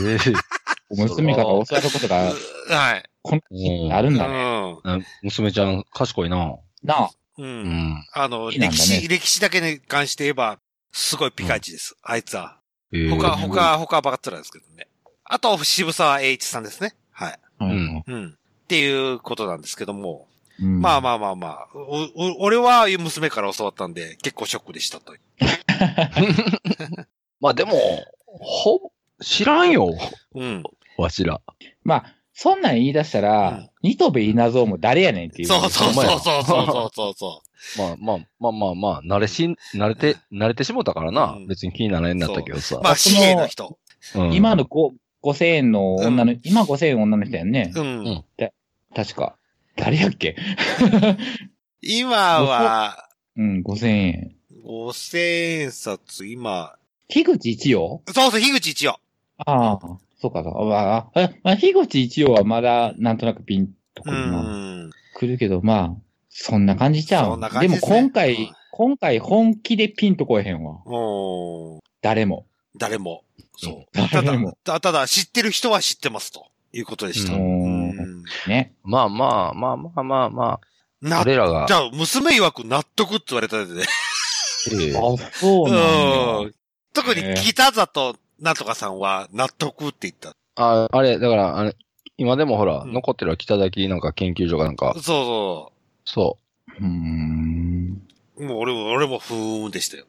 Speaker 2: ええ。
Speaker 10: 娘から教わることが、
Speaker 1: た。はい。
Speaker 10: この時あるんだね。
Speaker 2: うん。娘ちゃん、賢いな。
Speaker 10: なあ。
Speaker 1: うん。う。
Speaker 2: うんん。
Speaker 1: あの、
Speaker 10: いいなん
Speaker 1: 歴
Speaker 10: だね
Speaker 1: 史、歴史だけに関して言えば、すごいピカイチです。あいつは。
Speaker 2: ええ
Speaker 1: 他、他、他ばっかりですけどね。あと、渋沢栄一さんですね。はい。
Speaker 2: うん。
Speaker 1: うん。っていうことなんですけども。
Speaker 10: うん
Speaker 1: まあまあまあまあ。おお俺は娘から教わったんで、結構ショックでしたと。
Speaker 2: まあでも、ほぼ、知らんよ。
Speaker 1: うん。
Speaker 2: わしら。
Speaker 10: まあ、そんなん言い出したら、ニトベイナゾウも誰やねんっていう。
Speaker 1: そうそう
Speaker 2: ほんま
Speaker 1: そ
Speaker 2: や
Speaker 1: うそうそうそうそう。
Speaker 2: まあまあまあまあまあ、慣れしん、慣れて、慣れてしもたからな
Speaker 1: う。ん
Speaker 2: 別に気にならへんなったけどさ。
Speaker 1: まあ、
Speaker 10: そ
Speaker 1: 死
Speaker 10: の
Speaker 1: 刑の人。
Speaker 2: うん
Speaker 10: 今の5、5000円の女の、今5000円女の人やんね
Speaker 1: う。
Speaker 2: うん
Speaker 1: ん。
Speaker 10: 確か。誰やっけ
Speaker 1: 今は、
Speaker 10: うん、5000円。
Speaker 1: 五千円札、今、
Speaker 10: 樋口一葉
Speaker 1: そうそう、樋口一葉。
Speaker 10: ああ、そうかそうか。まあ、あまあ、樋口一葉はまだなんとなくピンとく
Speaker 1: う
Speaker 10: るな、
Speaker 1: ん。
Speaker 10: 来るけど、まあ、そんな感じちゃう。
Speaker 1: そんな感じですね
Speaker 10: も今回、
Speaker 1: はい
Speaker 10: 今回本気でピンとこえへんわ。
Speaker 1: おー
Speaker 10: 誰も。
Speaker 1: 誰も。そう。ただ
Speaker 10: 誰も。、
Speaker 1: たただ、知ってる人は知ってますということでした。
Speaker 10: う
Speaker 1: うんん。
Speaker 10: ね。
Speaker 2: まあまあまあまあまあまあ。
Speaker 1: な、じ
Speaker 2: 俺らが。
Speaker 1: ゃあ、娘曰く納得って言われたんでね。
Speaker 2: ええ
Speaker 10: あ、そう
Speaker 1: う
Speaker 10: なんだ。
Speaker 1: ん。特に
Speaker 10: ね、
Speaker 1: 北里なんとかさんは納得って言った。
Speaker 2: あ、あれ、だから、あれ、今でもほら、
Speaker 1: うん
Speaker 2: 残ってるは北崎なんか研究所がなんか
Speaker 1: そう、そ
Speaker 2: そう
Speaker 10: ーん。
Speaker 1: う。もう俺も、俺もふーんでしたよ。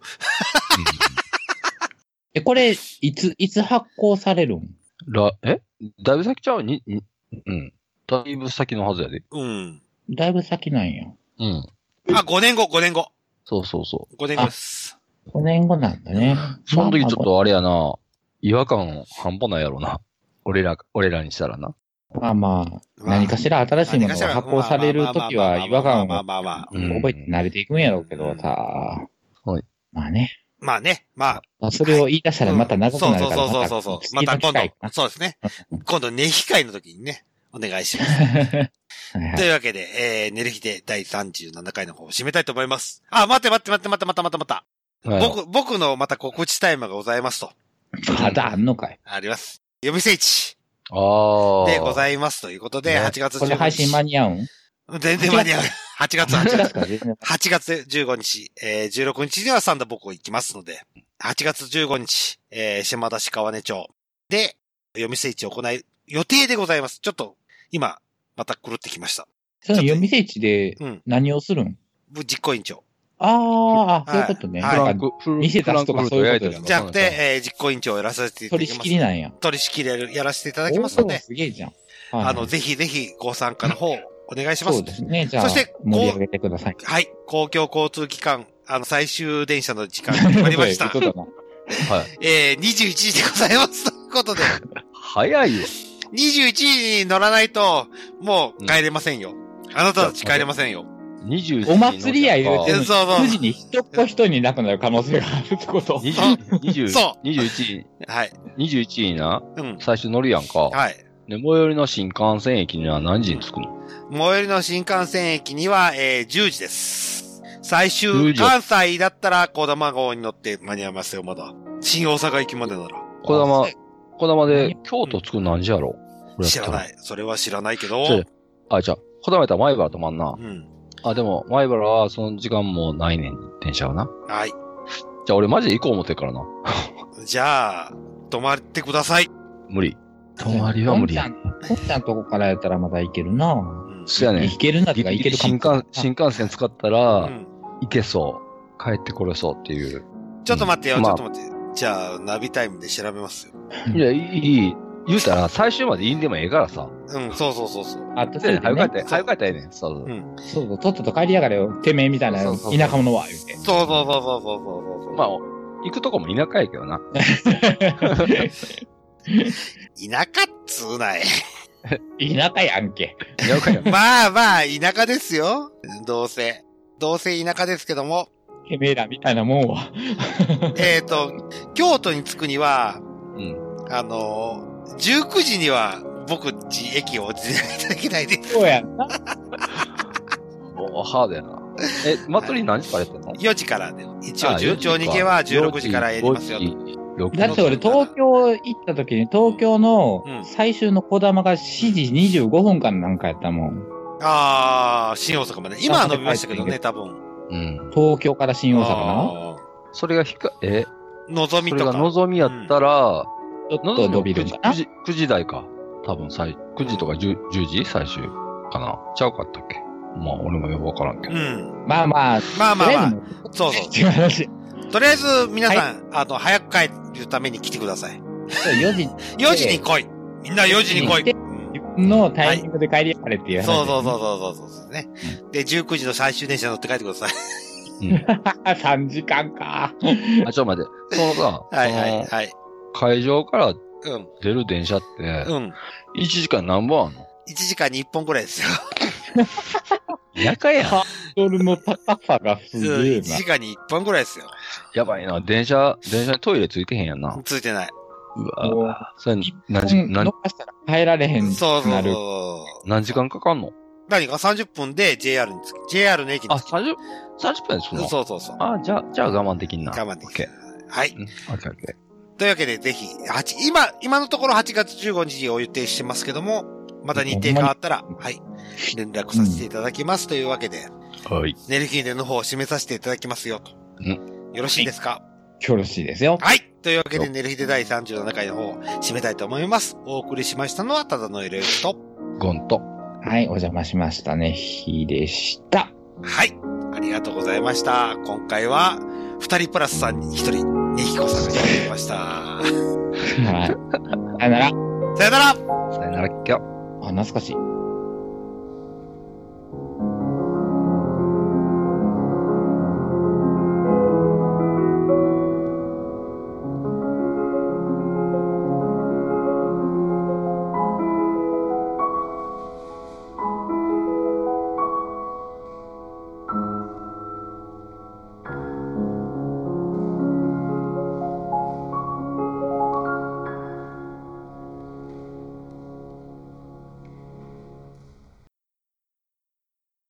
Speaker 10: え、これ、いつ、いつ発行されるん
Speaker 2: う。ら、えだいぶ先ちゃうに、にうん。だいぶ先のはずやで。
Speaker 1: うん。
Speaker 10: だいぶ先なんや。
Speaker 2: うん。
Speaker 1: あ、5年後、5年後。
Speaker 2: そうそうそ
Speaker 1: 5年後です。
Speaker 10: 5年後なんだね。
Speaker 2: う。その時ちょっ
Speaker 10: っ
Speaker 2: とあれやな、違和感半端ないやろな。俺ら、俺らにしたらな。
Speaker 10: と。まあまあ、何かしら新しいものが発行される時は違和感を
Speaker 1: まあまあまあまあまあまあまあ。
Speaker 2: うん
Speaker 10: 覚えて慣れていくんやろうけどさ。
Speaker 2: はい
Speaker 10: まあね。
Speaker 1: まあね。まあ、
Speaker 10: まあ、それを言い出したらまた長くなるから。
Speaker 1: うんそうそうそうそう。また
Speaker 10: また
Speaker 1: 今
Speaker 10: 次の機会か
Speaker 1: 度、そうですね。今度、寝控えの時にね、お願いします。
Speaker 10: な。はい
Speaker 1: と
Speaker 10: はい
Speaker 1: いうわけで、えー、寝る日で第37回の方を締めたいと思います。あ、待って待って待って待って待って待って
Speaker 2: はい
Speaker 1: 待って。僕、僕のまた告知タイムがございますと。
Speaker 10: まだあんのかい。
Speaker 1: あります。予備聖地
Speaker 2: ああ。
Speaker 1: でご
Speaker 2: い
Speaker 1: ざいますということで、
Speaker 10: ね
Speaker 1: 8月
Speaker 10: これ配信間
Speaker 1: 15日。
Speaker 10: に合うん
Speaker 1: 全然間に合う。8月
Speaker 10: 8
Speaker 1: 8
Speaker 10: 月から全然
Speaker 1: 8月15日、えー、16日には三田母校行きますので、8月15日、えー、島田市川根町で、読み聖地を行う予定でございます。ちょっと、今、また狂ってきました。
Speaker 10: その夜店地で
Speaker 1: うん
Speaker 10: 何をするん、
Speaker 1: 実行委員長。
Speaker 10: ああ、そうい
Speaker 1: は
Speaker 10: うことね。
Speaker 1: はい
Speaker 10: なんか店出すとかそういうこと
Speaker 1: じゃなくて、えー実行委員長をやらさせていただきます。
Speaker 10: 取り仕切りなんや。
Speaker 1: 取り仕切りやるやらせていただ
Speaker 10: お
Speaker 1: きますので、
Speaker 10: すげえじゃん。はい
Speaker 1: あの、ぜひぜひご参加の方、お願いします。
Speaker 10: そうですね。じゃ
Speaker 1: そ
Speaker 10: あ、
Speaker 1: して、
Speaker 10: 盛り上
Speaker 1: こ
Speaker 10: げてください。
Speaker 1: うはい、公共交通機関、あの、最終電車の時間が決まりま した。
Speaker 10: そうだな。
Speaker 2: はい。
Speaker 1: えー、21時でございます。ということで、
Speaker 2: 早いよ。
Speaker 1: 21時に乗らないと、もう帰れませんよ。あなたたち帰れませんよ。
Speaker 2: 20
Speaker 10: お祭りや言うて
Speaker 1: そうそう
Speaker 10: 9時に人っ子人になくなる可能性があるってこと。
Speaker 2: 20 20
Speaker 1: そ
Speaker 2: 21
Speaker 1: はい。
Speaker 2: 位、21位にな、
Speaker 1: うん。
Speaker 2: 最初乗るやんか。
Speaker 1: はい。
Speaker 2: で、最寄りの新幹線駅には何時に着くの
Speaker 1: 最寄りの新幹線駅には、えー、10時です。最
Speaker 2: 10
Speaker 1: 終、
Speaker 2: 時や
Speaker 1: 関西だったら、小玉号に乗って間に合いますよ、まだ。新大阪駅までなら。
Speaker 2: 小玉、小玉で京都着くの何時やろ俺や
Speaker 1: 知
Speaker 2: った
Speaker 1: らない。それは知らないけど。
Speaker 2: そうやあ、じゃあ、小玉やったら前原止まんな
Speaker 1: う。ん。
Speaker 2: あ、でも、前原はその時間もうないねん、電車はな。
Speaker 1: はい。
Speaker 2: じゃあ俺マジで行こう思ってるからな。
Speaker 1: じゃあ、泊まってください。
Speaker 2: 無理。泊まりは無理や。
Speaker 10: こっちゃんとこからやったらまだいけるな。
Speaker 1: うん
Speaker 2: そうやねん。
Speaker 10: いけるなと
Speaker 2: ギ
Speaker 10: か
Speaker 2: リ
Speaker 10: い
Speaker 2: ギ
Speaker 10: け
Speaker 2: リ
Speaker 10: るか
Speaker 2: 新
Speaker 10: も。
Speaker 2: 幹新幹線使ったら、
Speaker 1: うん
Speaker 2: 行けそう。帰ってこれそうっていう。
Speaker 1: ちょっと待ってよ、
Speaker 2: うん
Speaker 1: ちょ
Speaker 2: まあ
Speaker 1: っと待って。じゃあ、ナビタイムで調べますよ。
Speaker 2: いや、いいいい、言うたら、最終までいいんでもええからさ。
Speaker 1: うん、そうそうそうそう。
Speaker 10: あ、途
Speaker 2: そう
Speaker 10: 中
Speaker 2: やね早
Speaker 10: で
Speaker 2: く帰っ
Speaker 10: ね。
Speaker 2: て、早く帰ったらええねん。そうそうう。
Speaker 1: ん。
Speaker 10: そうそう、とっとと帰りやがれよ。てめえみたいな
Speaker 2: そうそうそう
Speaker 10: 田舎者は、言うて。
Speaker 1: そうそうそうそうそうそうそう。
Speaker 2: まあ、行くとこも田舎やけどな。
Speaker 1: 田舎っつうない。
Speaker 10: 田舎やんけ。
Speaker 2: 田 舎やん。
Speaker 1: まあまあ、田舎ですよ。どうせ。どうせ田舎ですけども。
Speaker 10: てめえらみたいなもんは。
Speaker 1: えっと、京都に着くには、
Speaker 2: うん。
Speaker 1: あのー、19時には僕んち駅を落ちないといけないで。
Speaker 10: そうやんな。
Speaker 2: おハードやな。 え、祭り何時からやってんの
Speaker 1: 4時からで。一
Speaker 2: あ
Speaker 1: 応
Speaker 2: あ
Speaker 1: 順調に行けば16時からやりますよ。
Speaker 2: 4時5時
Speaker 10: だって俺東京行った時に東京
Speaker 1: うんう
Speaker 10: の
Speaker 1: ん
Speaker 10: 最終の小玉が7時25分間なんかやったもん。
Speaker 1: ああ、新大阪まで。今は伸びましたけどね、多分。
Speaker 2: うん。
Speaker 10: 東京から新大阪な。
Speaker 1: あ
Speaker 2: それがひか、え、
Speaker 1: ーのぞみ
Speaker 2: それ
Speaker 1: と
Speaker 2: が
Speaker 1: か。
Speaker 2: 望みやったら、
Speaker 10: ちょっ
Speaker 2: 望
Speaker 10: と
Speaker 2: み
Speaker 10: 伸び
Speaker 2: 9
Speaker 10: る
Speaker 2: 時
Speaker 10: かな。
Speaker 2: 時、9時台か。多分最、9時とか 10, 10時最終かな。ちゃうかったっけまあ、俺もよくわからんけど。
Speaker 1: うん。
Speaker 10: まあまあ、と
Speaker 1: まあまあ
Speaker 10: り
Speaker 1: ま
Speaker 10: あえ
Speaker 1: あ
Speaker 10: ず。
Speaker 1: そう
Speaker 10: そ
Speaker 1: そう
Speaker 10: っていう話。
Speaker 1: う。とりあえず、皆さん、あの、早く帰るために来てください。
Speaker 10: 4時
Speaker 1: 4時に来い。みんな4時に来い。
Speaker 10: で
Speaker 1: うん
Speaker 10: のタイミングで帰りやがれっていう話。
Speaker 1: そうそうそうそうそうそうですね。で、19時の最終電車に乗って帰ってください。
Speaker 2: うん。
Speaker 10: 3時間か。
Speaker 2: あ、ちょっと待って。そのさ、
Speaker 1: はいは
Speaker 2: そ
Speaker 1: い
Speaker 2: の
Speaker 1: はい。
Speaker 2: 会場から
Speaker 1: うん。
Speaker 2: 出る電車って、
Speaker 1: うん。
Speaker 2: 1時間何本あんの
Speaker 1: 1時間に1本ぐらいですよ。
Speaker 2: やかやん。
Speaker 10: ドルの高さがす
Speaker 1: うん
Speaker 10: げえ
Speaker 1: 1
Speaker 10: な
Speaker 1: 時。間に1本ぐらいですよ。
Speaker 2: やばいな。電車、電車にトイレついてへんやんな。
Speaker 1: ついてない。
Speaker 2: う
Speaker 10: も
Speaker 2: わぁ。それ何時、
Speaker 10: 逃
Speaker 2: 何、
Speaker 10: したら帰られへん
Speaker 1: そうそう
Speaker 10: なる。
Speaker 1: そう。
Speaker 2: 何時間かかんの
Speaker 1: 何か30分で JR に着く。JR の駅
Speaker 2: あ、
Speaker 1: に着く。
Speaker 2: 30、30分ですの
Speaker 1: そうそうそう。
Speaker 2: あ、じゃあ、じゃあ我慢できんな。
Speaker 1: 我慢できる
Speaker 2: オッケ
Speaker 1: はい
Speaker 2: ー。。うん、オッケーオッケ
Speaker 1: というわけで、ぜひ、8、今、今のところ8月15日を予定してますけども、また日程変わったら、はい。連絡させていただきますというわけで、
Speaker 2: ー。はい。
Speaker 1: ネルヒーネの方を締めさせていただきますよと。
Speaker 2: う
Speaker 1: よろしいですか
Speaker 10: よろしいですよ。
Speaker 1: はい。というわけで、寝る日で第37回の方、締めたいと思います。お送りしましたのは、ただのいろいろと。
Speaker 2: ゴンと。
Speaker 10: はい、お邪魔しましたね。日でした。
Speaker 1: はい。ありがとうございました。今回は、二人プラスさんに一人、ねひこさんがいただきました。
Speaker 10: はい。さよなら。
Speaker 1: さよなら
Speaker 2: さよなら、きゃ。
Speaker 10: あ、懐かしい。